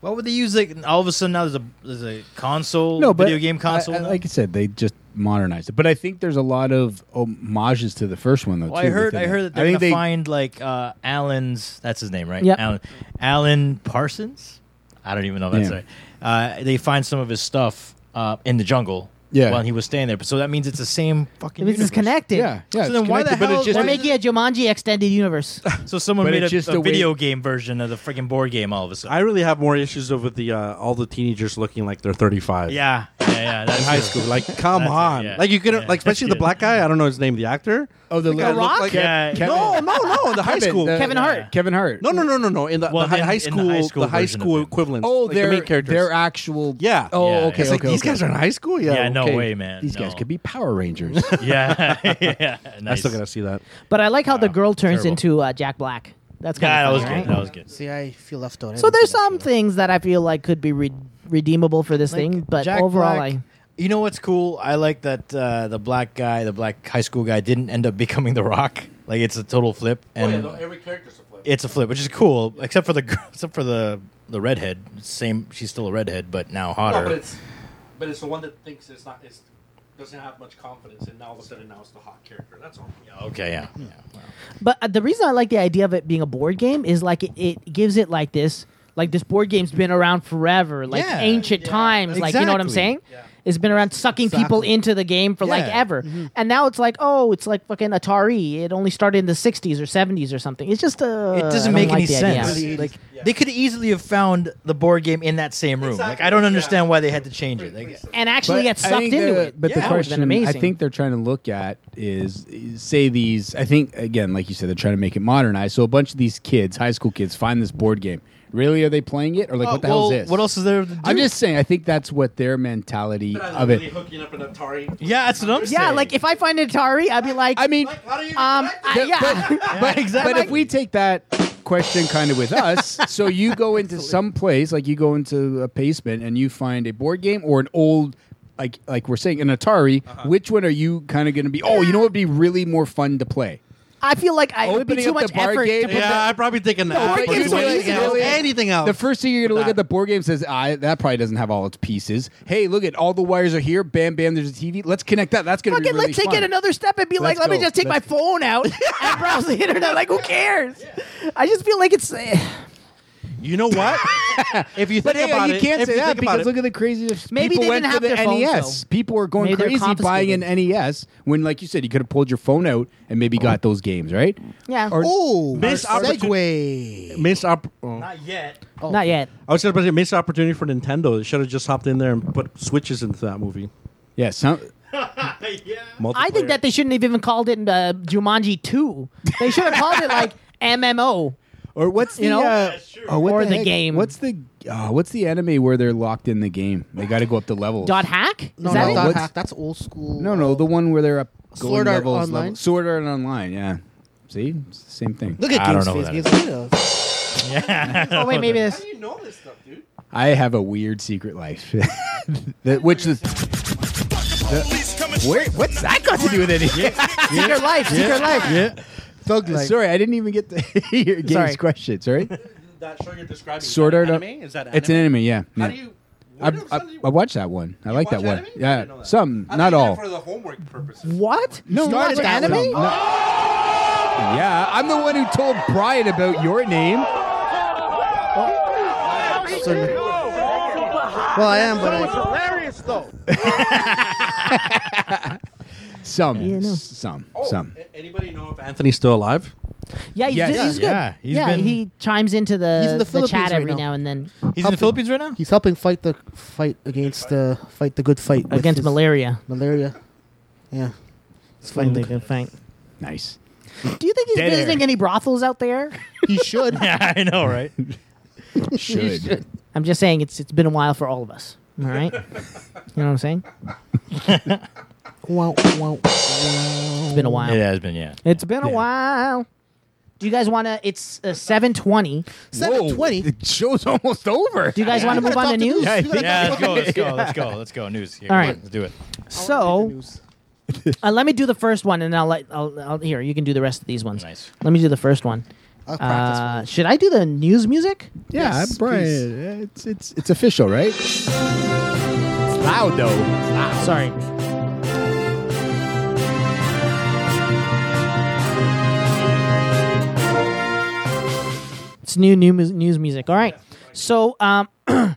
E: Why would they use like all of a sudden now there's a there's a console
F: no, but
E: video game console?
F: I- I-
E: now?
F: like I said, they just modernized it. But I think there's a lot of homages to the first one though.
E: Well,
F: too,
E: I heard
F: within
E: I
F: it.
E: heard that
F: I
E: they're
F: think
E: gonna
F: they-
E: find like uh, Alan's. That's his name, right?
D: Yep.
E: Alan Alan Parsons. I don't even know if that's
F: Yeah.
E: right. Uh, they find some of his stuff uh, in the jungle,
F: Yeah.
E: while he was staying there. So that means it's the same fucking.
D: It means it's
E: universe.
D: connected.
E: Yeah, yeah, So then it's why the connected, but it hell- just-
D: they're making a Jumanji extended universe?
E: So someone
L: But
E: made a,
L: it's just
E: a
L: a way-
E: video game version of the freaking board game all of a sudden.
L: I really have more issues with the uh, all the teenagers looking like they're 35.
E: Yeah, yeah, yeah. That's
L: in high
E: it.
L: school. Like, come
E: That's it,
L: on.
E: yeah.
L: Like you could
E: Yeah,
L: like especially the
E: yeah.
L: black guy. I don't know his name. The actor.
F: Oh,
E: The Rock? Yeah.
L: No, no, no. In the high
F: Kevin,
L: school.
F: the- Kevin Hart. yeah. Kevin Hart.
L: No, no, no, no, no. In the,
E: Well,
L: the, high,
E: in-
L: high
E: in the
L: school,
E: high
L: the
E: school
L: high
E: version of
L: school
E: him.
L: equivalent.
F: Oh,
L: like
F: they're
L: the main characters.
F: they're actual.
L: Yeah.
F: Oh,
L: Yeah,
F: okay.
L: it's like,
F: okay,
L: these
F: okay.
L: guys are in high school?
A: Oh,
L: Yeah, Yeah, no okay. way,
E: man,
F: These guys
E: no.
F: could be Power Rangers.
E: yeah, yeah.
L: I
E: Nice.
L: still gotta see that.
D: But I like how the girl turns
E: Terrible.
D: into uh, Jack Black. That's kind of
E: Yeah, that was
D: funny,
E: good.
D: right?
E: That was good.
G: See, I feel left out. I
D: So
G: haven't
D: there's
G: seen
D: some things that I feel like could be re- redeemable for this thing, but
E: Jack
D: overall,
E: Black-
D: I
E: You know what's cool? I like that uh, the black guy, the black high school guy, didn't end up becoming the Rock. Like it's a total flip, and
L: Oh, every character's a flip.
E: it's a flip, which is cool. Except for the girl- except for the the redhead. Same, she's still a redhead, but now hotter.
L: but it's the one that thinks it's not. It's, doesn't have much confidence, and now all of a sudden now it's the hot character. That's all.
E: okay, yeah.
L: Hmm.
D: But uh, the reason I like the idea of it being a board game is like it, it gives it like this, like this board game's been around forever, like
E: Yeah.
D: ancient times, like you know what I'm
E: Exactly.
D: saying? It's been around sucking people
E: Exactly.
D: into the game for like
E: Yeah. Mm-hmm.
D: ever, and now it's like oh, it's like fucking Atari. It only started in the '60s or '70s or something. It's just uh,
E: It doesn't
D: I don't
E: make any
D: like the idea.
E: sense. Like they could easily have found the board game in that same room. Like I don't understand why they had to change it. Like,
D: and actually get
F: I
D: sucked
F: think
D: into
F: the-
D: it.
F: But
D: Yeah,
F: the
D: that would've been
F: question I
D: amazing.
F: think they're trying to look at is say these. I think again, like you said, they're trying to make it modernized. So a bunch of these kids, high school kids, find this board game. Really, are they playing it, or like
E: Oh,
F: what the
E: well,
F: hell is this?
E: what else is there? To
F: I'm
E: do?
F: just saying. I think that's what their mentality of it.
L: hooking up an Atari.
E: yeah, that's what I'm saying.
D: yeah, like if I find an Atari, I'd be like, I
F: mean,
D: um, I- yeah,
F: But,
E: exactly.
F: but if we take that question kind of with us, so you go into some place, like you go into a basement and you find a board game or an old, like like we're saying, an Atari. Which one are you kind of going to be? Oh, you know, it'd be really more fun to play.
D: I feel like I, it would be
F: Opening
D: too
F: up
D: much
F: the bar
D: effort.
F: game-
D: To put
F: Yeah,
D: the-
L: I'm probably thinking
F: No,
L: that.
F: but
L: but
F: you
L: it's like
F: really-
L: anything else,
F: really-
L: anything else.
F: The first thing you're going to look
L: Nah.
F: at the board game says, "I that probably doesn't have all its pieces." Hey, look at all the wires are here. Bam, bam. There's a TV. Let's connect that. That's going to be
D: Fucking
F: really
D: let's take
F: fun.
D: it another step and be like,
F: Let's
D: let me
F: go.
D: just take
F: Let's
D: my phone out and browse the internet. Like, who cares? I just feel like it's. eh,
L: you know what? if you think
F: But hey,
L: about
F: you
L: it,
F: can't
L: if
F: say
L: you
F: that
L: think about
F: because
L: it,
F: look at the craziest.
D: Maybe
F: people
D: they
F: went
D: didn't have
F: to the
D: their phones,
F: NES.
D: though.
F: People were going
D: Maybe they're
F: crazy buying an
D: confiscated.
F: NES when, like you said, you could have pulled your phone out and maybe got those games, right?
D: Yeah.
F: Or-
G: Oh,
L: Missed
G: segue.
L: missed opp- oh.
E: not yet.
D: Not yet.
L: I was just about to say, missed opportunity for Nintendo. It should have just hopped in there and put switches into that movie.
F: Yeah. Some,
D: I think that they shouldn't have even called it uh, Jumanji 2. They should have called it like MMO.
F: or what's the
D: You know?
F: uh, oh, what
D: Or the
F: heck?
D: game.
F: What's the uh, what's the anime where they're locked in the game? They got to go up the level.
D: Dot hack? Is
G: No,
D: that
G: no,
D: it?
F: Dot-
G: not
F: What's-
G: hack. That's old school.
F: No, no, the one where they're up going
G: Sword Art
F: levels, level-
G: Online?
F: Sword Art Online. Yeah. See, it's the same thing.
G: Look at
E: I don't
G: Gabe's
E: know
G: face.
E: who
G: Gabe's
E: that
G: like, "Yeah."
D: Oh, wait, maybe this.
L: you know this stuff, dude?
F: I have a weird secret life, that, which is where, what's that got to do with anything?
D: Secret life, secret life.
F: Yeah.
G: Thug life.
F: Uh, Sorry, I didn't even get to hear Gabe's
D: Sorry.
F: question. Sorry.
L: That show you're describing.
F: Sword Art. It's an anime, yeah.
L: How
F: yeah.
L: do you?
F: I, I, I watched that one. I like that one. Yeah, some, not all.
L: the homework purposes.
D: What?
F: No,
D: you
F: not
D: watched
F: that
D: anime?
F: one. No. Yeah, I'm the one who told Brian about your name.
G: Sorry. Well, I am, but I,
F: Some,
D: Yeah, no.
F: s- some, some.
L: Anybody know if Anthony's still alive?
D: Yeah, he's,
F: Yes.
D: he's good.
E: Yeah, he's
D: yeah,
E: been-
D: he chimes into the,
G: He's in the
D: chat
G: Philippines right
D: every
G: now.
D: now. and then
E: He's in the Philippines right now.
G: he's helping fight the fight against the fight the good fight with
D: against
G: his
D: malaria.
G: Malaria. Yeah. It's
D: Find
G: fighting.
D: the good fight.
F: Nice.
D: Do you think he's
F: Dead air.
D: visiting any brothels out there?
G: He should.
E: Yeah, I know, right?
F: Should.
D: I'm just saying it's it's been a while for all of us. All right, you know what I'm saying?
G: wow, wow.
D: It's been a while.
E: it has been. Yeah,
D: It's been a while. Do you guys want to? It's uh, seven twenty.
G: Seven
F: Whoa,
G: twenty.
F: The show's almost over.
D: Do you guys want to
G: gotta
D: move on
G: talk
D: to
G: to
D: news?
G: Goose.
E: yeah,
G: You gotta
E: yeah.
G: talk
E: Let's go. Let's go. Let's go. Let's go. News. Here,
D: All
E: All
D: right.
E: right, let's do it.
D: So uh, let me do the first one, and I'll let I'll, I'll here. You can do the rest of these ones.
E: Nice.
D: Let me do the first one.
G: I'll practice.
D: Uh, should I do the news music?
F: Yeah,
G: Yes,
F: Brian.
L: uh,
G: please.
F: It's it's it's official, right? It's loud though.
D: Sorry. It's new new mus- news music. All right. So um,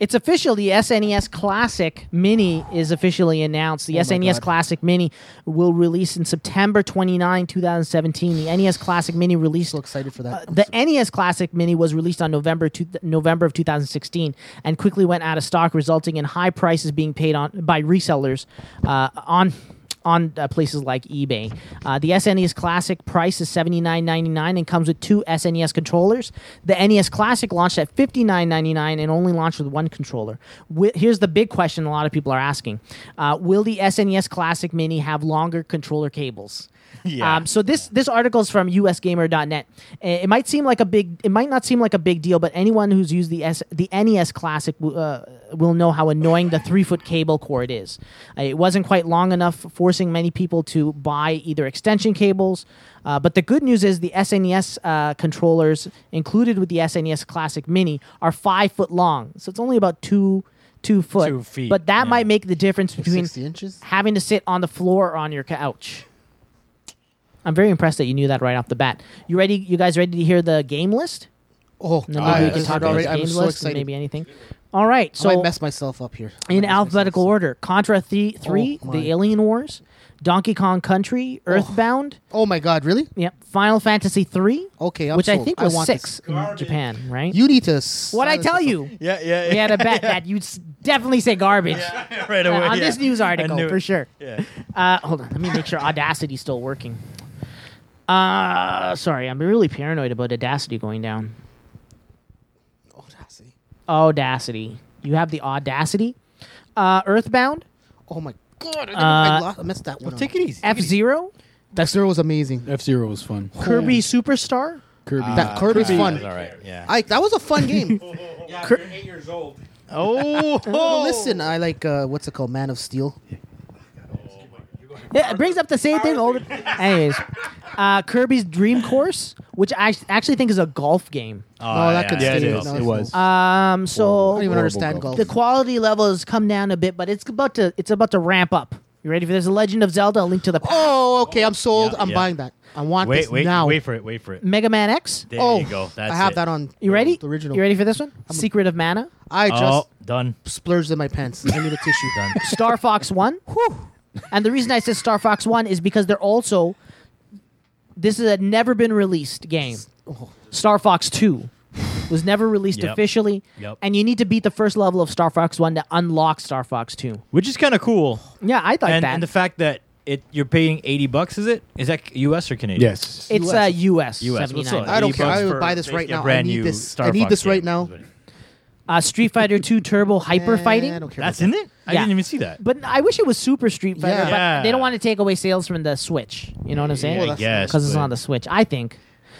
D: It's official. The SNES Classic Mini is officially announced. The
M: Oh my
D: SNES
M: God.
D: Classic Mini will release in September 29, 2017. The NES Classic Mini released. So
G: excited for that.
D: Uh, the NES Classic Mini was released on November two, November of 2016 and quickly went out of stock, resulting in high prices being paid on by resellers uh, on on uh, places like eBay. Uh, the SNES Classic price is $79.99 and comes with two SNES controllers. The NES Classic launched at $59.99 and only launched with one controller. Wi- Here's the big question a lot of people are asking. Uh, will the SNES Classic Mini have longer controller cables?
E: Yeah.
D: Um, so this this article is from usgamer.net. Uh, It might seem like a big it might not seem like a big deal, but anyone who's used the S, the NES Classic w- uh, will know how annoying the 3-foot cable cord is. Uh, it wasn't quite long enough forcing many people to buy either extension cables uh, but the good news is the SNES uh, controllers included with the SNES Classic Mini are five foot long, so it's only about two two foot.
E: Two feet,
D: but that
E: yeah.
D: might make the difference between
G: 60 inches?
D: having to sit on the floor or on your couch. I'm very impressed that you knew that right off the bat. You ready? You guys ready to hear the game list?
G: Oh,
D: And then
G: I-
D: maybe we can
G: I-
D: talk
G: I-
D: about the
G: I'm
D: game
G: so
D: list and
G: excited.
D: maybe anything. All right, so
G: I might mess myself up here.
D: in alphabetical order: Contra Three,
G: Oh,
D: Three,
G: my.
D: The Alien Wars, Donkey Kong Country, Earthbound.
G: Oh, my God, really?
D: Yep. Final Fantasy Three.
G: Okay, I'm
D: which I
G: sold.
D: think
G: I
D: was
G: want
D: six
G: this.
D: in Japan, right?
G: You need to.
D: What I
G: silence
D: tell
G: yourself.
D: you? Yeah, yeah. We had a bet that you'd s- definitely say garbage
E: right away,
D: on this
E: yeah. Oh,
D: news
E: I
D: article
E: knew
D: for
E: it.
D: sure.
E: Yeah.
D: Uh, hold on, let me make sure Audacity's still working. Uh, sorry, I'm really paranoid about Audacity going down.
G: Audacity.
D: Audacity, you have the Audacity. Uh, Earthbound.
G: Oh my God, I, never,
D: Uh,
G: I, lost, I messed that one. up.
E: Take it easy.
D: F Zero.
G: F Zero was amazing.
F: F Zero was fun.
D: Kirby Superstar.
F: Kirby.
G: that Kirby's
E: Kirby
G: fun.
E: was all right, yeah.
G: I, that was a fun game.
L: Yeah, if you're eight years old.
E: Oh,
G: Well, listen, I like uh, what's it called, Man of Steel.
D: Yeah, it brings up the same thing. All the- anyways, uh, Kirby's Dream Course, which I s- actually think is a golf game.
E: Oh.
G: no, oh, that could
F: yeah, it
G: stay.
F: is.
G: No,
F: It
G: it's
F: was.
G: no-
D: Um, so
G: I don't even understand golf.
D: the quality level has come down a bit, but it's about to it's about to ramp up. You ready for this? The Legend of Zelda: A Link to the Past,
G: Oh, okay. I'm sold. I'm
E: yeah.
G: buying that. I want
E: wait,
G: this
E: wait,
G: now.
E: wait for it, wait for it.
D: Mega Man X.
E: There
G: oh,
E: you go. That's
G: I have
E: it.
G: that on.
D: You ready?
G: The original.
D: You ready for this one? Secret of Mana,
G: I just
E: Oh, done.
G: splurged in my pants. I need a tissue.
E: Done.
D: Star Fox One. and the reason I said Star Fox One is because they're also this is a never been released game. Star Fox Two was never released
E: Yep.
D: officially,
E: Yep.
D: and you need to beat the first level of Star Fox One to unlock Star Fox Two.
E: Which is kind of cool.
D: Yeah, I thought
E: And,
D: that.
E: and the fact that it you're paying 80 bucks is it? Is that U.S. or Canadian?
F: Yes.
D: It's
G: US.
D: uh, U.S.
E: US,
D: seventy
E: what's up?
D: nine.
G: I don't
E: Eighty
G: care.
E: bucks
G: I
E: for
G: would buy this
E: basically
G: right
E: a
G: now. I
E: brand
G: need
E: new
G: this.
E: Star
G: I need
E: Fox
G: this right
E: game.
G: now.
D: Uh, Street Fighter Two Turbo Hyper
G: Eh, I
D: Fighting.
G: don't care.
E: That's in
G: about
E: it. I
D: Yeah.
E: didn't even see that.
D: But I wish it was Super Street Fighter.
G: Yeah.
D: But
E: Yeah.
D: they don't want to take away sales from the Switch. You know what I'm saying?
E: Yeah, I guess,
D: because it's
E: but-
D: on the Switch. I think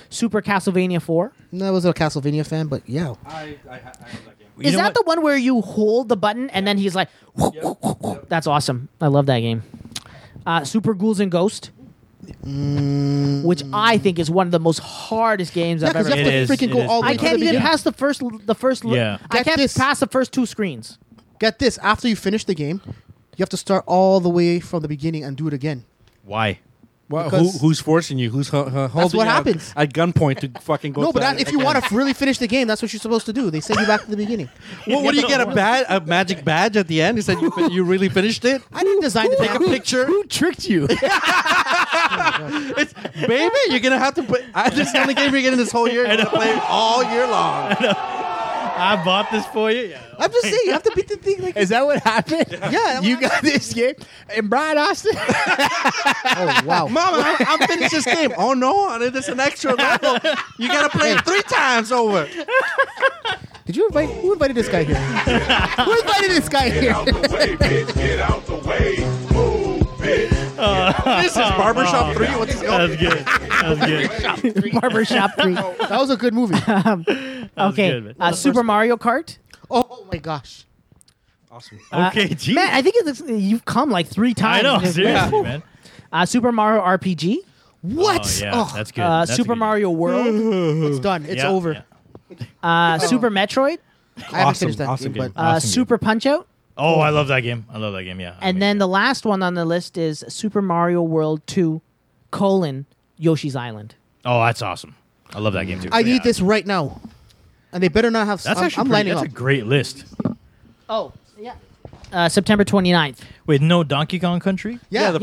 D: Super Castlevania Four.
G: that. No, I wasn't a Castlevania fan, but yeah.
L: I, I, I have that game.
E: You
D: Is
E: know
D: that
E: what?
D: the one where you hold the button and then he's like, that's awesome. I love that game. Uh, Super Ghouls and Ghost,
E: Mm.
D: which I think is one of the most hardest games
G: Yeah,
D: I've
G: because
D: ever
G: you have to
D: played.
E: It is-
G: freaking
E: it
G: go
E: is
G: all the way
D: I
G: to
D: can't
G: the
D: even
G: beginning.
D: pass the first the first. l-
E: Yeah.
D: I
G: Get
D: can't
G: this.
D: pass the first two screens.
G: Get this. After you finish the game, you have to start all the way from the beginning and do it again.
E: Why?
L: Well, who,
G: uh, Because-
L: who's forcing you? Who's ho- ho- holding
G: what
L: you at-
G: happens.
L: at gunpoint to fucking go?
G: no, but
L: through
G: that,
L: it
G: if you
L: again?
G: want to really finish the game, that's what you're supposed to do. They send you back to the beginning.
L: Well, what do you get a bad a magic badge at the end? He said you fin- you really finished it.
G: I didn't design the
L: Take a
G: damn
L: picture,
F: Who tricked you?
L: it's, baby. You're gonna have to put. I, this is the only game you're getting this whole year. You're gonna play it all year long.
E: I bought this for you. Yeah.
G: I'm just saying, you have to beat the thing like
F: Is that what happened?
G: Yeah,
F: you got this game, and Brian Austin.
G: Oh wow.
L: Mama, I'm, I'm finished this game. Oh no, there's an extra level. You gotta play it three times over.
G: Did you invite who invited this guy here? who invited this guy here?
B: Way, bitch, get out the way. Move, bitch.
L: This is Barbershop Three. What's the
E: That's good. That's good.
D: Barbershop Three.
G: that was a good movie.
D: okay,
E: good, man.
D: uh, Super Mario Kart.
G: Oh my gosh.
L: Awesome.
E: Okay, geez.
D: uh, Man, I think it's, you've come like three
E: I
D: times.
E: know. Seriously, man.
D: Uh, Super Mario RPG.
G: What?
E: Oh, yeah,
G: Oh,
E: that's good.
D: Uh,
E: That's a
D: Super
E: good-
D: Mario World.
G: it's done. It's
E: Yeah,
G: over.
E: yeah.
D: Uh, Super Metroid.
G: I haven't
L: Awesome,
G: finished that
L: awesome
G: game,
L: game.
G: but
D: Uh,
E: Awesome game.
D: Super Punch Out.
E: Oh, I love that game. I love that game. Yeah. I
D: And
E: mean,
D: then the last one on the list is Super Mario World 2 colon Yoshi's Island.
E: oh, that's awesome. I love that game too.
G: I
E: Yeah.
G: need this right now. And they better not have.
E: That's
G: I'm,
E: actually
G: I'm
E: pretty-
G: lining
E: that's
G: up.
E: a great list.
D: Oh, yeah. Uh, September 29th.
E: Wait, no Donkey Kong Country?
D: thi- yeah, it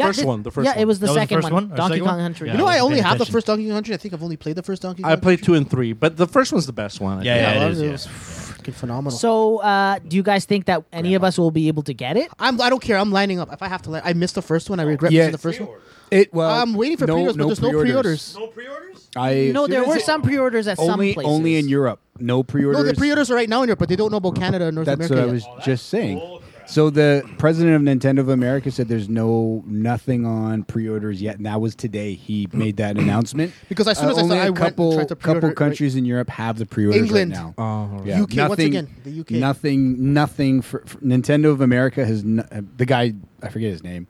D: was the second one. Donkey Kong Country.
E: Yeah,
G: you know,
E: I
G: I
E: wasn't
G: only
E: paying
G: have the
E: attention.
G: first Donkey Kong Country. I think I've only played the first Donkey Kong.
L: I played two and three, but the first one's the best one. I
E: Yeah,
L: think.
E: yeah,
G: Country.
E: it is,
G: It
E: yeah.
G: was freaking phenomenal.
D: So, uh, do you guys think that any of us will be able to get it?
G: I'm, I don't care. I'm lining up. If I have to, li- I missed the first one. I regret
F: Yeah.
G: missing the first one.
F: It well,
G: I'm waiting for
F: no-
G: pre-orders,
F: no
G: but there's no
F: pre-orders.
G: pre-orders.
F: I
D: no, there were some pre-orders at
F: only
D: some places.
F: only in Europe. No pre-orders.
G: No, the pre-orders are right now in Europe, but they don't know about Canada and North
F: That's
G: America.
F: what I
G: yet.
F: was just saying. So the president of Nintendo of America said there's no nothing on pre-orders yet, and that was today. He made that announcement
G: Mm.
F: Uh,
G: Because as soon as I
F: only
G: saw- I
F: a
G: went and
F: couple
G: tried to pre-order
F: couple
G: it,
F: countries in Europe have the pre-orders
G: England.
F: right now.
L: Oh,
F: Yeah.
G: UK, once again, the UK.
F: Nothing, nothing for, for Nintendo of America has n- uh, the guy I forget his name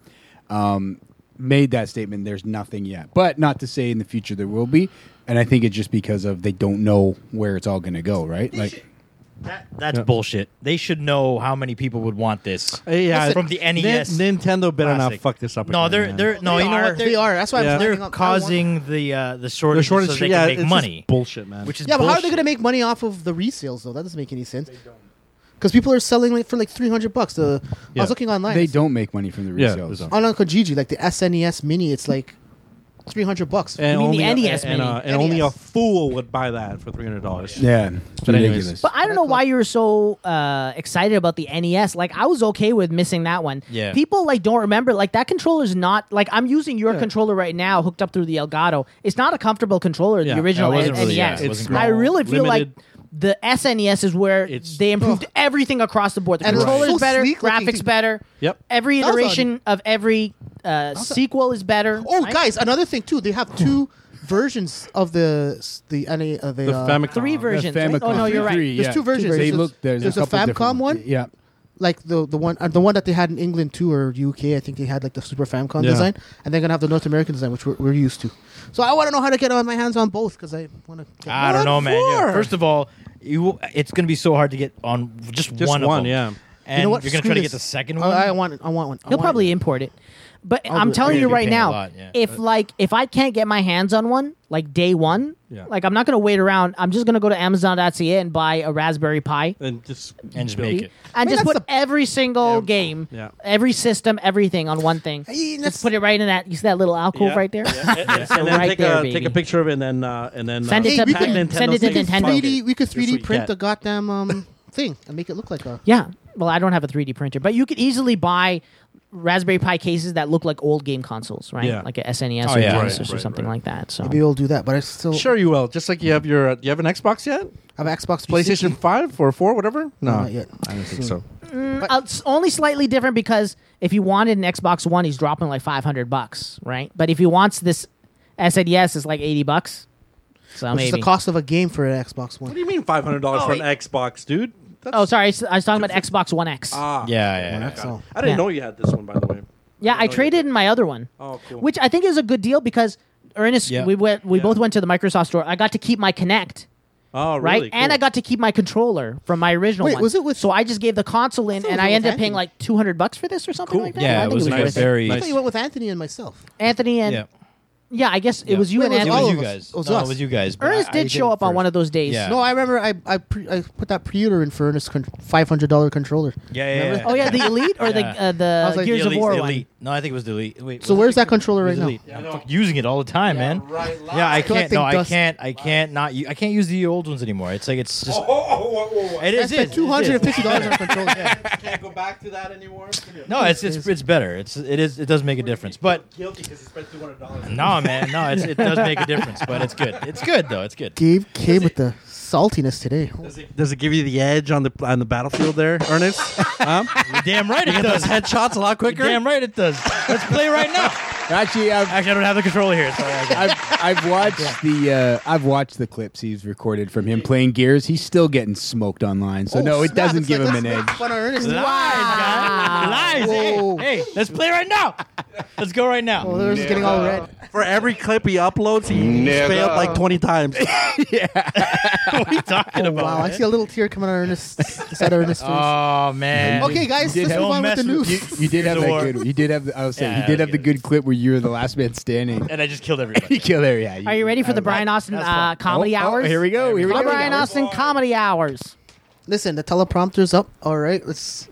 F: um, made that statement. There's nothing yet, but not to say in the future there will be. And I think it's just because of they don't know where it's all going to go, right? Like
E: That's
F: Yeah.
E: bullshit. They should know how many people would want this.
L: Uh, yeah,
E: from the E
L: Nin-
E: NES.
L: Nintendo better
E: classic.
L: not fuck this up.
E: no,
L: again,
E: they're
L: man.
E: they're no.
G: They
E: you know
G: are.
E: what? They're,
G: They are. That's why I was
E: yeah. they're
G: lining up. I want-
E: causing the uh, the shortage,
L: the shortage.
E: so they
L: yeah,
E: can
L: it's
E: make
L: just
E: money,
L: bullshit, man.
E: which is
G: yeah, but how are they
E: bullshit.
G: going to make money off of the resales though? That doesn't make any sense. Because people are selling like, for like three hundred bucks. The I
F: Yeah.
G: was looking online.
F: they
G: It's-
F: don't make money from the
L: Yeah,
F: resales.
L: they don't.
G: on Uncle Gigi, like the SNES Mini, it's like three hundred bucks.
L: and
D: You mean the E
L: only-
D: NES
L: and,
D: Mini.
L: uh, and only a
G: NES.
L: fool would buy that for three hundred dollars.
F: yeah, it's
L: But anyways.
F: ridiculous.
D: But I don't know why you were so uh, excited about the NES. Like I was okay with missing that one.
E: Yeah.
D: People like don't remember. Like that controller's not like I'm using your controller right now, hooked up through the Elgato. It's not a comfortable controller.
L: Yeah.
D: The original
E: Yeah, it wasn't
D: NES.
E: really- yeah, it
L: wasn't
D: I
L: great.
D: really feel
L: Limited.
D: like the SNES is where
L: It's-
D: they improved everything across the board. The
G: And it's
D: controller's
G: so
D: better,
G: sleek looking,
D: graphics
G: too.
D: better.
L: Yep.
D: Every
G: That was
D: iteration of every uh, sequel is better.
G: Oh,
D: right?
G: guys, another thing too. They have two versions of the the NA, uh, the,
L: The
G: uh,
L: Famicom.
D: three versions. right?
F: Famicom.
D: Oh no, you're right.
F: Three,
G: There's
F: yeah.
G: two versions.
F: They
G: There's a-
F: look there's,
G: there's
F: a,
G: a
F: couple different
G: Famicom
F: ones.
G: one?
F: Yeah,
G: like the the one uh, the one that they had in England too or UK. I think they had like the Super Famicom
L: Yeah.
G: design, and they're gonna have the North American design, which we're, we're used to. So I want to know how to get on my hands on both because I want to.
E: I don't know, man. Yeah,
G: for?
E: first of all, you it's going to be so hard to get on just,
L: Just
E: one.
L: one,
E: of
L: yeah.
E: them. And
G: you know what?
E: You're going to
G: Screw
E: try to
G: this.
E: get the second
G: I-
E: one.
G: I, want. it. I want one. I
D: He'll
G: want
D: probably
G: it.
D: import it. But i
G: do
D: am
G: it.
D: telling
E: You're
D: you
E: gonna
D: right
E: be paying a
D: now,
E: lot, yeah.
D: if like if I can't get my hands on one like day one,
L: Yeah.
D: like I'm not gonna wait around. I'm just gonna go to Amazon.ca and buy a Raspberry Pi
L: and just
E: and just make it.
D: and just
G: that's
D: put every single game,
L: Yeah.
D: every system, everything on one thing.
G: Hey,
D: Just
G: that's-
D: put it right in that. You see that little alcove
L: Yeah.
D: right there?
L: and then
D: Right
L: take,
D: there,
L: a, take
D: baby.
L: a picture of it and then uh, and then
D: Send
L: uh,
D: it to
L: tag
D: Pat-
L: Nintendo
D: send it to
L: so you can
G: We could
D: Nintendo.
L: fuck
G: 3D.
L: it.
G: We could
L: That's what
G: 3D
L: you
G: print
L: get.
G: the goddamn um thing and make it look like a.
D: Yeah. Well, I don't have a 3D printer, but you could easily buy Raspberry Pi cases that look like old game consoles, right?
L: Yeah.
D: Like a SNES
E: Oh,
D: or
E: yeah.
D: Genesis
L: Right,
D: or
L: right,
D: something like that. So
G: Maybe we'll do that, but I still
L: Sure, you will. Just like you have your, uh, you have an Xbox yet?
G: have Xbox
L: PlayStation Five or Four, whatever. No,
G: Not yet.
L: I don't think so.
D: Uh, it's only slightly different because if you wanted an Xbox One, he's dropping like five hundred bucks, right? But if he wants this SNES, it's like eighty bucks. So
G: Which is
D: maybe.
G: the cost of a game for an Xbox
L: What
G: One.
L: do you mean five hundred dollars for an Xbox, dude? That's,
D: Oh, sorry, I was- I was talking about Xbox One X.
L: ah,
E: Yeah, yeah, yeah.
G: So
L: I didn't
D: Yeah.
L: know Oh, you had this one, by the way.
D: yeah, I
L: you-
D: traded in my other one,
L: Oh, cool.
D: which I think is a good deal because Ernest,
E: Yeah.
D: we went, we
L: Yeah.
D: both went to the Microsoft store. I got to keep my Kinect.
L: Oh,
D: Right,
L: really?
D: and
L: Cool.
D: I got to keep my controller from my original
G: Wait,
D: one.
G: was it with-
D: so I just gave the console in,
G: thought it
D: and
G: was
D: I
G: with
D: ended up paying
G: Anthony.
D: like two hundred bucks for this or something
L: Cool.
D: like that.
E: Yeah,
D: I
E: it
D: think
E: was,
L: was
E: like
L: worth it.
E: very.
G: I thought you went with Anthony and myself.
D: Anthony and
E: Yeah.
D: yeah, I guess it was you
G: Wait,
D: and
G: it was
D: Anthony.
G: all
E: It was
G: of
E: you
G: us.
E: guys.
G: It was
E: No,
G: us.
E: it was you guys. but
D: Ernest
E: I- I
D: did show
E: it
D: up on
E: first.
D: one of those days.
E: Yeah.
G: No, I remember I I, pre- I put that pre-order in for Ernest's con- five hundred dollar controller.
E: Yeah, yeah,
G: Remember?
E: yeah.
D: Oh yeah, the Elite or
E: Yeah.
D: the uh, the
G: was like,
D: Gears
E: the
D: of
E: elite,
D: War
E: the
D: one.
E: elite. No, I think it was the elite. Wait,
G: So
E: was
G: where's
E: it-
G: that controller right
E: it was
G: now?
E: elite. I'm fuck- using it all the time, man. Yeah, I can't.
G: Collecting
E: No, I
G: dust.
E: can't. I can't not. u- I can't use the old ones anymore. It's like it's just. It
G: I
E: is.
G: spent
E: it is.
G: two hundred and fifty dollars on a controller.
L: Can't go back to that anymore.
E: No, it's it's it's better. It's it is. It does make a difference, but
L: guilty because he spent two hundred dollars.
E: no, man, no, it's, it does make a difference. But it's good. It's good though. It's good.
G: Gabe came with the saltiness today.
L: Does it, does it give you the edge on the on the battlefield there, Ernest? Huh?
E: You're damn right it does.
L: headshots a lot quicker.
E: You're damn right it does. Let's play right now.
F: actually, I've
E: Actually, I don't have the controller here. So I
F: I've, I've watched the uh, I've watched the clips he's recorded from him playing Gears. He's still getting smoked online,
G: Oh,
F: so no, it doesn't give him an edge.
G: Fun on Ernest.
E: Lies, guy.
G: Whoa.
E: Lies. Hey, hey, let's play right now. Let's go right now.
G: Oh, Ernest is getting all red.
L: For every clip he uploads, he he's
B: Nigga.
L: failed like twenty times.
E: what are you talking
D: Oh,
E: about?
G: Wow, I
E: man?
G: see a little tear coming out of Ernest's side of Ernest's face.
E: Oh man.
G: Okay, guys,
F: did
G: let's
F: have-
G: move on with
E: mess
G: the
E: with
G: news.
F: You, you did have
E: Gears of War.
F: that good. You did have. The, I was saying,
E: Yeah,
F: you did
E: I
F: have the
E: get
F: good clip where you were the last man standing.
E: And I just killed everybody.
F: You killed there, yeah.
D: Are you ready for the Brian Austin uh, comedy
F: oh,
D: hours?
F: Here we go. Here we
D: The
F: go.
D: Brian Austin comedy hours.
G: Listen, the teleprompter's up. All right, let's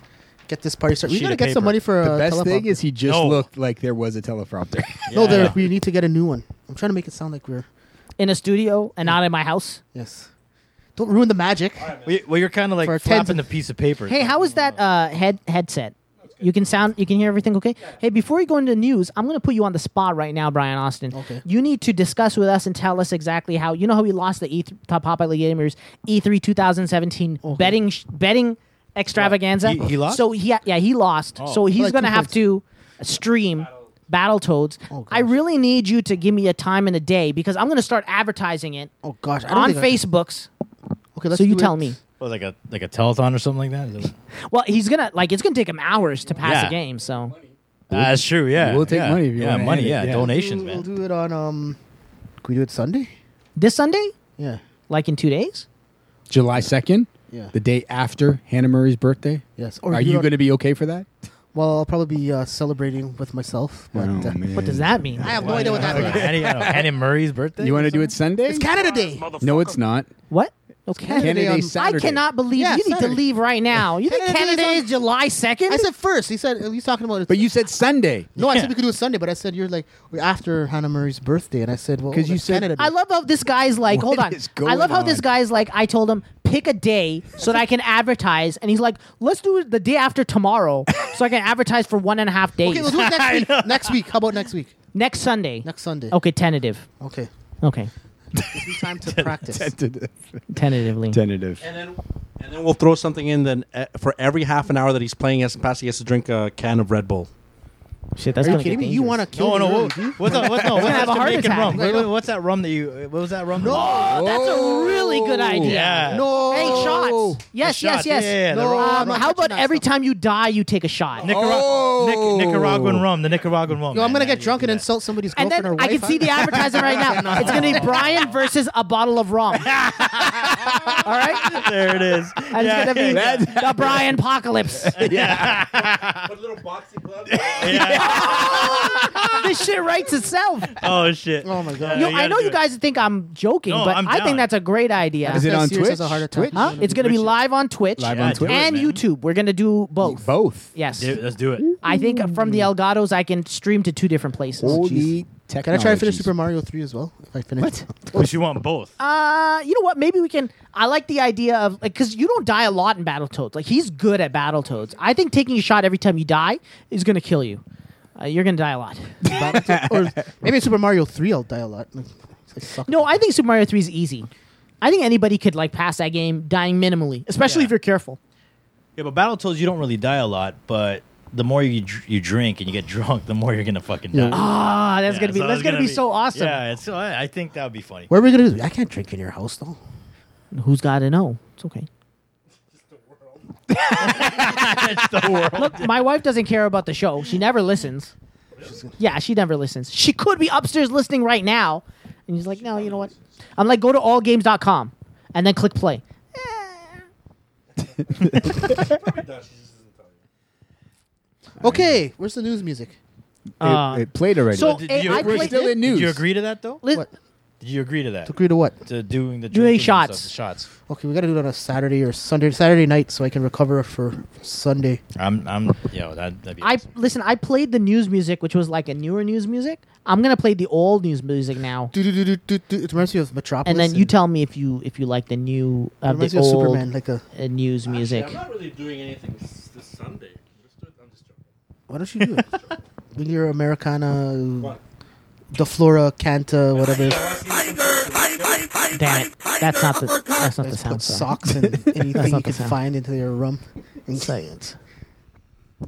G: get this party started. We gotta get some money for
F: the
G: a
F: best thing
G: teleprompter.
F: is he just looked like there was a teleprompter.
G: no, there. We need to get a new one. I'm trying to make it sound like we're
D: in a studio and not in my house.
G: Yes. Don't ruin the magic.
E: Well, you're kind of
G: For
E: like
G: tens
E: flapping the piece of paper.
D: Hey, how is that uh, head headset? You can sound, you can hear everything okay. Hey, before you go into news, I'm going to put you on the spot right now, Brian Austin.
G: Okay.
D: You need to discuss with us and tell us exactly how you know how we lost the E th- top Popeye League Gamers E E3 2017 betting sh- betting extravaganza.
E: He- he lost?
D: So yeah, yeah, he lost.
E: Oh.
D: So he's
E: Like
D: going to
E: two
D: have
E: points.
D: to stream. Battletoads.
G: Oh,
D: I really need you to give me a time and a day because I'm going to start advertising it.
G: Oh gosh, I don't
D: on
G: think I can-
D: Facebooks.
G: Okay, let's
D: so you
G: do
D: tell
G: it.
D: me.
E: Well, like a like a telethon or something like that. Is that what-
D: Well, he's gonna like it's gonna take him hours to pass
E: Yeah.
D: a game. So
E: That's true. Yeah,
F: We'll take
E: yeah.
F: money if you
E: yeah,
F: wanna
E: money.
F: hand it,
E: Yeah,
F: yeah.
E: donations,
G: We'll
E: man.
G: do it on um. Can we do it Sunday?
D: this Sunday,
G: Yeah.
D: like in two days,
F: July second,
G: Yeah.
F: the day after Hannah Murray's birthday.
G: Yes.
F: Are you going
G: to?
F: to be okay for that?
G: Well, I'll probably be uh, celebrating with myself. But, uh,
D: what does that mean?
G: I have no idea what that means.
E: Annie, I don't know, Annie Murray's birthday.
F: You want to do it Sunday?
G: It's Canada Day.
F: No, it's not.
D: What? Okay.
F: Canada
G: Day
F: Day
G: on-
D: I
F: Saturday.
D: cannot believe
G: Yeah,
D: you need
G: Saturday.
D: to leave right now. You think
G: Canada Day is
D: Canada
G: on-
D: is July second?
G: I said first. He said he's talking about.
F: But you said Sunday.
G: no, I
E: Yeah.
G: said we could do it Sunday. But I said you're like we're after Hannah Murray's birthday, and I said well
F: 'Cause you
G: that's
F: said-
G: Canada Day.
D: I love how this guy's like, hold
F: What
D: on.
F: is
D: I love
F: going
D: how this
F: on?
D: guy's like, I told him, pick a day so that I can advertise. And he's like, let's do it the day after tomorrow so I can advertise for one and a half days.
G: Okay, we'll do it next week. Next week. How about next week?
D: next Sunday.
G: Next Sunday.
F: Oh.
D: Okay, tentative.
G: Okay.
D: Okay,
G: It's time to practice.
F: Tentative.
D: tentatively.
F: Tentative.
L: And then, and then we'll throw something in. Then uh, for every half an hour that he's playing as Pass, he has to drink a can of Red Bull.
D: Shit, that's
G: Are you
D: gonna
G: kidding
D: get
G: me? You
D: dangerous.
G: want to kill
E: No,
G: me?
E: no. What, what's that? What, no, what's
D: have
E: that
D: a heart
E: Jamaican
D: attack.
E: rum? Wait, wait, what's that rum that you? What was that rum? No.
D: Oh, that's a really good idea.
E: Yeah.
G: No.
D: Oh. Hey, shots. Yes, yes,
E: shots.
D: yes.
E: Yeah, yeah, the
G: No, rum. I'm
D: um,
G: not
D: how about
G: touching that
D: every
G: stuff.
D: time you die, you take a shot?
E: Nicaragua,
F: Oh.
E: Nic- Nicaraguan rum, the Nicaraguan rum.
G: Yo, I'm
E: man.
G: gonna
E: Yeah,
G: get
E: you
G: drunk
E: do
G: and
E: that.
G: insult somebody's
D: and
G: girlfriend
D: then
G: or wife.
D: I can see the advertising right now. It's going to be Brian versus a bottle of rum. All right?
E: There it is.
D: And
E: Yeah.
D: it's going to be
F: That's-
D: the Brian apocalypse.
L: Put a little boxing glove.
D: this shit writes itself.
E: Oh shit.
G: Oh my god.
D: Yo,
E: you
D: I
E: gotta
D: know
E: do
D: you
E: it.
D: guys think I'm joking,
E: No,
D: but
E: I'm
D: I think
E: down.
D: that's a great idea.
F: Is it on
G: serious
F: Twitch?
G: as a heart attack.
F: Twitch?
D: Huh? It's going to be
E: Twitch.
D: live on Twitch
F: Live
E: Yeah,
F: on
E: do
F: Twitch.
E: it,
D: and
E: man.
D: YouTube. We're going to do both.
F: Both.
D: Yes.
E: Dude, let's do it.
D: I think from the Elgatos, I can stream to two different places.
F: Holy technology.
G: Can I try to finish Super Mario 3 as well? If I finish.
F: What?
E: But you want both.
D: Uh, you know what? Maybe we can. I like the idea of like because you don't die a lot in Battletoads. Like he's good at Battletoads. I think taking a shot every time you die is gonna kill you. Uh, you're gonna die a lot.
G: or maybe in Super Mario 3 I'll die a lot. Like, I suck.
D: No, I think Super Mario Three is easy. I think anybody could like pass that game dying minimally, especially
E: Yeah.
D: if you're careful.
E: Yeah, but Battletoads, you don't really die a lot, but the more you dr- you drink and you get drunk, the more you're gonna fucking die.
D: Ah, that's
E: Yeah,
D: gonna be
E: so
D: that's
E: it's
D: gonna, be, so awesome.
E: Yeah, it's, I I think that would be funny.
G: What are we going to do? I can't drink in your house, though.
D: Who's got to know? It's okay. Look, my wife doesn't care about the show. She never listens. Yeah, she never listens. She could be upstairs listening right now. And he's like, no, you know what? I'm like, go to allgames.com and then click play.
G: Okay, where's the news music?
D: Uh,
F: It, it played already.
D: so
E: Did
D: eh,
E: you-
D: I
E: we're
D: played
F: still
D: it-
F: in news.
E: Did you agree to that though?
D: li-
G: What?
E: Did you agree to that?
G: To agree to what?
E: To doing the
D: Doing
E: drinking and
D: shots.
E: stuff, the shots.
G: Okay, we got to do it on a Saturday or Sunday, Saturday night so I can recover for Sunday.
E: I'm I'm yo that that'd be
D: I
E: awesome.
D: listen. I played the news music, which was like a newer news music. I'm gonna play the old news music now,
G: Do, do, do, do, do, do. It reminds me of Metropolis.
D: and then you tell me if you if you like the new
G: It
D: uh,
G: reminds
D: the
G: me of
D: old
G: Superman. Like a,
D: uh, news music.
L: I'm not really doing anything this, this Sunday. I'm just joking.
G: why don't you do it? Bring your Americana,
L: What?
G: the Flora, Canta, whatever.
D: Damn it! That's not the that's not the
G: Let's
D: sound.
G: put
D: Song.
G: socks and anything you
D: not the
G: can
D: sound.
G: find into your rum. Science.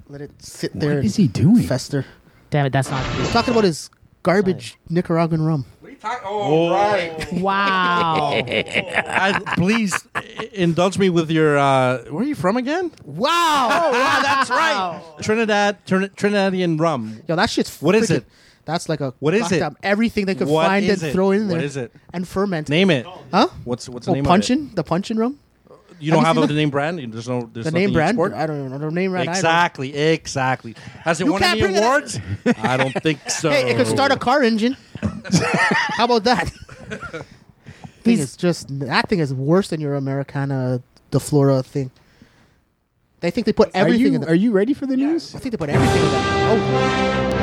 G: Let it sit there.
F: What
G: and
F: is he doing?
G: Fester.
D: Damn it! That's not.
G: He's talking about his garbage Nicaraguan rum.
L: What are you talking? Oh, right.
D: Wow!
L: I, please i- indulge me with your. Uh, where are you from again? Wow! Oh, wow, that's right. Trinidad, Trin- Trinidadian rum.
G: Yo, that shit's.
L: What is
G: freaking-
L: it?
G: That's like a.
L: What is
G: fucked
L: it?
G: up- Everything they could
L: What
G: find and
L: is it?
G: throw in
L: What
G: there.
L: is it?
G: And ferment.
L: Name it.
G: Huh?
L: What's what's the
G: Oh,
L: name of
G: punchin? The punchin rum?
L: it? You don't have
G: Have you
L: a
G: seen
L: name brand. You- There's no. There's
G: The
L: nothing
G: name
L: you
G: brand?
L: export?
G: I don't know. The name brand. I don't-
L: Exactly. Exactly. Has it
G: You
L: won
G: can't
L: any
G: bring it up.
L: awards? I don't think so.
G: Hey, it could start a car engine. How about that? thing
D: He's-
G: is just that thing is worse than your Americana the flora thing. They think they put everything
F: you-
G: in the
F: Are you ready for the news?
G: I think they put everything in the Oh.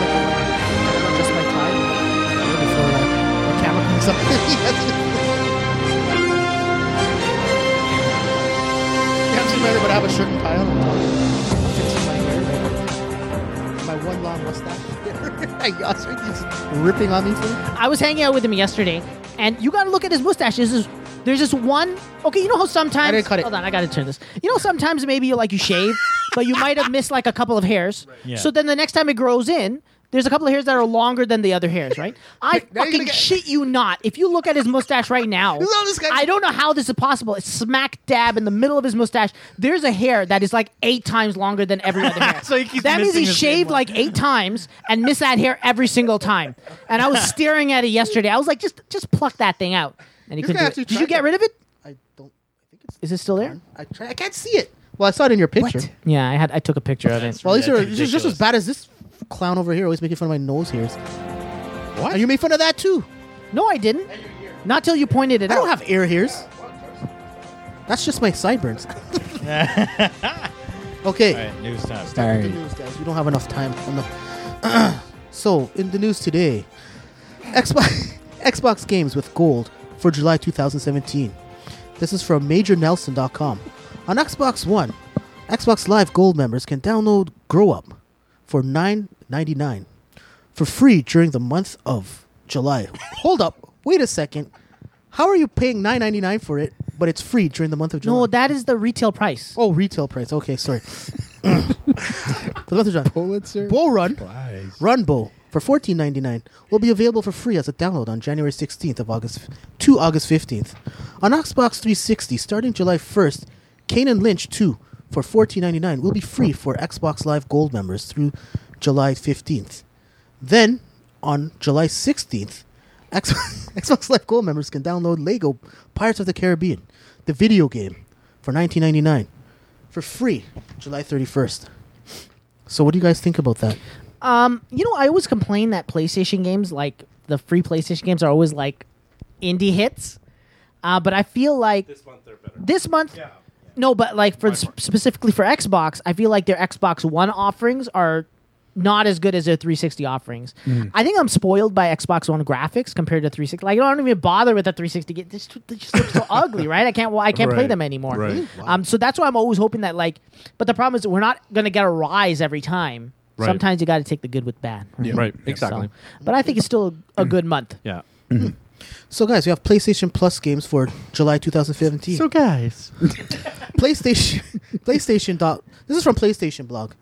D: Just my time. Before the camera comes up.
G: You haven't seen anybody have a shirt and tie on? I'm telling you. My one long mustache. Yasser keeps ripping on me for it.
D: I was hanging out with him yesterday, and you got to look at his mustache. There's this, there's this one. Okay, you know how sometimes I didn't cut it. Hold on, I got to turn this. You know sometimes maybe you like you shave, but you might have missed like a couple of hairs.
M: Yeah.
D: So then the next time it grows in. There's a couple of hairs that are longer than the other hairs, right? I
M: Now you're gonna
D: fucking
M: get-
D: shit you not. If you look at his mustache right now, I don't know how this is possible. It's smack dab in the middle of his mustache. There's a hair that is like eight times longer than every other hair.
M: So he keeps
D: that means
M: missing
D: he
M: the same
D: shaved
M: one.
D: like eight times and missed that hair every single time. And I was staring at it yesterday. I was like, just just pluck that thing out. And he
G: You're
D: couldn't
G: gonna
D: do
G: have
D: it.
G: to
D: Did
G: try
D: you get
G: to-
D: rid of it?
G: I don't.
D: Is it still there?
G: I try. I can't see it. Well, I saw it in your picture.
D: Yeah, I had I took a picture of it.
G: Well, these are this is just as bad as this clown over here always making fun of my nose hairs. What? And you made fun of that too.
D: No, I didn't. Not till you pointed it
G: out. I don't have ear hairs. That's just my sideburns. okay.
E: All right, news time.
G: Start with the news, guys. We don't have enough time. on the- so, in the news today, Xbox, Xbox games with gold for July 2017. This is from MajorNelson.com. On Xbox One, Xbox Live Gold members can download Grow Up for $9.99 for free during the month of July. Hold up. Wait a second. How are you paying $9.99 for it, but it's free during the month of July?
D: No, that is the retail price.
G: Oh, retail price. Okay, sorry. Pulitzer. Bull Run. Run Bowl for fourteen ninety nine will be available for free as a download on January sixteenth of August to August fifteenth. On Xbox three sixty, starting July first, Kane and Lynch two for fourteen ninety nine will be free for Xbox Live Gold members through July fifteenth. Then on July sixteenth, X- Xbox Live Gold members can download Lego Pirates of the Caribbean, the video game, for nineteen ninety nine for free July 31st. So what do you guys think about that?
D: Um, you know, I always complain that PlayStation games, like the free PlayStation games, are always like indie hits. Uh, but I feel like this month they're better. This month, no, but like for specifically for Xbox, I feel like their Xbox One offerings are not as good as their 360 offerings.
M: Mm.
D: I think I'm spoiled by Xbox One graphics compared to 360. Like I don't even bother with the 360. Game. They just, they just look so ugly, right? I can't. Well, I can't play
M: Right.
D: them anymore.
M: Right. Wow.
D: Um, so that's why I'm always hoping that like. But the problem is that we're not gonna get a rise every time.
L: Right.
D: Sometimes you got to take the good with bad.
L: Yeah. Right, exactly.
D: So- but I think it's still a
M: Mm.
D: good month.
L: Yeah.
G: So guys, we have PlayStation Plus games for July 2017.
D: So guys.
G: PlayStation PlayStation dot This is from PlayStation blog.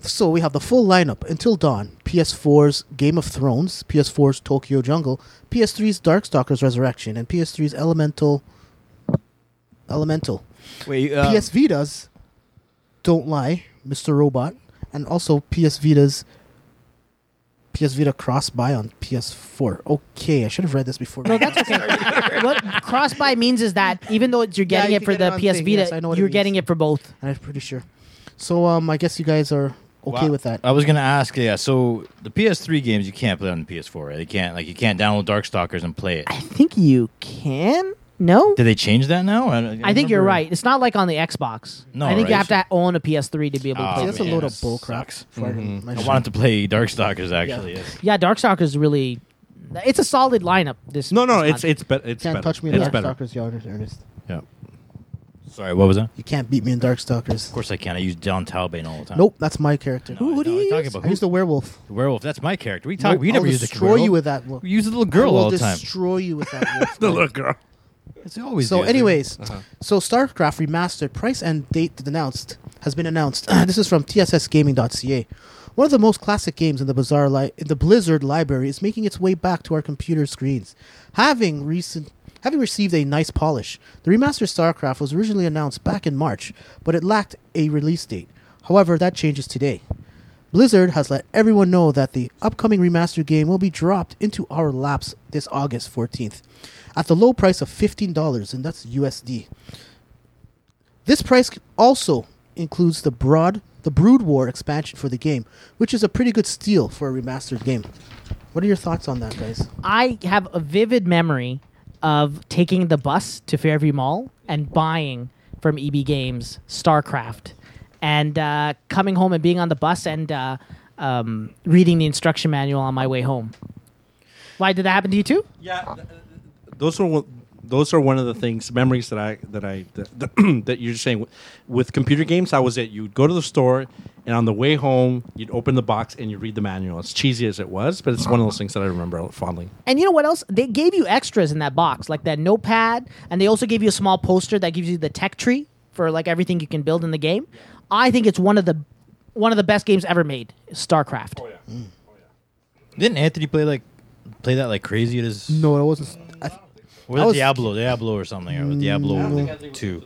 G: So we have the full lineup until dawn. PS4's Game of Thrones, PS4's Tokyo Jungle, PS3's Darkstalkers Resurrection, and PS3's Elemental Elemental.
E: Wait, uh,
G: PS Vita's Don't Lie, Mr. Robot, and also PS Vita's PS Vita Cross Buy on PS4. Okay, I should have read this before.
D: No, that's okay. what cross buy means is that even though it's- you're
G: Yeah,
D: getting
G: you
D: it
G: can
D: for
G: get
D: the
G: it on
D: PS
G: thing,
D: Vita,
G: yes, I know what it
D: you're
G: means.
D: getting it for both.
G: I'm pretty sure. So um, I guess you guys are okay
L: Uh,
E: Wow. Uh,
G: with that.
E: I was gonna ask, yeah. So the PS3 games you can't play on the PS4. Right? You can't like you can't download Darkstalkers and play it.
D: I think you can. No,
E: Did they change that now? I,
D: I, think you're
E: remember-
D: right. It's not like on the Xbox.
E: No,
D: I think you
E: right?
D: have to own a PS3 to be able to
L: Ah,
E: Oh,
D: play.
E: That's a
D: it.
E: load of
G: That's bull crap.
E: Mhm. I wanted to play Darkstalkers actually.
D: Yeah.
E: yes.
D: Yeah, Darkstalkers really. It's a solid lineup. This
L: No, no,
D: this
L: it's
D: month.
L: it's better. It's
G: Can't
L: better.
G: touch me in
L: it's better.
G: Darkstalkers, y'all, Ernest.
E: Yeah. Sorry, what was that?
G: You can't beat me in Darkstalkers. Of
E: course I can. I use John Talbane all the time.
G: Nope, that's my character.
E: Who- who do no, you I'm talking use? about
G: I use the werewolf.
E: The werewolf. That's my character. We talk.
G: Nope,
E: we never
G: I'll
E: use the
G: destroy you with that wolf.
E: We use the little girl
G: I will
E: all the time.
G: Destroy you with that wolf.
E: The
G: man.
E: little girl. It's always
G: so.
E: the other-
G: Anyways,
E: Uh-huh.
G: so StarCraft remastered price and date announced has been announced. this is from TSSGaming.ca. One of the most classic games in the bizarre li- in the Blizzard library is making its way back to our computer screens, having recent. Having received a nice polish, the remastered StarCraft was originally announced back in March, but it lacked a release date. However, that changes today. Blizzard has let everyone know that the upcoming remastered game will be dropped into our laps this August 14th at the low price of $15, and that's USD. This price c- also includes the broad the Brood War expansion for the game, which is a pretty good steal for a remastered game. What are your thoughts on that, guys?
D: I have a vivid memory of taking the bus to Fairview Mall and buying from EB Games StarCraft, and uh, coming home and being on the bus and uh, um, reading the instruction manual on my way home. Why did that happen to you too?
L: Yeah. those are one- those are one of the things memories that I that I that, that you're saying with computer games. That was it. You'd go to the store, and on the way home, you'd open the box and you read the manual. As cheesy as it was, but it's one of those things that I remember fondly.
D: And you know what else? They gave you extras in that box, like that notepad, and they also gave you a small poster that gives you the tech tree for like everything you can build in the game. I think it's one of the one of the best games ever made, StarCraft.
E: Didn't Anthony play like play that like crazy at his?
G: No, it wasn't. I,
E: Or was
G: I
E: it
G: was-
E: Diablo, Diablo or something, or Diablo
G: No. I don't think
E: two.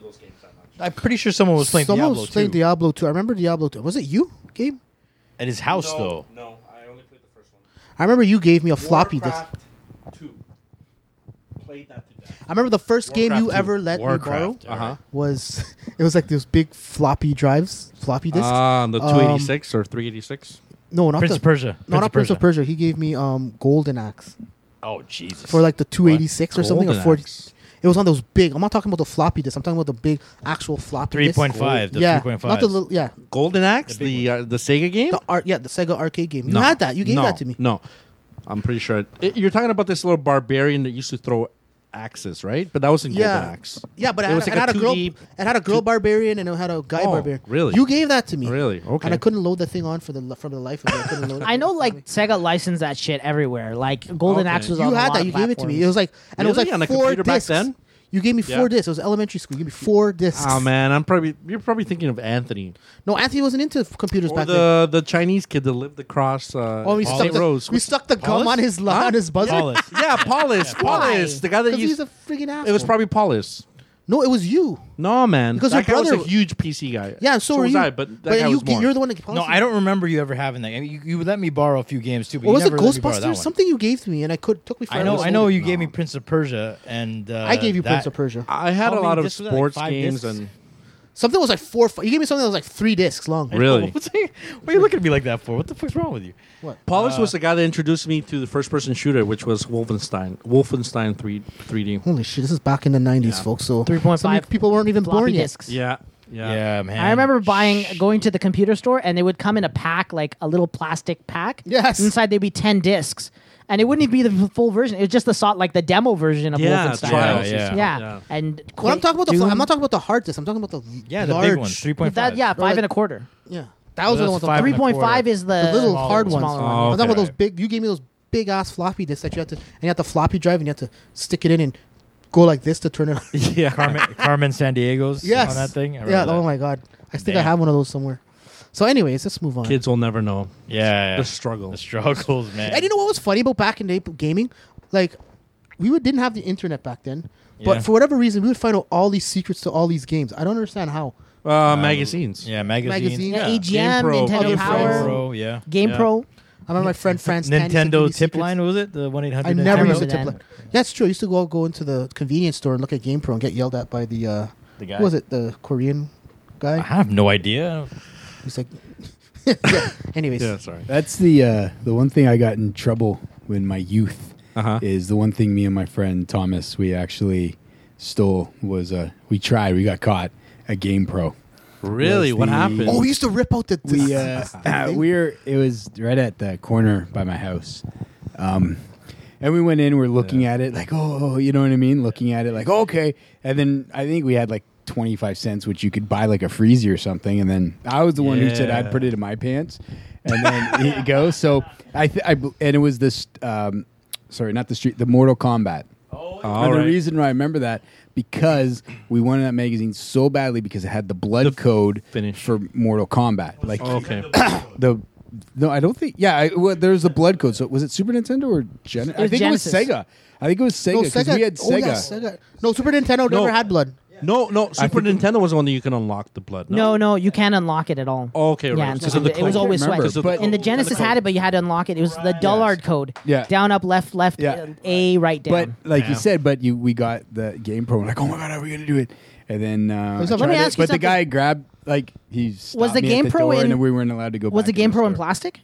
E: I'm pretty sure someone was playing
G: Someone
E: Diablo
G: was playing
E: two
G: Diablo 2. I remember Diablo 2. Was it you, Gabe?
E: at his house though.
G: I remember you gave me a floppy disk.
L: Warcraft two. Played that to death.
G: I remember the first game
L: Warcraft
G: you
L: two.
G: ever let
L: Warcraft, uh-huh.
G: me borrow
L: alright.
G: was it was like those big floppy drives, floppy disks.
L: Ah, the
G: Um,
L: 286 or 386.
G: no, not
L: Prince
G: the,
L: of Persia.
G: No,
L: Prince
G: not
L: of
G: Prince of Persia. He gave me um, Golden Axe.
E: Oh Jesus!
G: for like the 286 or something
E: Golden
G: or 40 it was on those big i'm not talking about the floppy disk i'm talking about the big actual floppy disk.
E: 3.5, the
G: yeah
E: 3.5.
G: not the little yeah
L: Golden Axe, the the, uh, the Sega game.
G: the art yeah the sega arcade game you had that you gave
L: No.
G: that to me
L: No, I'm pretty sure. It- you're talking about this little barbarian that used to throw axes, right? But that was in Golden
G: yeah
L: Axe.
G: yeah but it,
L: It
G: had,
L: was
G: it
L: like
G: had
L: a
G: a, girl
L: 2D
G: it had a girl barbarian and it had a guy
L: Oh,
G: barbarian
L: really?
G: you gave that to me
L: Really? Okay.
G: and i couldn't load the thing on for the li- from the life of me i couldn't load it
D: I know like Sega licensed that shit everywhere. Like Golden
L: Okay.
D: Axe was
L: You
D: on a
L: had
D: lot
L: that,
D: of
L: you gave it to
D: platforms.
L: me. It was like-
G: and it was
L: Really?
G: like
L: On a
G: four
L: computer back
G: discs.
L: then?
G: you gave me
L: Yeah.
G: four discs it was elementary school you gave me four discs
L: Oh man, I'm probably you're probably thinking of Anthony
G: no anthony wasn't into f- computers
L: or
G: back then
L: uh, the the Chinese kid that lived across. Uh,
G: Oh, we
L: St.
G: stuck, the,
L: Rose.
G: we stuck the gum on his li- on his buzzer.
L: Paulus. yeah, Paulus, Paulus, the guy that
G: Because
L: used.
G: he's a freaking asshole.
L: it was probably Paulus.
G: No, it was you.
L: No man,
G: Because
L: that
G: your
L: guy was
G: brother-
L: a huge PC guy.
G: Yeah, so, were
L: was
G: you.
L: I, but that guy
G: you,
L: was more.
G: you're the one that.
E: No, I don't remember you ever having that. I mean, you, you let me borrow a few games too, but
G: What
E: you
G: was it?
E: never let me borrow that
G: Ghostbusters?
E: one.
G: Something you gave to me, and I could took me.
E: I
G: Forever
E: know,
G: to
E: I know.
G: load it.
E: You gave me Prince of Persia, and uh,
G: I gave you Prince
E: that-
G: of Persia.
L: I had
E: How
L: a
E: many
L: lot of
E: discs was that, like
L: sports
E: five
L: games
E: discs?
L: and
G: Something was like four. or fi- You gave me something that was like three discs long.
L: Really?
E: What's- what are you looking at me like that for? What the fuck's wrong with you?
G: What?
L: Paulus
E: Uh,
L: was the guy that introduced me to the first person shooter, which was Wolfenstein. Wolfenstein 3 3D.
G: Holy shit! This is back in the nineties, folks. So
D: 3.5
G: some people weren't even
D: floppy
G: born yet.
D: disks.
L: Yeah. Yeah.
E: Yeah, man.
D: I remember buying, going to the computer store, and they would come in a pack, like a little plastic pack.
G: Yes.
D: Inside there'd be ten discs, and it wouldn't even be the f- full version. It was just the sort like the demo version of
L: Yeah,
D: Wolfenstein.
L: trials
E: and
D: yeah.
E: stuff.
L: Yeah.
D: And
G: What I'm
D: Quake,
G: talking about the fl-
D: Doom,
G: I'm not talking about the hard disk. I'm talking about the l-
E: Yeah, the
G: large,
E: big ones, three point
D: that,
E: five.
D: yeah,
G: like-
D: five and a quarter.
G: Yeah, that was
E: Those
G: the ones. I'm
E: five
G: talking
E: and
D: Three
E: a
D: point five
E: quarter.
D: is the,
G: The little
E: Smaller
G: hard
E: ones.
G: ones.
D: Smaller
L: ones.
G: I'm
L: Oh,
G: talking about
L: okay.
G: those big. You gave me those big ass floppy disks that you had to, and you had the floppy drive, and you had to stick it in and go like this to turn it. on.
E: yeah, Carmen, Carmen San Diego's
G: yes,
E: on that thing. I
G: yeah.
E: remember
G: Oh
E: that.
G: my god, I think I
E: Damn.
G: have one of those somewhere. So, anyways, let's move on.
L: Kids will never know.
E: yeah, yeah.
L: The struggle.
E: the struggles, man.
G: And you know what was funny about back in the day gaming? Like, we would, didn't have the internet back then. But
E: Yeah.
G: for whatever reason, we would find out all these secrets to all these games. I don't understand how.
L: Uh, magazines.
E: yeah, magazines,
G: Magazine.
D: Yeah,
G: Yeah.
D: AGM,
L: GamePro,
D: Nintendo
L: Other
D: Power,
E: Pro, yeah.
D: Game
L: Yeah.
D: Pro.
G: I remember my friend France Tan used to give me
E: Nintendo tip
G: secrets.
E: line was it the one eight
G: I
E: hundred?
G: never used a
D: Nintendo
G: tip
D: then.
G: line. That's true. I used to go go into the convenience store and look at GamePro and get yelled at by the uh,
E: The guy? Uh-huh.
G: Who was it? The Korean
E: I
G: guy.
E: have no idea.
G: He's like, yeah. Anyways,
L: Yeah, sorry.
F: That's the uh, the one thing I got in trouble in my youth
L: Uh-huh.
F: is the one thing me and my friend Thomas we actually stole was uh, we tried we got caught a Game Pro.
L: Really?
F: Was
L: What
F: the-
L: happened?
G: oh, we used to rip out the.
F: We uh, we were it was right at the corner by my house, um, and we went in. We're looking at it like oh you know what I mean, looking at it like okay, and then I think we had like. 25 cents which you could buy like a freezer or something and then i was the one who said
L: Yeah.
F: i'd put it in my pants and then it goes so i, th- I bl- and it was this um, sorry not the street the mortal kombat
L: All
F: and
L: right.
F: the reason why I remember that because we wanted that magazine so badly because it had the blood code
L: finish.
F: for Mortal Kombat. Like
L: okay.
F: the no, I don't think. Yeah, I, well, there's the blood code. So was it Super Nintendo or Gen? I
D: was
F: think
D: Genesis.
F: it was Sega. I think it was Sega
G: no,
F: because we had
G: Oh,
F: Sega.
G: yeah, Sega. No, Super Nintendo
L: No.
G: never had blood.
L: No, no. Super Nintendo was the one that you can unlock the blood.
D: No, no, you can't unlock it at all.
L: Oh, okay, right.
D: Yeah, and
L: Because
D: so
L: of the
D: it was
L: code.
D: always
F: Remember,
D: sweat.
L: Because of
F: but-
D: And the Genesis had it, but you had to unlock it. It was the Dollard code.
F: Yeah.
D: Down, up, left, left,
F: Yeah.
D: uh, A, right, down.
F: But like you
E: Yeah.
F: said, but you we got the game pro. We're like, oh my god, are we gonna do it? And then uh,
G: There's
F: I
G: a- let me
F: tried it,
D: ask you
F: but the
D: something.
F: guy grabbed like he stopped
D: Was the
F: me at
D: Game
F: the
D: Pro
F: door
D: in-
F: and we weren't allowed to go.
D: Was the
F: back
D: Game Pro in plastic?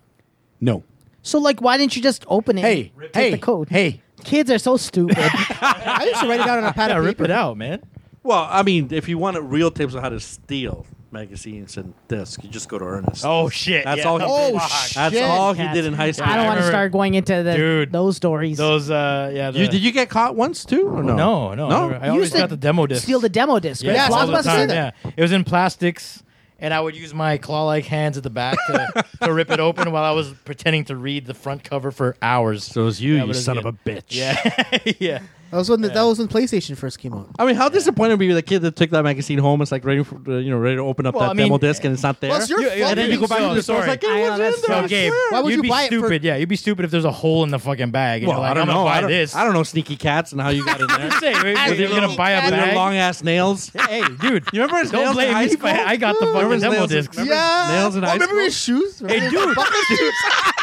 F: No.
D: So like, why didn't you just open it? Hey, and take
F: hey,
D: the code. Hey, kids are so stupid. I used to write it out on a pad
L: Yeah,
D: of
L: rip
D: paper.
L: it out, man. Well, I mean, if you wanted real tips on how to steal magazines and discs, you just go to Ernest.
E: Oh, shit,
L: That's
E: yeah.
L: all. He
E: Oh,
L: did.
E: shit.
L: That's all he did in high school.
D: I don't want to start going into the
E: Dude.
D: those stories.
E: Those, uh, yeah. The,
L: You, did you get caught once too? Or no,
E: No, no, I never- I
D: You
E: always
D: used to
E: got the demo disc.
D: Steal the demo disc.
E: Yeah,
D: right?
E: all the
D: Blockbuster
E: time,
D: did it.
E: yeah. It was in plastics, and I would use my claw-like hands at the back to, to rip it open while I was pretending to read the front cover for hours. So
L: it was you,
E: Yeah,
L: you
E: but it was
L: son
E: good.
L: of a bitch.
E: Yeah, yeah.
G: That was when the, that was when PlayStation first came out.
L: I mean, how disappointed were you the kid that took that magazine home? It's like ready for uh, you know ready to open up
E: Well,
L: that
E: I mean,
L: demo disc and it's not there.
G: Well, it's your fault
L: and then you go back
E: so
L: to the store. It's
E: sorry.
L: like, hey, what's in there?
E: Yo, Gabe,
G: Why would
E: you'd
G: you
E: be
G: buy it for-
E: stupid. yeah, you'd be stupid if there's a hole in the fucking bag. And
L: Well,
E: you're like,
L: I don't
E: am
L: know.
E: Gonna buy
L: I don't,
E: this.
L: I don't know sneaky cats and how you got in there.
E: Just saying, wait, wait,
L: Were you
E: you're
L: gonna buy a
E: bag?
L: long ass nails?
E: Hey, dude,
L: You remember his
E: don't
L: nails in
E: blame
L: high
E: me. if
L: school?
E: I, I got the
L: Remember
E: fucking
L: his
E: demo
L: nails in-
E: discs.
L: remember his nails in
G: oh,
L: high
G: remember
L: school?
G: his shoes?
E: Hey, dude.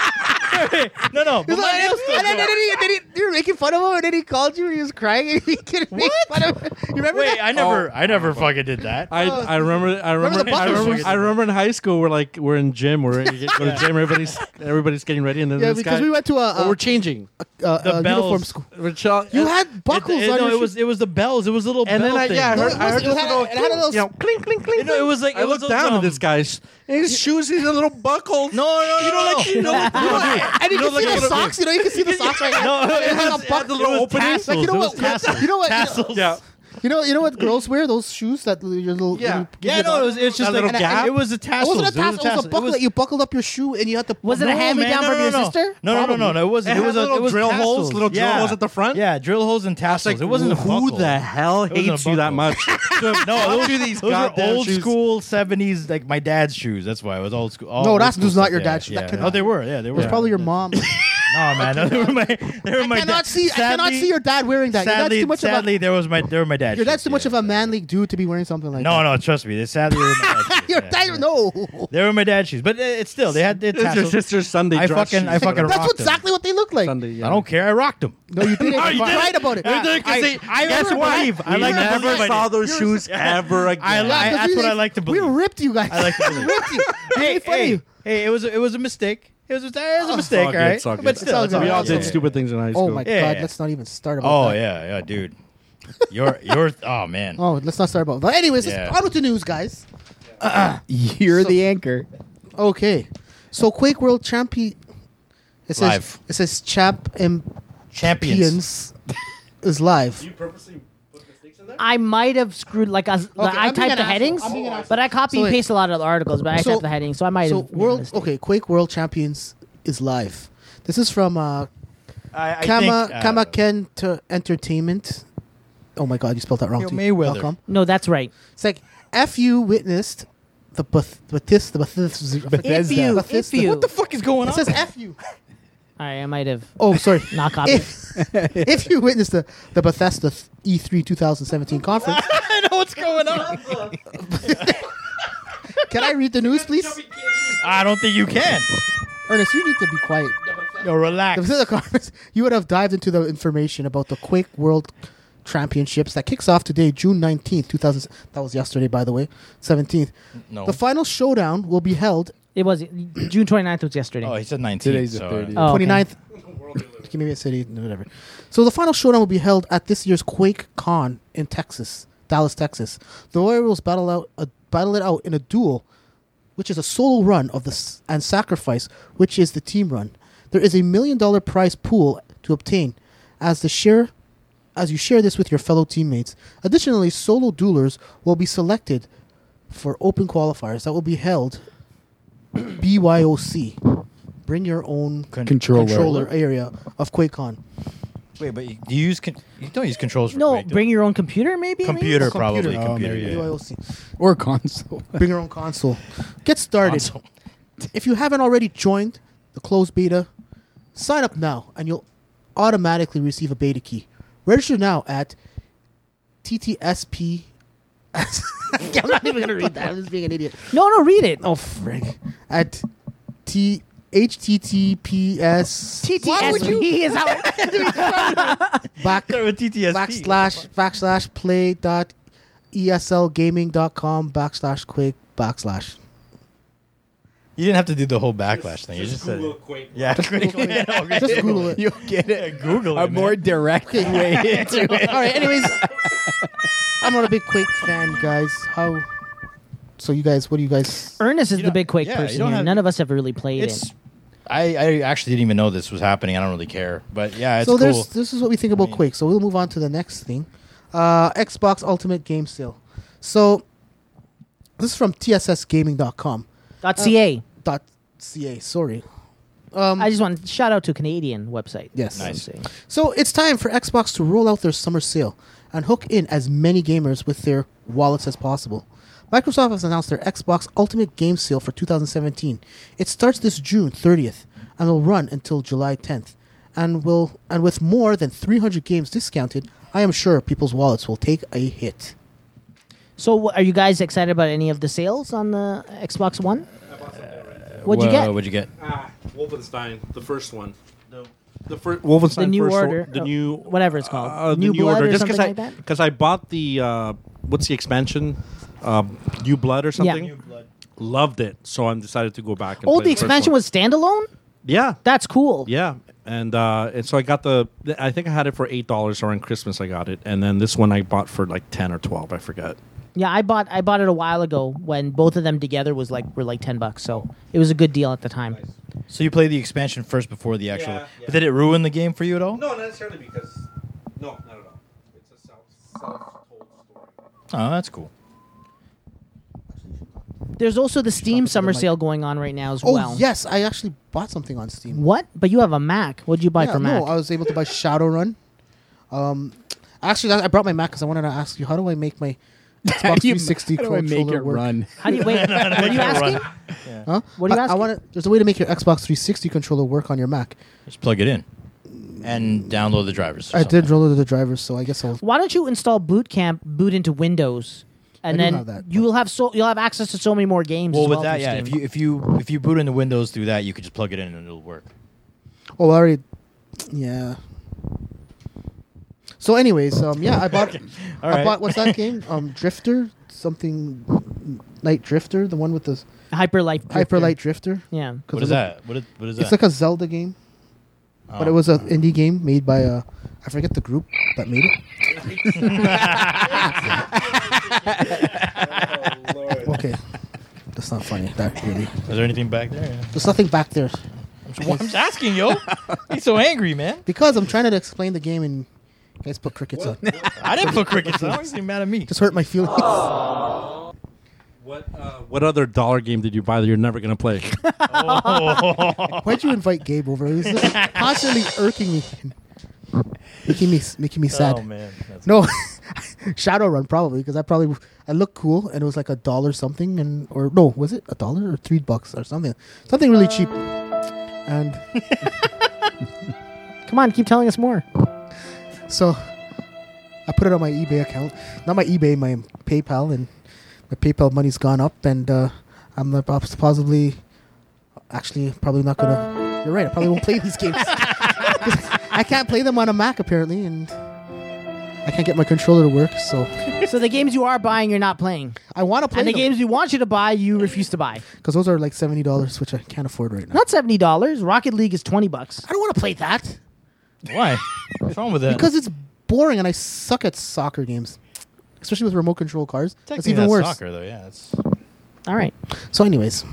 E: no, no. but
G: He's
E: my
G: like,
E: nails still
G: and then,
E: go.
G: and then he, and then he, you were making fun of him, and then he called you, and he was crying, and he couldn't make fun of him. You remember
E: Wait,
G: that?
E: I never, I never fucking did that.
L: I, I remember I remember,
G: Remember the
L: I
G: buttons?
L: remember I remember in high school we're like we're in gym we're you go to gym everybody's everybody's getting ready and then
G: Yeah,
L: this
G: because
L: guy-
G: we went to a-
L: oh,
G: a-
L: we're changing
G: Uh,
E: the
G: uh,
E: bells.
G: uniform school.
L: We're chal-
G: You
L: and-
G: had buckles
E: It,
G: on
E: no,
G: your
E: it was it was the bells. It was a little
L: and
E: bell
L: then I,
E: thing.
L: yeah I
G: No,
L: heard, I
G: it
L: heard
G: wasn't. It
L: this
G: had a-
L: little
G: it had a little
L: you know clink clink clink
E: No, it was like-
L: I
E: it was
L: looked
E: those,
L: down at
E: um,
L: this guy's and his shoes these are little buckles
E: No, no, no,
L: you know
E: no.
L: like you know like- you know, like-
G: And you,
L: know,
G: can see
L: like-
G: the socks. You know, you can see the socks right now.
E: No,
G: it
E: it
G: had
L: had
E: was- it
G: a
L: the
G: buckle.
L: little
E: It was
L: opening.
E: tassels.
G: Like, you know
E: It was
G: what-
E: tassels.
G: you know what-
E: Tassels.
L: yeah
G: You know, you know what girls wear? Those shoes that your little
L: Yeah.
G: you give
E: Yeah,
G: your
E: no,
G: daughter.
E: it was, it was just
L: That little
E: like, and I-
L: gap?
E: It was a
G: It
E: tassel.
G: wasn't a tassel. It was a buckle that you buckled up your shoe, and you had to.
D: Was it a hand me down
E: no,
D: from
E: no,
D: your
E: no.
D: sister?
E: No, no, no, no, no. It wasn't.
L: It
E: It was
L: had
E: a,
L: little
E: it was
L: drill
E: tassels.
L: holes, little drill
E: Yeah.
L: holes at the front.
E: Yeah, drill holes and tassels. it wasn't a
L: who
E: buckle.
L: the hell
E: wasn't a
L: hates you that
E: buckle.
L: much
E: No, those,
L: do these
E: those are
L: goddamn
E: old
L: shoes.
E: school '70s, like my dad's shoes. That's why it was old school. all
G: No,
E: old
G: that's-
E: school
G: those not
E: stuff,
G: your
E: yeah,
G: dad's shoes. That
E: Yeah,
G: cannot-
E: no, they were. Yeah, they were.
G: It was probably your mom.
E: No, man, no, they were my. They were
G: I
E: my
G: cannot
E: dad-
G: see. I cannot
E: Sadly-
G: see your dad wearing that. Your dad's
E: Sadly,
G: too much of
E: sadly,
G: a.
E: there was my. They were my dad's.
G: Your
E: shoes,
G: dad's too much
E: yeah.
G: of a manly dude to be wearing something like
E: No,
G: that.
E: no, trust me. They sadly were my dad's shoes.
G: Your
E: yeah.
G: dad, no.
E: They were my dad's shoes, but uh, it's still they had. They had
L: it's your
E: tassels.
L: sister's Sunday
E: I
L: dress
E: fucking- I
L: shoes.
E: fucking-
G: That's
E: rocked them.
G: exactly what they look like.
L: Sunday yeah.
E: I don't care. I rocked them.
G: No, you didn't. you
E: didn't.
G: cried about it.
E: Yeah.
L: They're- 'cause
E: I-
L: they-
E: I
L: guess
E: never
L: what?
E: believe. I like
L: never
E: believe I
L: saw
E: did.
L: those shoes ever again.
E: I like-
G: Yeah, 'cause
E: that's
G: we-
E: what I like to
G: We
E: believe.
G: ripped you guys.
E: I like to
G: we
E: believe.
G: ripped you. We made fun of
E: hey,
G: you.
E: hey, it was a, it was a mistake. It was a, it was a mistake,
L: all
E: all
L: good,
E: right?
L: it's all good.
E: But
G: It's all
E: still, it's
G: good.
E: all
L: we all
E: good.
L: did
E: Yeah,
L: stupid things in high school.
G: Oh my
E: Yeah.
G: god, let's not even start about
E: Oh
G: that.
E: yeah, yeah, dude. Your your oh man.
G: Oh, let's not start about that. Anyways,
E: Yeah.
G: let's on with the news, guys.
F: You're the anchor.
G: Okay. So Quake World Champion it says
E: Live.
G: it says champ and
E: Champions.
G: Champions is live.
D: I might have screwed like, I, like,
G: Okay,
D: I
G: I'm being
D: typed
G: an
D: the
G: asshole.
D: headings,
G: I'm being an asshole.
D: but I copy
G: So
D: and
G: wait.
D: paste a lot of the articles. But I
G: So-
D: typed the headings, so I might
G: So
D: have. made a
G: World
D: mistake.
G: Okay, Quake World Champions is live. This is from uh
E: I, I
G: Kama
E: think, uh,
G: Kama Ken Ter- Entertainment. Oh my god, you spelled that wrong
E: Yo,
G: too.
E: Mayweather.
G: Dot com.
D: No, that's right.
G: It's like if you witnessed the Beth- Bethis- the Bethis- Bethesda.
D: you- if
G: Bethesda.
D: you-
G: What the
E: fuck is going
G: It says F you.
D: All right, I might have.
G: Oh, sorry.
D: Not copied.
G: if, if you witnessed the, the E Bethesda E3 2017 conference,
E: I know what's going on.
G: can I read the news, please?
E: I don't think you can.
G: Ernest, you need to be quiet.
E: Yo, relax.
G: The Bethesda conference, you would have dived into the information about the Quake World Championships that kicks off today, June 19th, 2000. That was yesterday, by the way, 17th.
E: No.
G: The final showdown will be held
D: It was June 29th was yesterday.
E: Oh, he said 19.
F: Today's the
E: so, uh,
F: 30th.
D: Oh, okay.
G: 29th. Give me a city, whatever. So the final showdown will be held at this year's Quake Con in Texas, Dallas, Texas. The Royals battle out uh, battle it out in a duel, which is a solo run of the s- and sacrifice, which is the team run. There is a million dollar prize pool to obtain, as the share, as you share this with your fellow teammates. Additionally, solo duelers will be selected for open qualifiers that will be held. BYOC, bring your own
F: Controller.
G: controller area of QuakeCon.
E: Wait, but you, do you use con- you don't use controls for
D: No,
E: Quake, do
D: bring
E: you?
D: your own computer, maybe.
E: computer,
D: maybe?
E: probably
F: Oh,
E: computer.
F: maybe.
E: yeah.
G: BYOC.
F: Uh, Or console.
G: Bring your own console. Get started.
E: Console.
G: If you haven't already joined the closed beta, sign up now and you'll automatically receive a beta key. Register now at TTSP. I'm not even gonna read that. I'm just being an idiot.
D: No, no, read it.
G: Oh, frick. At T HTTPS
D: TTSP is out.
G: back
E: Start with TTSP.
G: backslash backslash play dot eslgaming.com backslash quick backslash.
E: You didn't have to do the whole backlash thing. you just
L: Google
E: said it. Yeah,
G: Just Google it.
E: Yeah, okay.
G: Just Google it.
E: You'll get it. Google it.
F: A more direct way into it.
G: All right. Anyways, I'm not a big Quake fan, guys. How? So you guys, what do you guys?
D: Ernest is the big Quake
E: yeah, you
D: person
E: don't
D: here.
E: have-
D: None of us have really played
E: It's.
D: it.
E: I, I actually didn't even know this was happening. I don't really care, but yeah, it's
G: so
E: cool.
G: there's this is what we think about Quake. So we'll move on to the next thing, uh, Xbox Ultimate Game Sale. So this is from TSSGaming.com.
D: Dot
E: uh,
D: .ca.
G: Dot .ca. Sorry.
D: I just want to shout out to Canadian website.
G: Yes.
E: um, Nice.
D: I'm saying.
G: So it's time for Xbox to roll out their summer sale and hook in as many gamers with their wallets as possible. Microsoft has announced their Xbox Ultimate Game Sale for 2017. It starts this June 30th and will run until July 10th. And will and with more than 300 games discounted, I am sure people's wallets will take a hit.
D: So, wh- are you guys excited about any of the sales on the Xbox One? What'd you
E: Whoa,
D: get?
E: What'd you get?
L: Ah, Wolfenstein, the first one. No. The first Wolfenstein,
D: The New
L: first or-
D: Order,
L: the
D: uh,
L: new
D: whatever it's called.
L: uh, the
D: New
L: new,
D: Blood
L: order.
D: or
L: Just because I
D: something like that?
L: because I bought the uh, what's the expansion, uh, New Blood or something.
D: New
L: Loved it, so I'm decided to go back. And
D: Oh,
L: play
D: the
L: first
D: expansion
L: one.
D: was standalone.
L: yeah,
D: That's cool.
L: yeah, and uh, and so I got the th- I think I had it for eight dollars around Christmas. I got it, and then this one I bought for like ten or twelve. I forget.
D: Yeah, I bought I bought it a while ago when both of them together was like were like ten bucks, so it was a good deal at the time.
E: So you play the expansion first before the actual.
L: Yeah, yeah.
E: But did it ruin the game for you at all?
L: No, not necessarily because no, not at all. It's a self self told story.
E: Oh, that's cool.
D: There's also the Steam summer
G: mic.
D: sale going on right now as
G: Oh
D: well.
G: yes, I actually bought something on Steam.
D: What? But you have a Mac. What'd you buy
G: Yeah,
D: for Mac?
G: No, I was able to buy Shadowrun. Um, actually, I I brought my Mac because I wanted to ask you how do I make my Xbox 360
F: How do I make
G: controller
F: it
G: work?
F: run?
D: How do you wait? what are you asking?
G: Huh?
D: What do you
G: I, I
D: asking?
G: want There's a way to make your Xbox 360 controller work on your Mac.
E: Just plug it in and download the drivers. or
G: I did
E: something.
G: roll over the drivers, so I guess I'll.
D: Why don't you install Boot Camp boot into Windows, and
G: I do
D: then
G: have that.
D: you will have so you'll have access to so many more games.
E: Well,
D: as
E: with
D: well
E: that,
D: through
E: yeah.
D: Steam.
E: If you if you if you boot into Windows through that, you could just plug it in and it'll work.
G: Oh, I already. Yeah. So, anyways, um, yeah, I bought.
E: All
G: I
E: right.
G: bought what's that game? Um, Drifter, something, Night Drifter, the one with the
D: Hyper Life
G: Hyper Light Drifter.
D: Yeah.
G: 'Cause
E: What
G: it
E: is
G: look-
E: that? What is, what is that?
G: It's like a Zelda game, but it
E: Oh.
G: was an indie game made by uh, I forget the group that made it. Okay, that's not funny. That really.
E: Is there anything back there?
G: There's nothing back there
E: I'm, just, I'm just asking, yo. He's so angry, man.
G: because I'm trying to explain the game and you guys put crickets on.
E: I didn't put crickets. on. He's mad at me.
G: Just hurt my feelings.
L: What uh, what other dollar game did you buy that you're never gonna play?
G: Why'd you invite Gabe over? He's just constantly irking me, making me making me sad.
E: Oh man. That's
G: No, Shadowrun probably because I probably I looked cool and it was like a dollar something and or no was it a dollar or three bucks or something something really cheap and
D: Come on, keep telling us more.
G: so I put it on my eBay account not my eBay my PayPal and my PayPal money's gone up and uh, I'm not pos- possibly actually probably not gonna you're right I probably won't play these games 'Cause I can't play them on a Mac apparently and I can't get my controller to work so
D: so the games you are buying, you're not playing,
G: I want to play
D: and the
G: them.
D: games you want you to buy, you refuse to buy.
G: because those are like seventy dollars, which I can't afford right now.
D: Not seventy dollars. Rocket League is twenty bucks.
G: I don't want to play that
E: Why? What's wrong with that?
G: because it's boring and I suck at soccer games, especially with remote control cars. That's
E: Technically,
G: even worse.
E: Soccer though, yeah. It's,
D: All right.
G: So, anyways,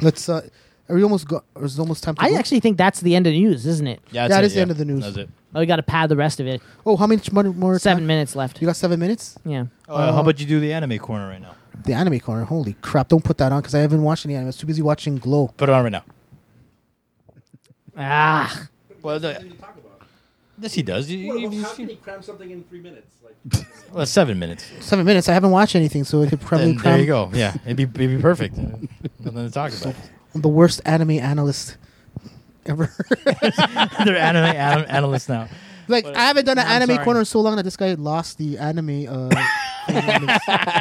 G: let's. Uh, are we almost go? Or is it almost time? To
D: I
G: go?
D: actually think that's the end of the news, isn't it?
E: yeah,
G: That
E: it,
G: is the
E: yeah.
G: end of the news.
E: That's it.
D: Oh, we got to pad the rest of it.
G: Oh, how much money more?
D: Seven
G: time?
D: minutes left.
G: You got seven minutes.
D: yeah.
E: Uh, how about you do the anime corner right now?
G: The anime corner. Holy crap! Don't put that on because I haven't watched any anime. I was too busy watching Glow.
E: Put it on right now.
D: Ah.
E: Well, the, yes, he does. You- you- you-
L: he cram something in three minutes? Like,
E: well, seven minutes.
G: Seven minutes. I haven't watched anything, so it could probably
E: Then
G: cram.
E: there you go. Yeah, it'd be it'd be perfect. Uh, Nothing to talk about.
G: I'm the worst anime analyst ever.
E: They're anime an- analysts now.
G: like I haven't done an
E: I'm
G: anime
E: sorry.
G: corner in so long that this guy lost the anime. Uh,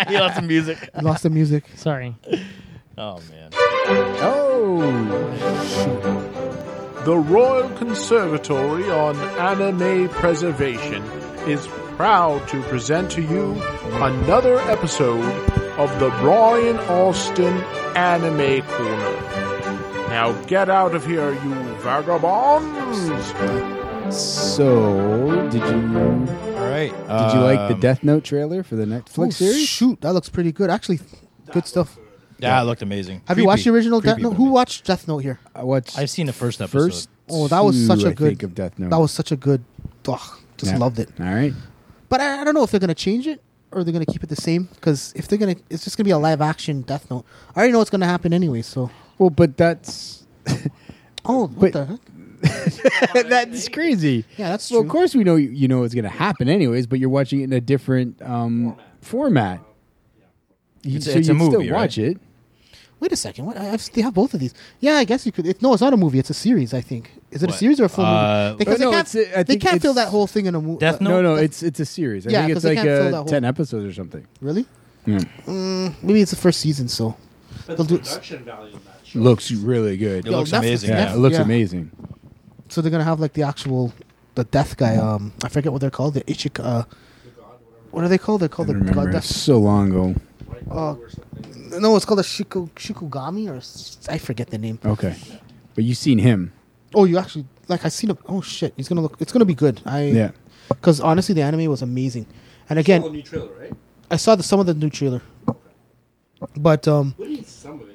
E: he loves the music.
G: He lost the music.
D: Sorry.
E: Oh man.
F: Oh,
B: The Royal Conservatory on Anime Preservation is
M: proud to present to you another episode of the Brian Austin Anime Corner. Now get out of here, you vagabonds!
F: So, did you? All
E: right.
F: Did you like the
E: um,
F: Death Note trailer for the Netflix
G: Oh,
F: series?
G: Shoot, that looks pretty good. Actually, good stuff.
E: Yeah, it looked amazing.
G: Have you watched the original Death Note? Who watched Death Note here?
F: I watched.
E: I've seen the first episode.
F: First,
G: Oh, that was such
F: two,
G: a
F: I
G: good.
F: think, of Death Note.
G: That was such a good. Ugh, just
F: Yeah.
G: loved it.
F: All right.
G: But I, I don't know if they're gonna change it or they're gonna keep it the same. Because if they're gonna, it's just gonna be a live action Death Note. I already know what's gonna happen anyway. So.
F: Well, but that's.
G: oh, what the heck?
F: that's crazy.
G: Yeah, that's
F: well.
G: true.
F: Of course, we know you you know what's going to happen, anyways. But you're watching it in a different um, format. You-
E: It's-
F: so
E: it's a
F: you'd
E: movie,
F: Still watch it.
G: Wait a second. What? I, I've, they have both of these. Yeah, I guess you could. It, no, it's not a movie. It's a series. I think. Is it a
F: What?
G: series or a full
E: Uh,
G: movie? Because
F: no,
G: they
F: it's
G: can't.
F: a- I
G: they
F: think
G: can't fill
F: it's-
G: that whole thing in a movie.
F: No, no, it's it's a series. I
G: Yeah,
F: think
G: 'cause
F: it's
G: they
F: like
G: can't fill that
F: uh,
G: whole-
F: ten episodes or something.
G: Really?
F: Yeah.
G: Mm, maybe it's the first season, so. They'll do it-
F: Looks really good.
G: It Yo, looks Netflix- amazing,
F: Yeah,
G: Netflix-
F: it looks
G: yeah.
F: amazing.
G: So they're gonna have like the actual, the death guy. Um, I forget what they're called. The Ichik. Uh, what are they called? They're called the
F: Remember,
G: God
F: it's
G: Death.
F: so long ago.
G: Uh, no, it's called a Shiku, Shikugami or s- I forget the name.
F: Okay, but you seen him?
G: Oh, you actually like I seen him. Oh shit, he's gonna look. It's gonna be good. I
F: Yeah.
G: Because honestly, the anime was amazing, and again,
L: saw the new trailer, right?
G: I saw the some of the new trailer, but um,
L: What do you mean some of it?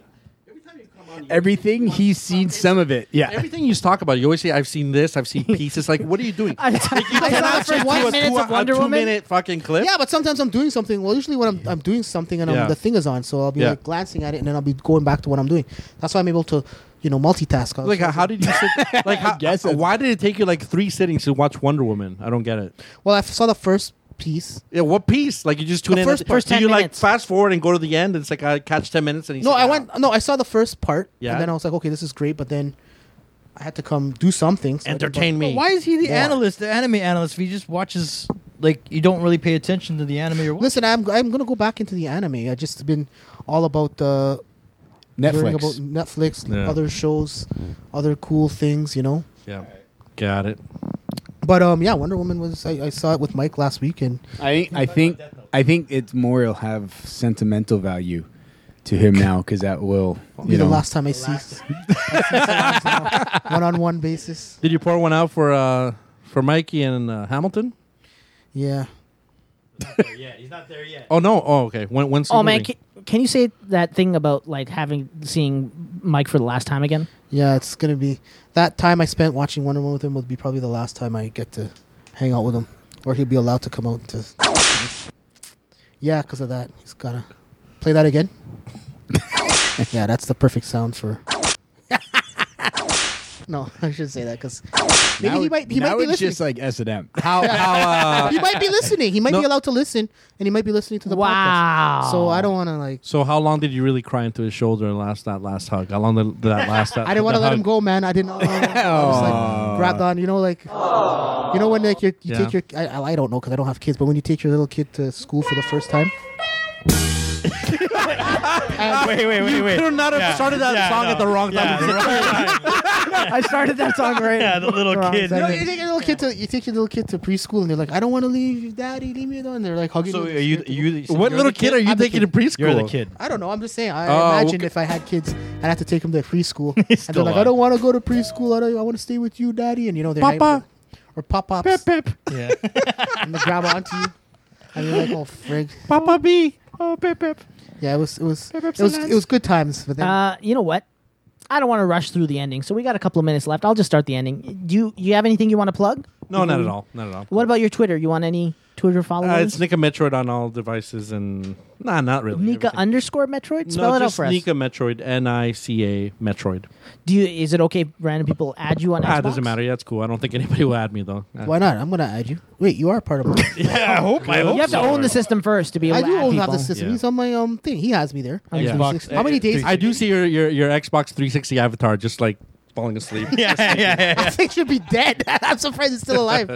F: Everything he's seen some of it. Yeah.
L: Everything you talk about, you always say, "I've seen this, I've seen pieces." like, what are you doing?
D: I,
L: You cannot
G: for
L: just
G: one
L: do a
G: minute
L: two-
G: of Wonder
L: a
G: Woman.
L: two-minute fucking clip.
G: Yeah, but sometimes I'm doing something. Well, usually when I'm, I'm doing something and I'm-
L: Yeah.
G: the thing is on, so I'll be
L: Yeah.
G: like glancing at it and then I'll be going back to what I'm doing. That's why I'm able to, you know, multitask. I
L: Like,
G: was like,
L: how, how did you sit? Like, how, why did it take you like three sittings to watch Wonder Woman? I don't get it.
G: well, I saw the first piece.
L: Yeah, what piece? Like, you just tune
G: The
L: in.
G: first-
L: and-
G: first
L: do
G: 10
L: you
G: minutes.
L: like fast forward and go to the end? It's like I catch ten minutes and he's
G: No,
L: like, "Ah."
G: I went. No, I saw the first part.
L: Yeah.
G: And then I was like, okay, this is great. But then I had to come do something. so I did
L: Entertain
G: both.
L: me.
E: Why is he the
G: More.
E: analyst, the anime analyst? If he just watches, like, you don't really pay attention to the anime or what?
G: Listen, I'm I'm gonna go back into the anime. I just been all about the
F: Netflix.
G: hearing about Netflix,
L: Yeah.
G: other shows, other cool things. You know.
L: Yeah, got it.
G: But um, yeah, Wonder Woman was. I, I saw it with Mike last week, and
F: I I think I think it's more will have sentimental value to him now because that will
G: it'll be
F: you
G: the
F: know
G: last time I see one on one basis.
L: Did you pour one out for uh for Mikey and uh, Hamilton?
G: Yeah.
E: Yeah, he's not there yet.
L: Oh no! Oh okay. When when's the
D: Oh man,
L: movie?
D: can, can you say that thing about like having seeing Mike for the last time again?
G: Yeah, it's gonna be that time I spent watching Wonder Woman with him will be probably the last time I get to hang out with him, or he'll be allowed to come out to. Yeah, because of that, he's gonna play that again. yeah, that's the perfect sound for. no, I should say that because maybe
F: now
G: he
F: it-
G: might he
F: now
G: might be
F: it's
G: listening.
F: just like S and M.
L: How how uh,
G: he might be listening. He might
L: No.
G: be allowed to listen, and he might be listening to the
D: Wow.
G: podcast. So I don't want to like.
L: So how long did you really cry into his shoulder and last that last hug? How long did that last? That,
G: I didn't want to
L: that
G: let
L: hug?
G: him go, man. I didn't. I just like grabbed on. You know, like you know when like you're, you
L: Yeah.
G: take your. I, I don't know because I don't have kids, but when you take your little kid to school for the first time.
E: wait, wait, wait, wait.
L: You could not have started that song at the wrong time.
D: I started that song right.
E: Yeah, the little
D: wrong
E: kid.
G: You, know,
D: segment.
G: you take your little kid to you take your little kid to preschool and they're like, I don't want to leave you, daddy, leave me alone. And they're like hugging.
E: So
G: you.
E: are you, you so
L: what
E: you're
L: little
E: the
L: kid are you
G: I'm the
L: taking to
G: kid.
L: preschool?
E: You're the kid.
G: I don't know. I'm just saying. I
L: Oh,
G: imagined
L: okay.
G: if I had kids, I'd have to take them to preschool, and they're
E: still
G: like,
E: on.
G: I don't want to go to preschool. I don't. I want to stay with you, daddy. And you know, they're
L: Papa.
G: or pop pops.
L: Pip pip.
E: Yeah.
G: and they grab onto you, and you're like, "Oh, frig."
L: Papa B. Oh pip pip.
G: Yeah, it was, it was, it
L: Pepsi
G: was,
L: Lance.
G: it was good times. But then,
D: Uh, you know what? I don't want to rush through the ending, so we got a couple of minutes left. I'll just start the ending. Do you, you have anything you want to plug?
L: No, not at all. Not at all.
D: What about your Twitter? You want any Twitter followers?
L: Uh, it's Nika Metroid on all devices and nah, not really.
D: Nika
L: Everything.
D: underscore Metroid. Spell
L: no,
D: it out
L: just
D: for us.
L: Nika Metroid. N I C A Metroid.
D: Do you? Is it okay? if Random people add you on
L: Ah,
D: Xbox?
L: it doesn't matter. Yeah, it's cool. I don't think anybody will add me though. Uh,
G: why not? I'm gonna add you. Wait, you are part of. My,
E: yeah, I hope. I hope.
D: You have to own the system first to be able
G: I
D: to
G: do
D: add
G: own
D: people.
G: have the system.
L: Yeah.
G: He's on my um thing. He has me there.
L: Yeah.
E: Xbox,
G: How many days?
L: I do see your, your your Xbox 360 avatar just like falling asleep.
E: Yeah, yeah, yeah.
G: I think should be dead. I'm surprised it's still alive.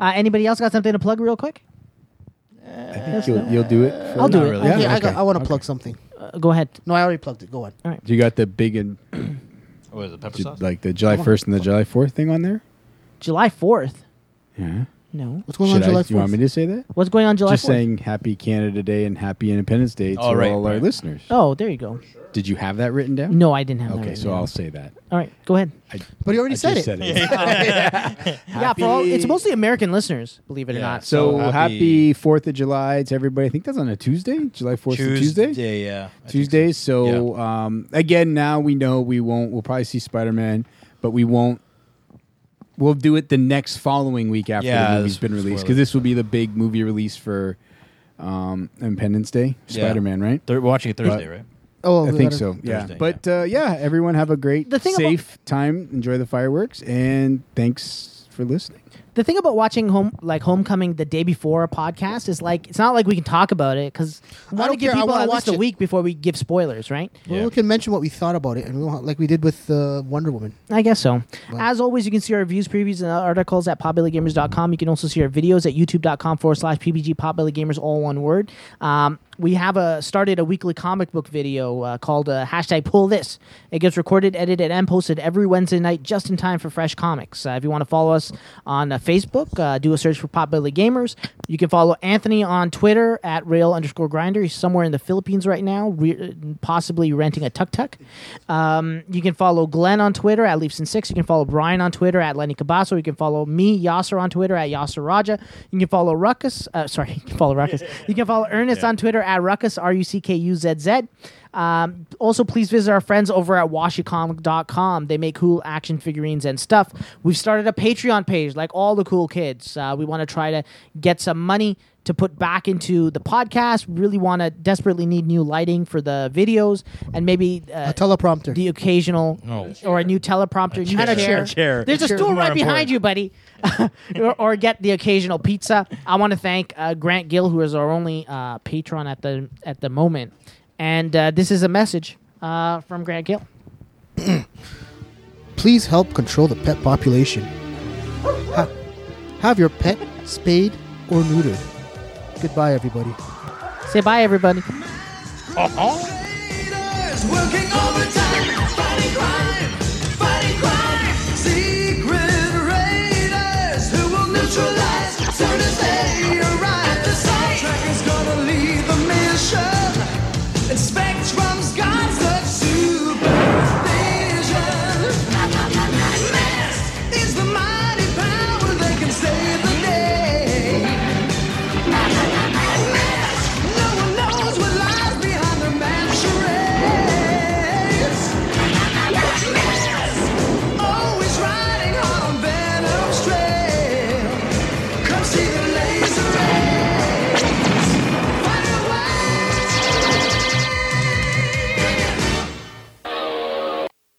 D: Uh, anybody else got something to plug real quick?
F: I think you'll, you'll do it. For
D: I'll do
F: Not
D: it.
F: really.
G: Okay,
F: Yeah,
G: I, got-
F: okay.
G: I want to plug something.
D: Uh, go ahead.
G: No, I already plugged it. Go on.
F: Do you got the big and
E: What is it, pepper
F: like the July first and the July fourth thing on there?
D: July fourth.
F: Yeah.
D: No.
G: What's
F: Should I- you want me to say that?
D: What's going on July
F: Just
D: 4th?
F: saying Happy Canada Day and Happy Independence Day to
D: Oh, right,
F: all our
D: right.
F: listeners.
D: Oh, there you go.
F: Did you have that written down?
D: No, I didn't have that
F: Okay,
D: written
F: so
D: down.
F: I'll say that.
D: All right, go ahead.
F: I-
D: But
G: he
F: already I said just it. said it.
D: yeah, for all, it's mostly American listeners, believe it or not.
F: So happy Fourth of July to everybody. I think that's on a Tuesday, July Fourth, Tuesday.
E: Tuesday, yeah.
F: Tuesdays. So um, again, now we know we won't. We'll probably see Spider Man, but we won't. We'll do it the next following week after
E: Yeah,
F: the movie's
E: that's
F: been
E: spoiler.
F: released because this will be the big movie release for um, Independence Day,
E: Yeah.
F: Spider Man, right?
E: They're watching it Thursday,
F: But-
E: right?
G: Oh,
F: I
G: we
F: think
G: gotta-
F: so. Yeah,
E: Thursday,
F: but uh, yeah, everyone have a great,
D: The thing about-
F: safe time. Enjoy the fireworks, and thanks for listening.
D: the thing about watching home like homecoming the day before a podcast is like it's not like we can talk about it because we want to
G: don't
D: give
G: care. I
D: people
G: wanna
D: at
G: watch
D: least a
G: it.
D: week before we give spoilers right
G: Well, we can mention what we thought about it, and we won't, like we did with uh, Wonder Woman.
D: I guess so.
G: Well-
D: As always, you can see our reviews, previews, and articles at popbillygamers.com. You can also see our videos at youtube.com forward slash PBG popbillygamers, all one word. Um, we have a, started a weekly comic book video uh, called uh, hashtag pull this. It gets recorded, edited, and posted every Wednesday night just in time for fresh comics. Uh, if you want to follow us on uh, Facebook, uh, do a search for Popbilly Gamers. You can follow Anthony on Twitter at rail underscore grinder. He's somewhere in the Philippines right now, re- possibly renting a tuk tuk. Um, you can follow Glenn on Twitter at Leafs and Six. You can follow Brian on Twitter at Lenny Cabasso. You can follow me, Yasser, on Twitter at Yasser Raja. You can follow Ruckus. Uh, sorry, you can follow Ruckus. You can follow Ernest on Twitter at Ruckus, R U C K U Z Z. Um, also, please visit our friends over at washicomic.com. They make cool action figurines and stuff. We've started a Patreon page like all the cool kids. Uh, we want to try to get some money to put back into the podcast. We really want to desperately need new lighting for the videos and maybe uh, a
G: teleprompter,
D: the occasional
E: No.
D: or a new teleprompter, new
E: chair.
D: chair.
E: Oh. A chair.
D: There's a
E: Chair.
D: stool
E: More
D: right behind
E: important.
D: you, buddy. or, or get the occasional pizza. I want to thank uh, Grant Gill, who is our only uh, patron at the at the moment, and uh, this is a message uh, from Grant Gill.
G: Please help control the pet population. Ha- have your pet spayed or neutered. Goodbye, everybody.
D: Say bye, everybody.
C: Working overtime, fighting crime, fighting crime. Secret raiders who will neutralize soon as they arrive. The site tracker's gonna lead the mission. It's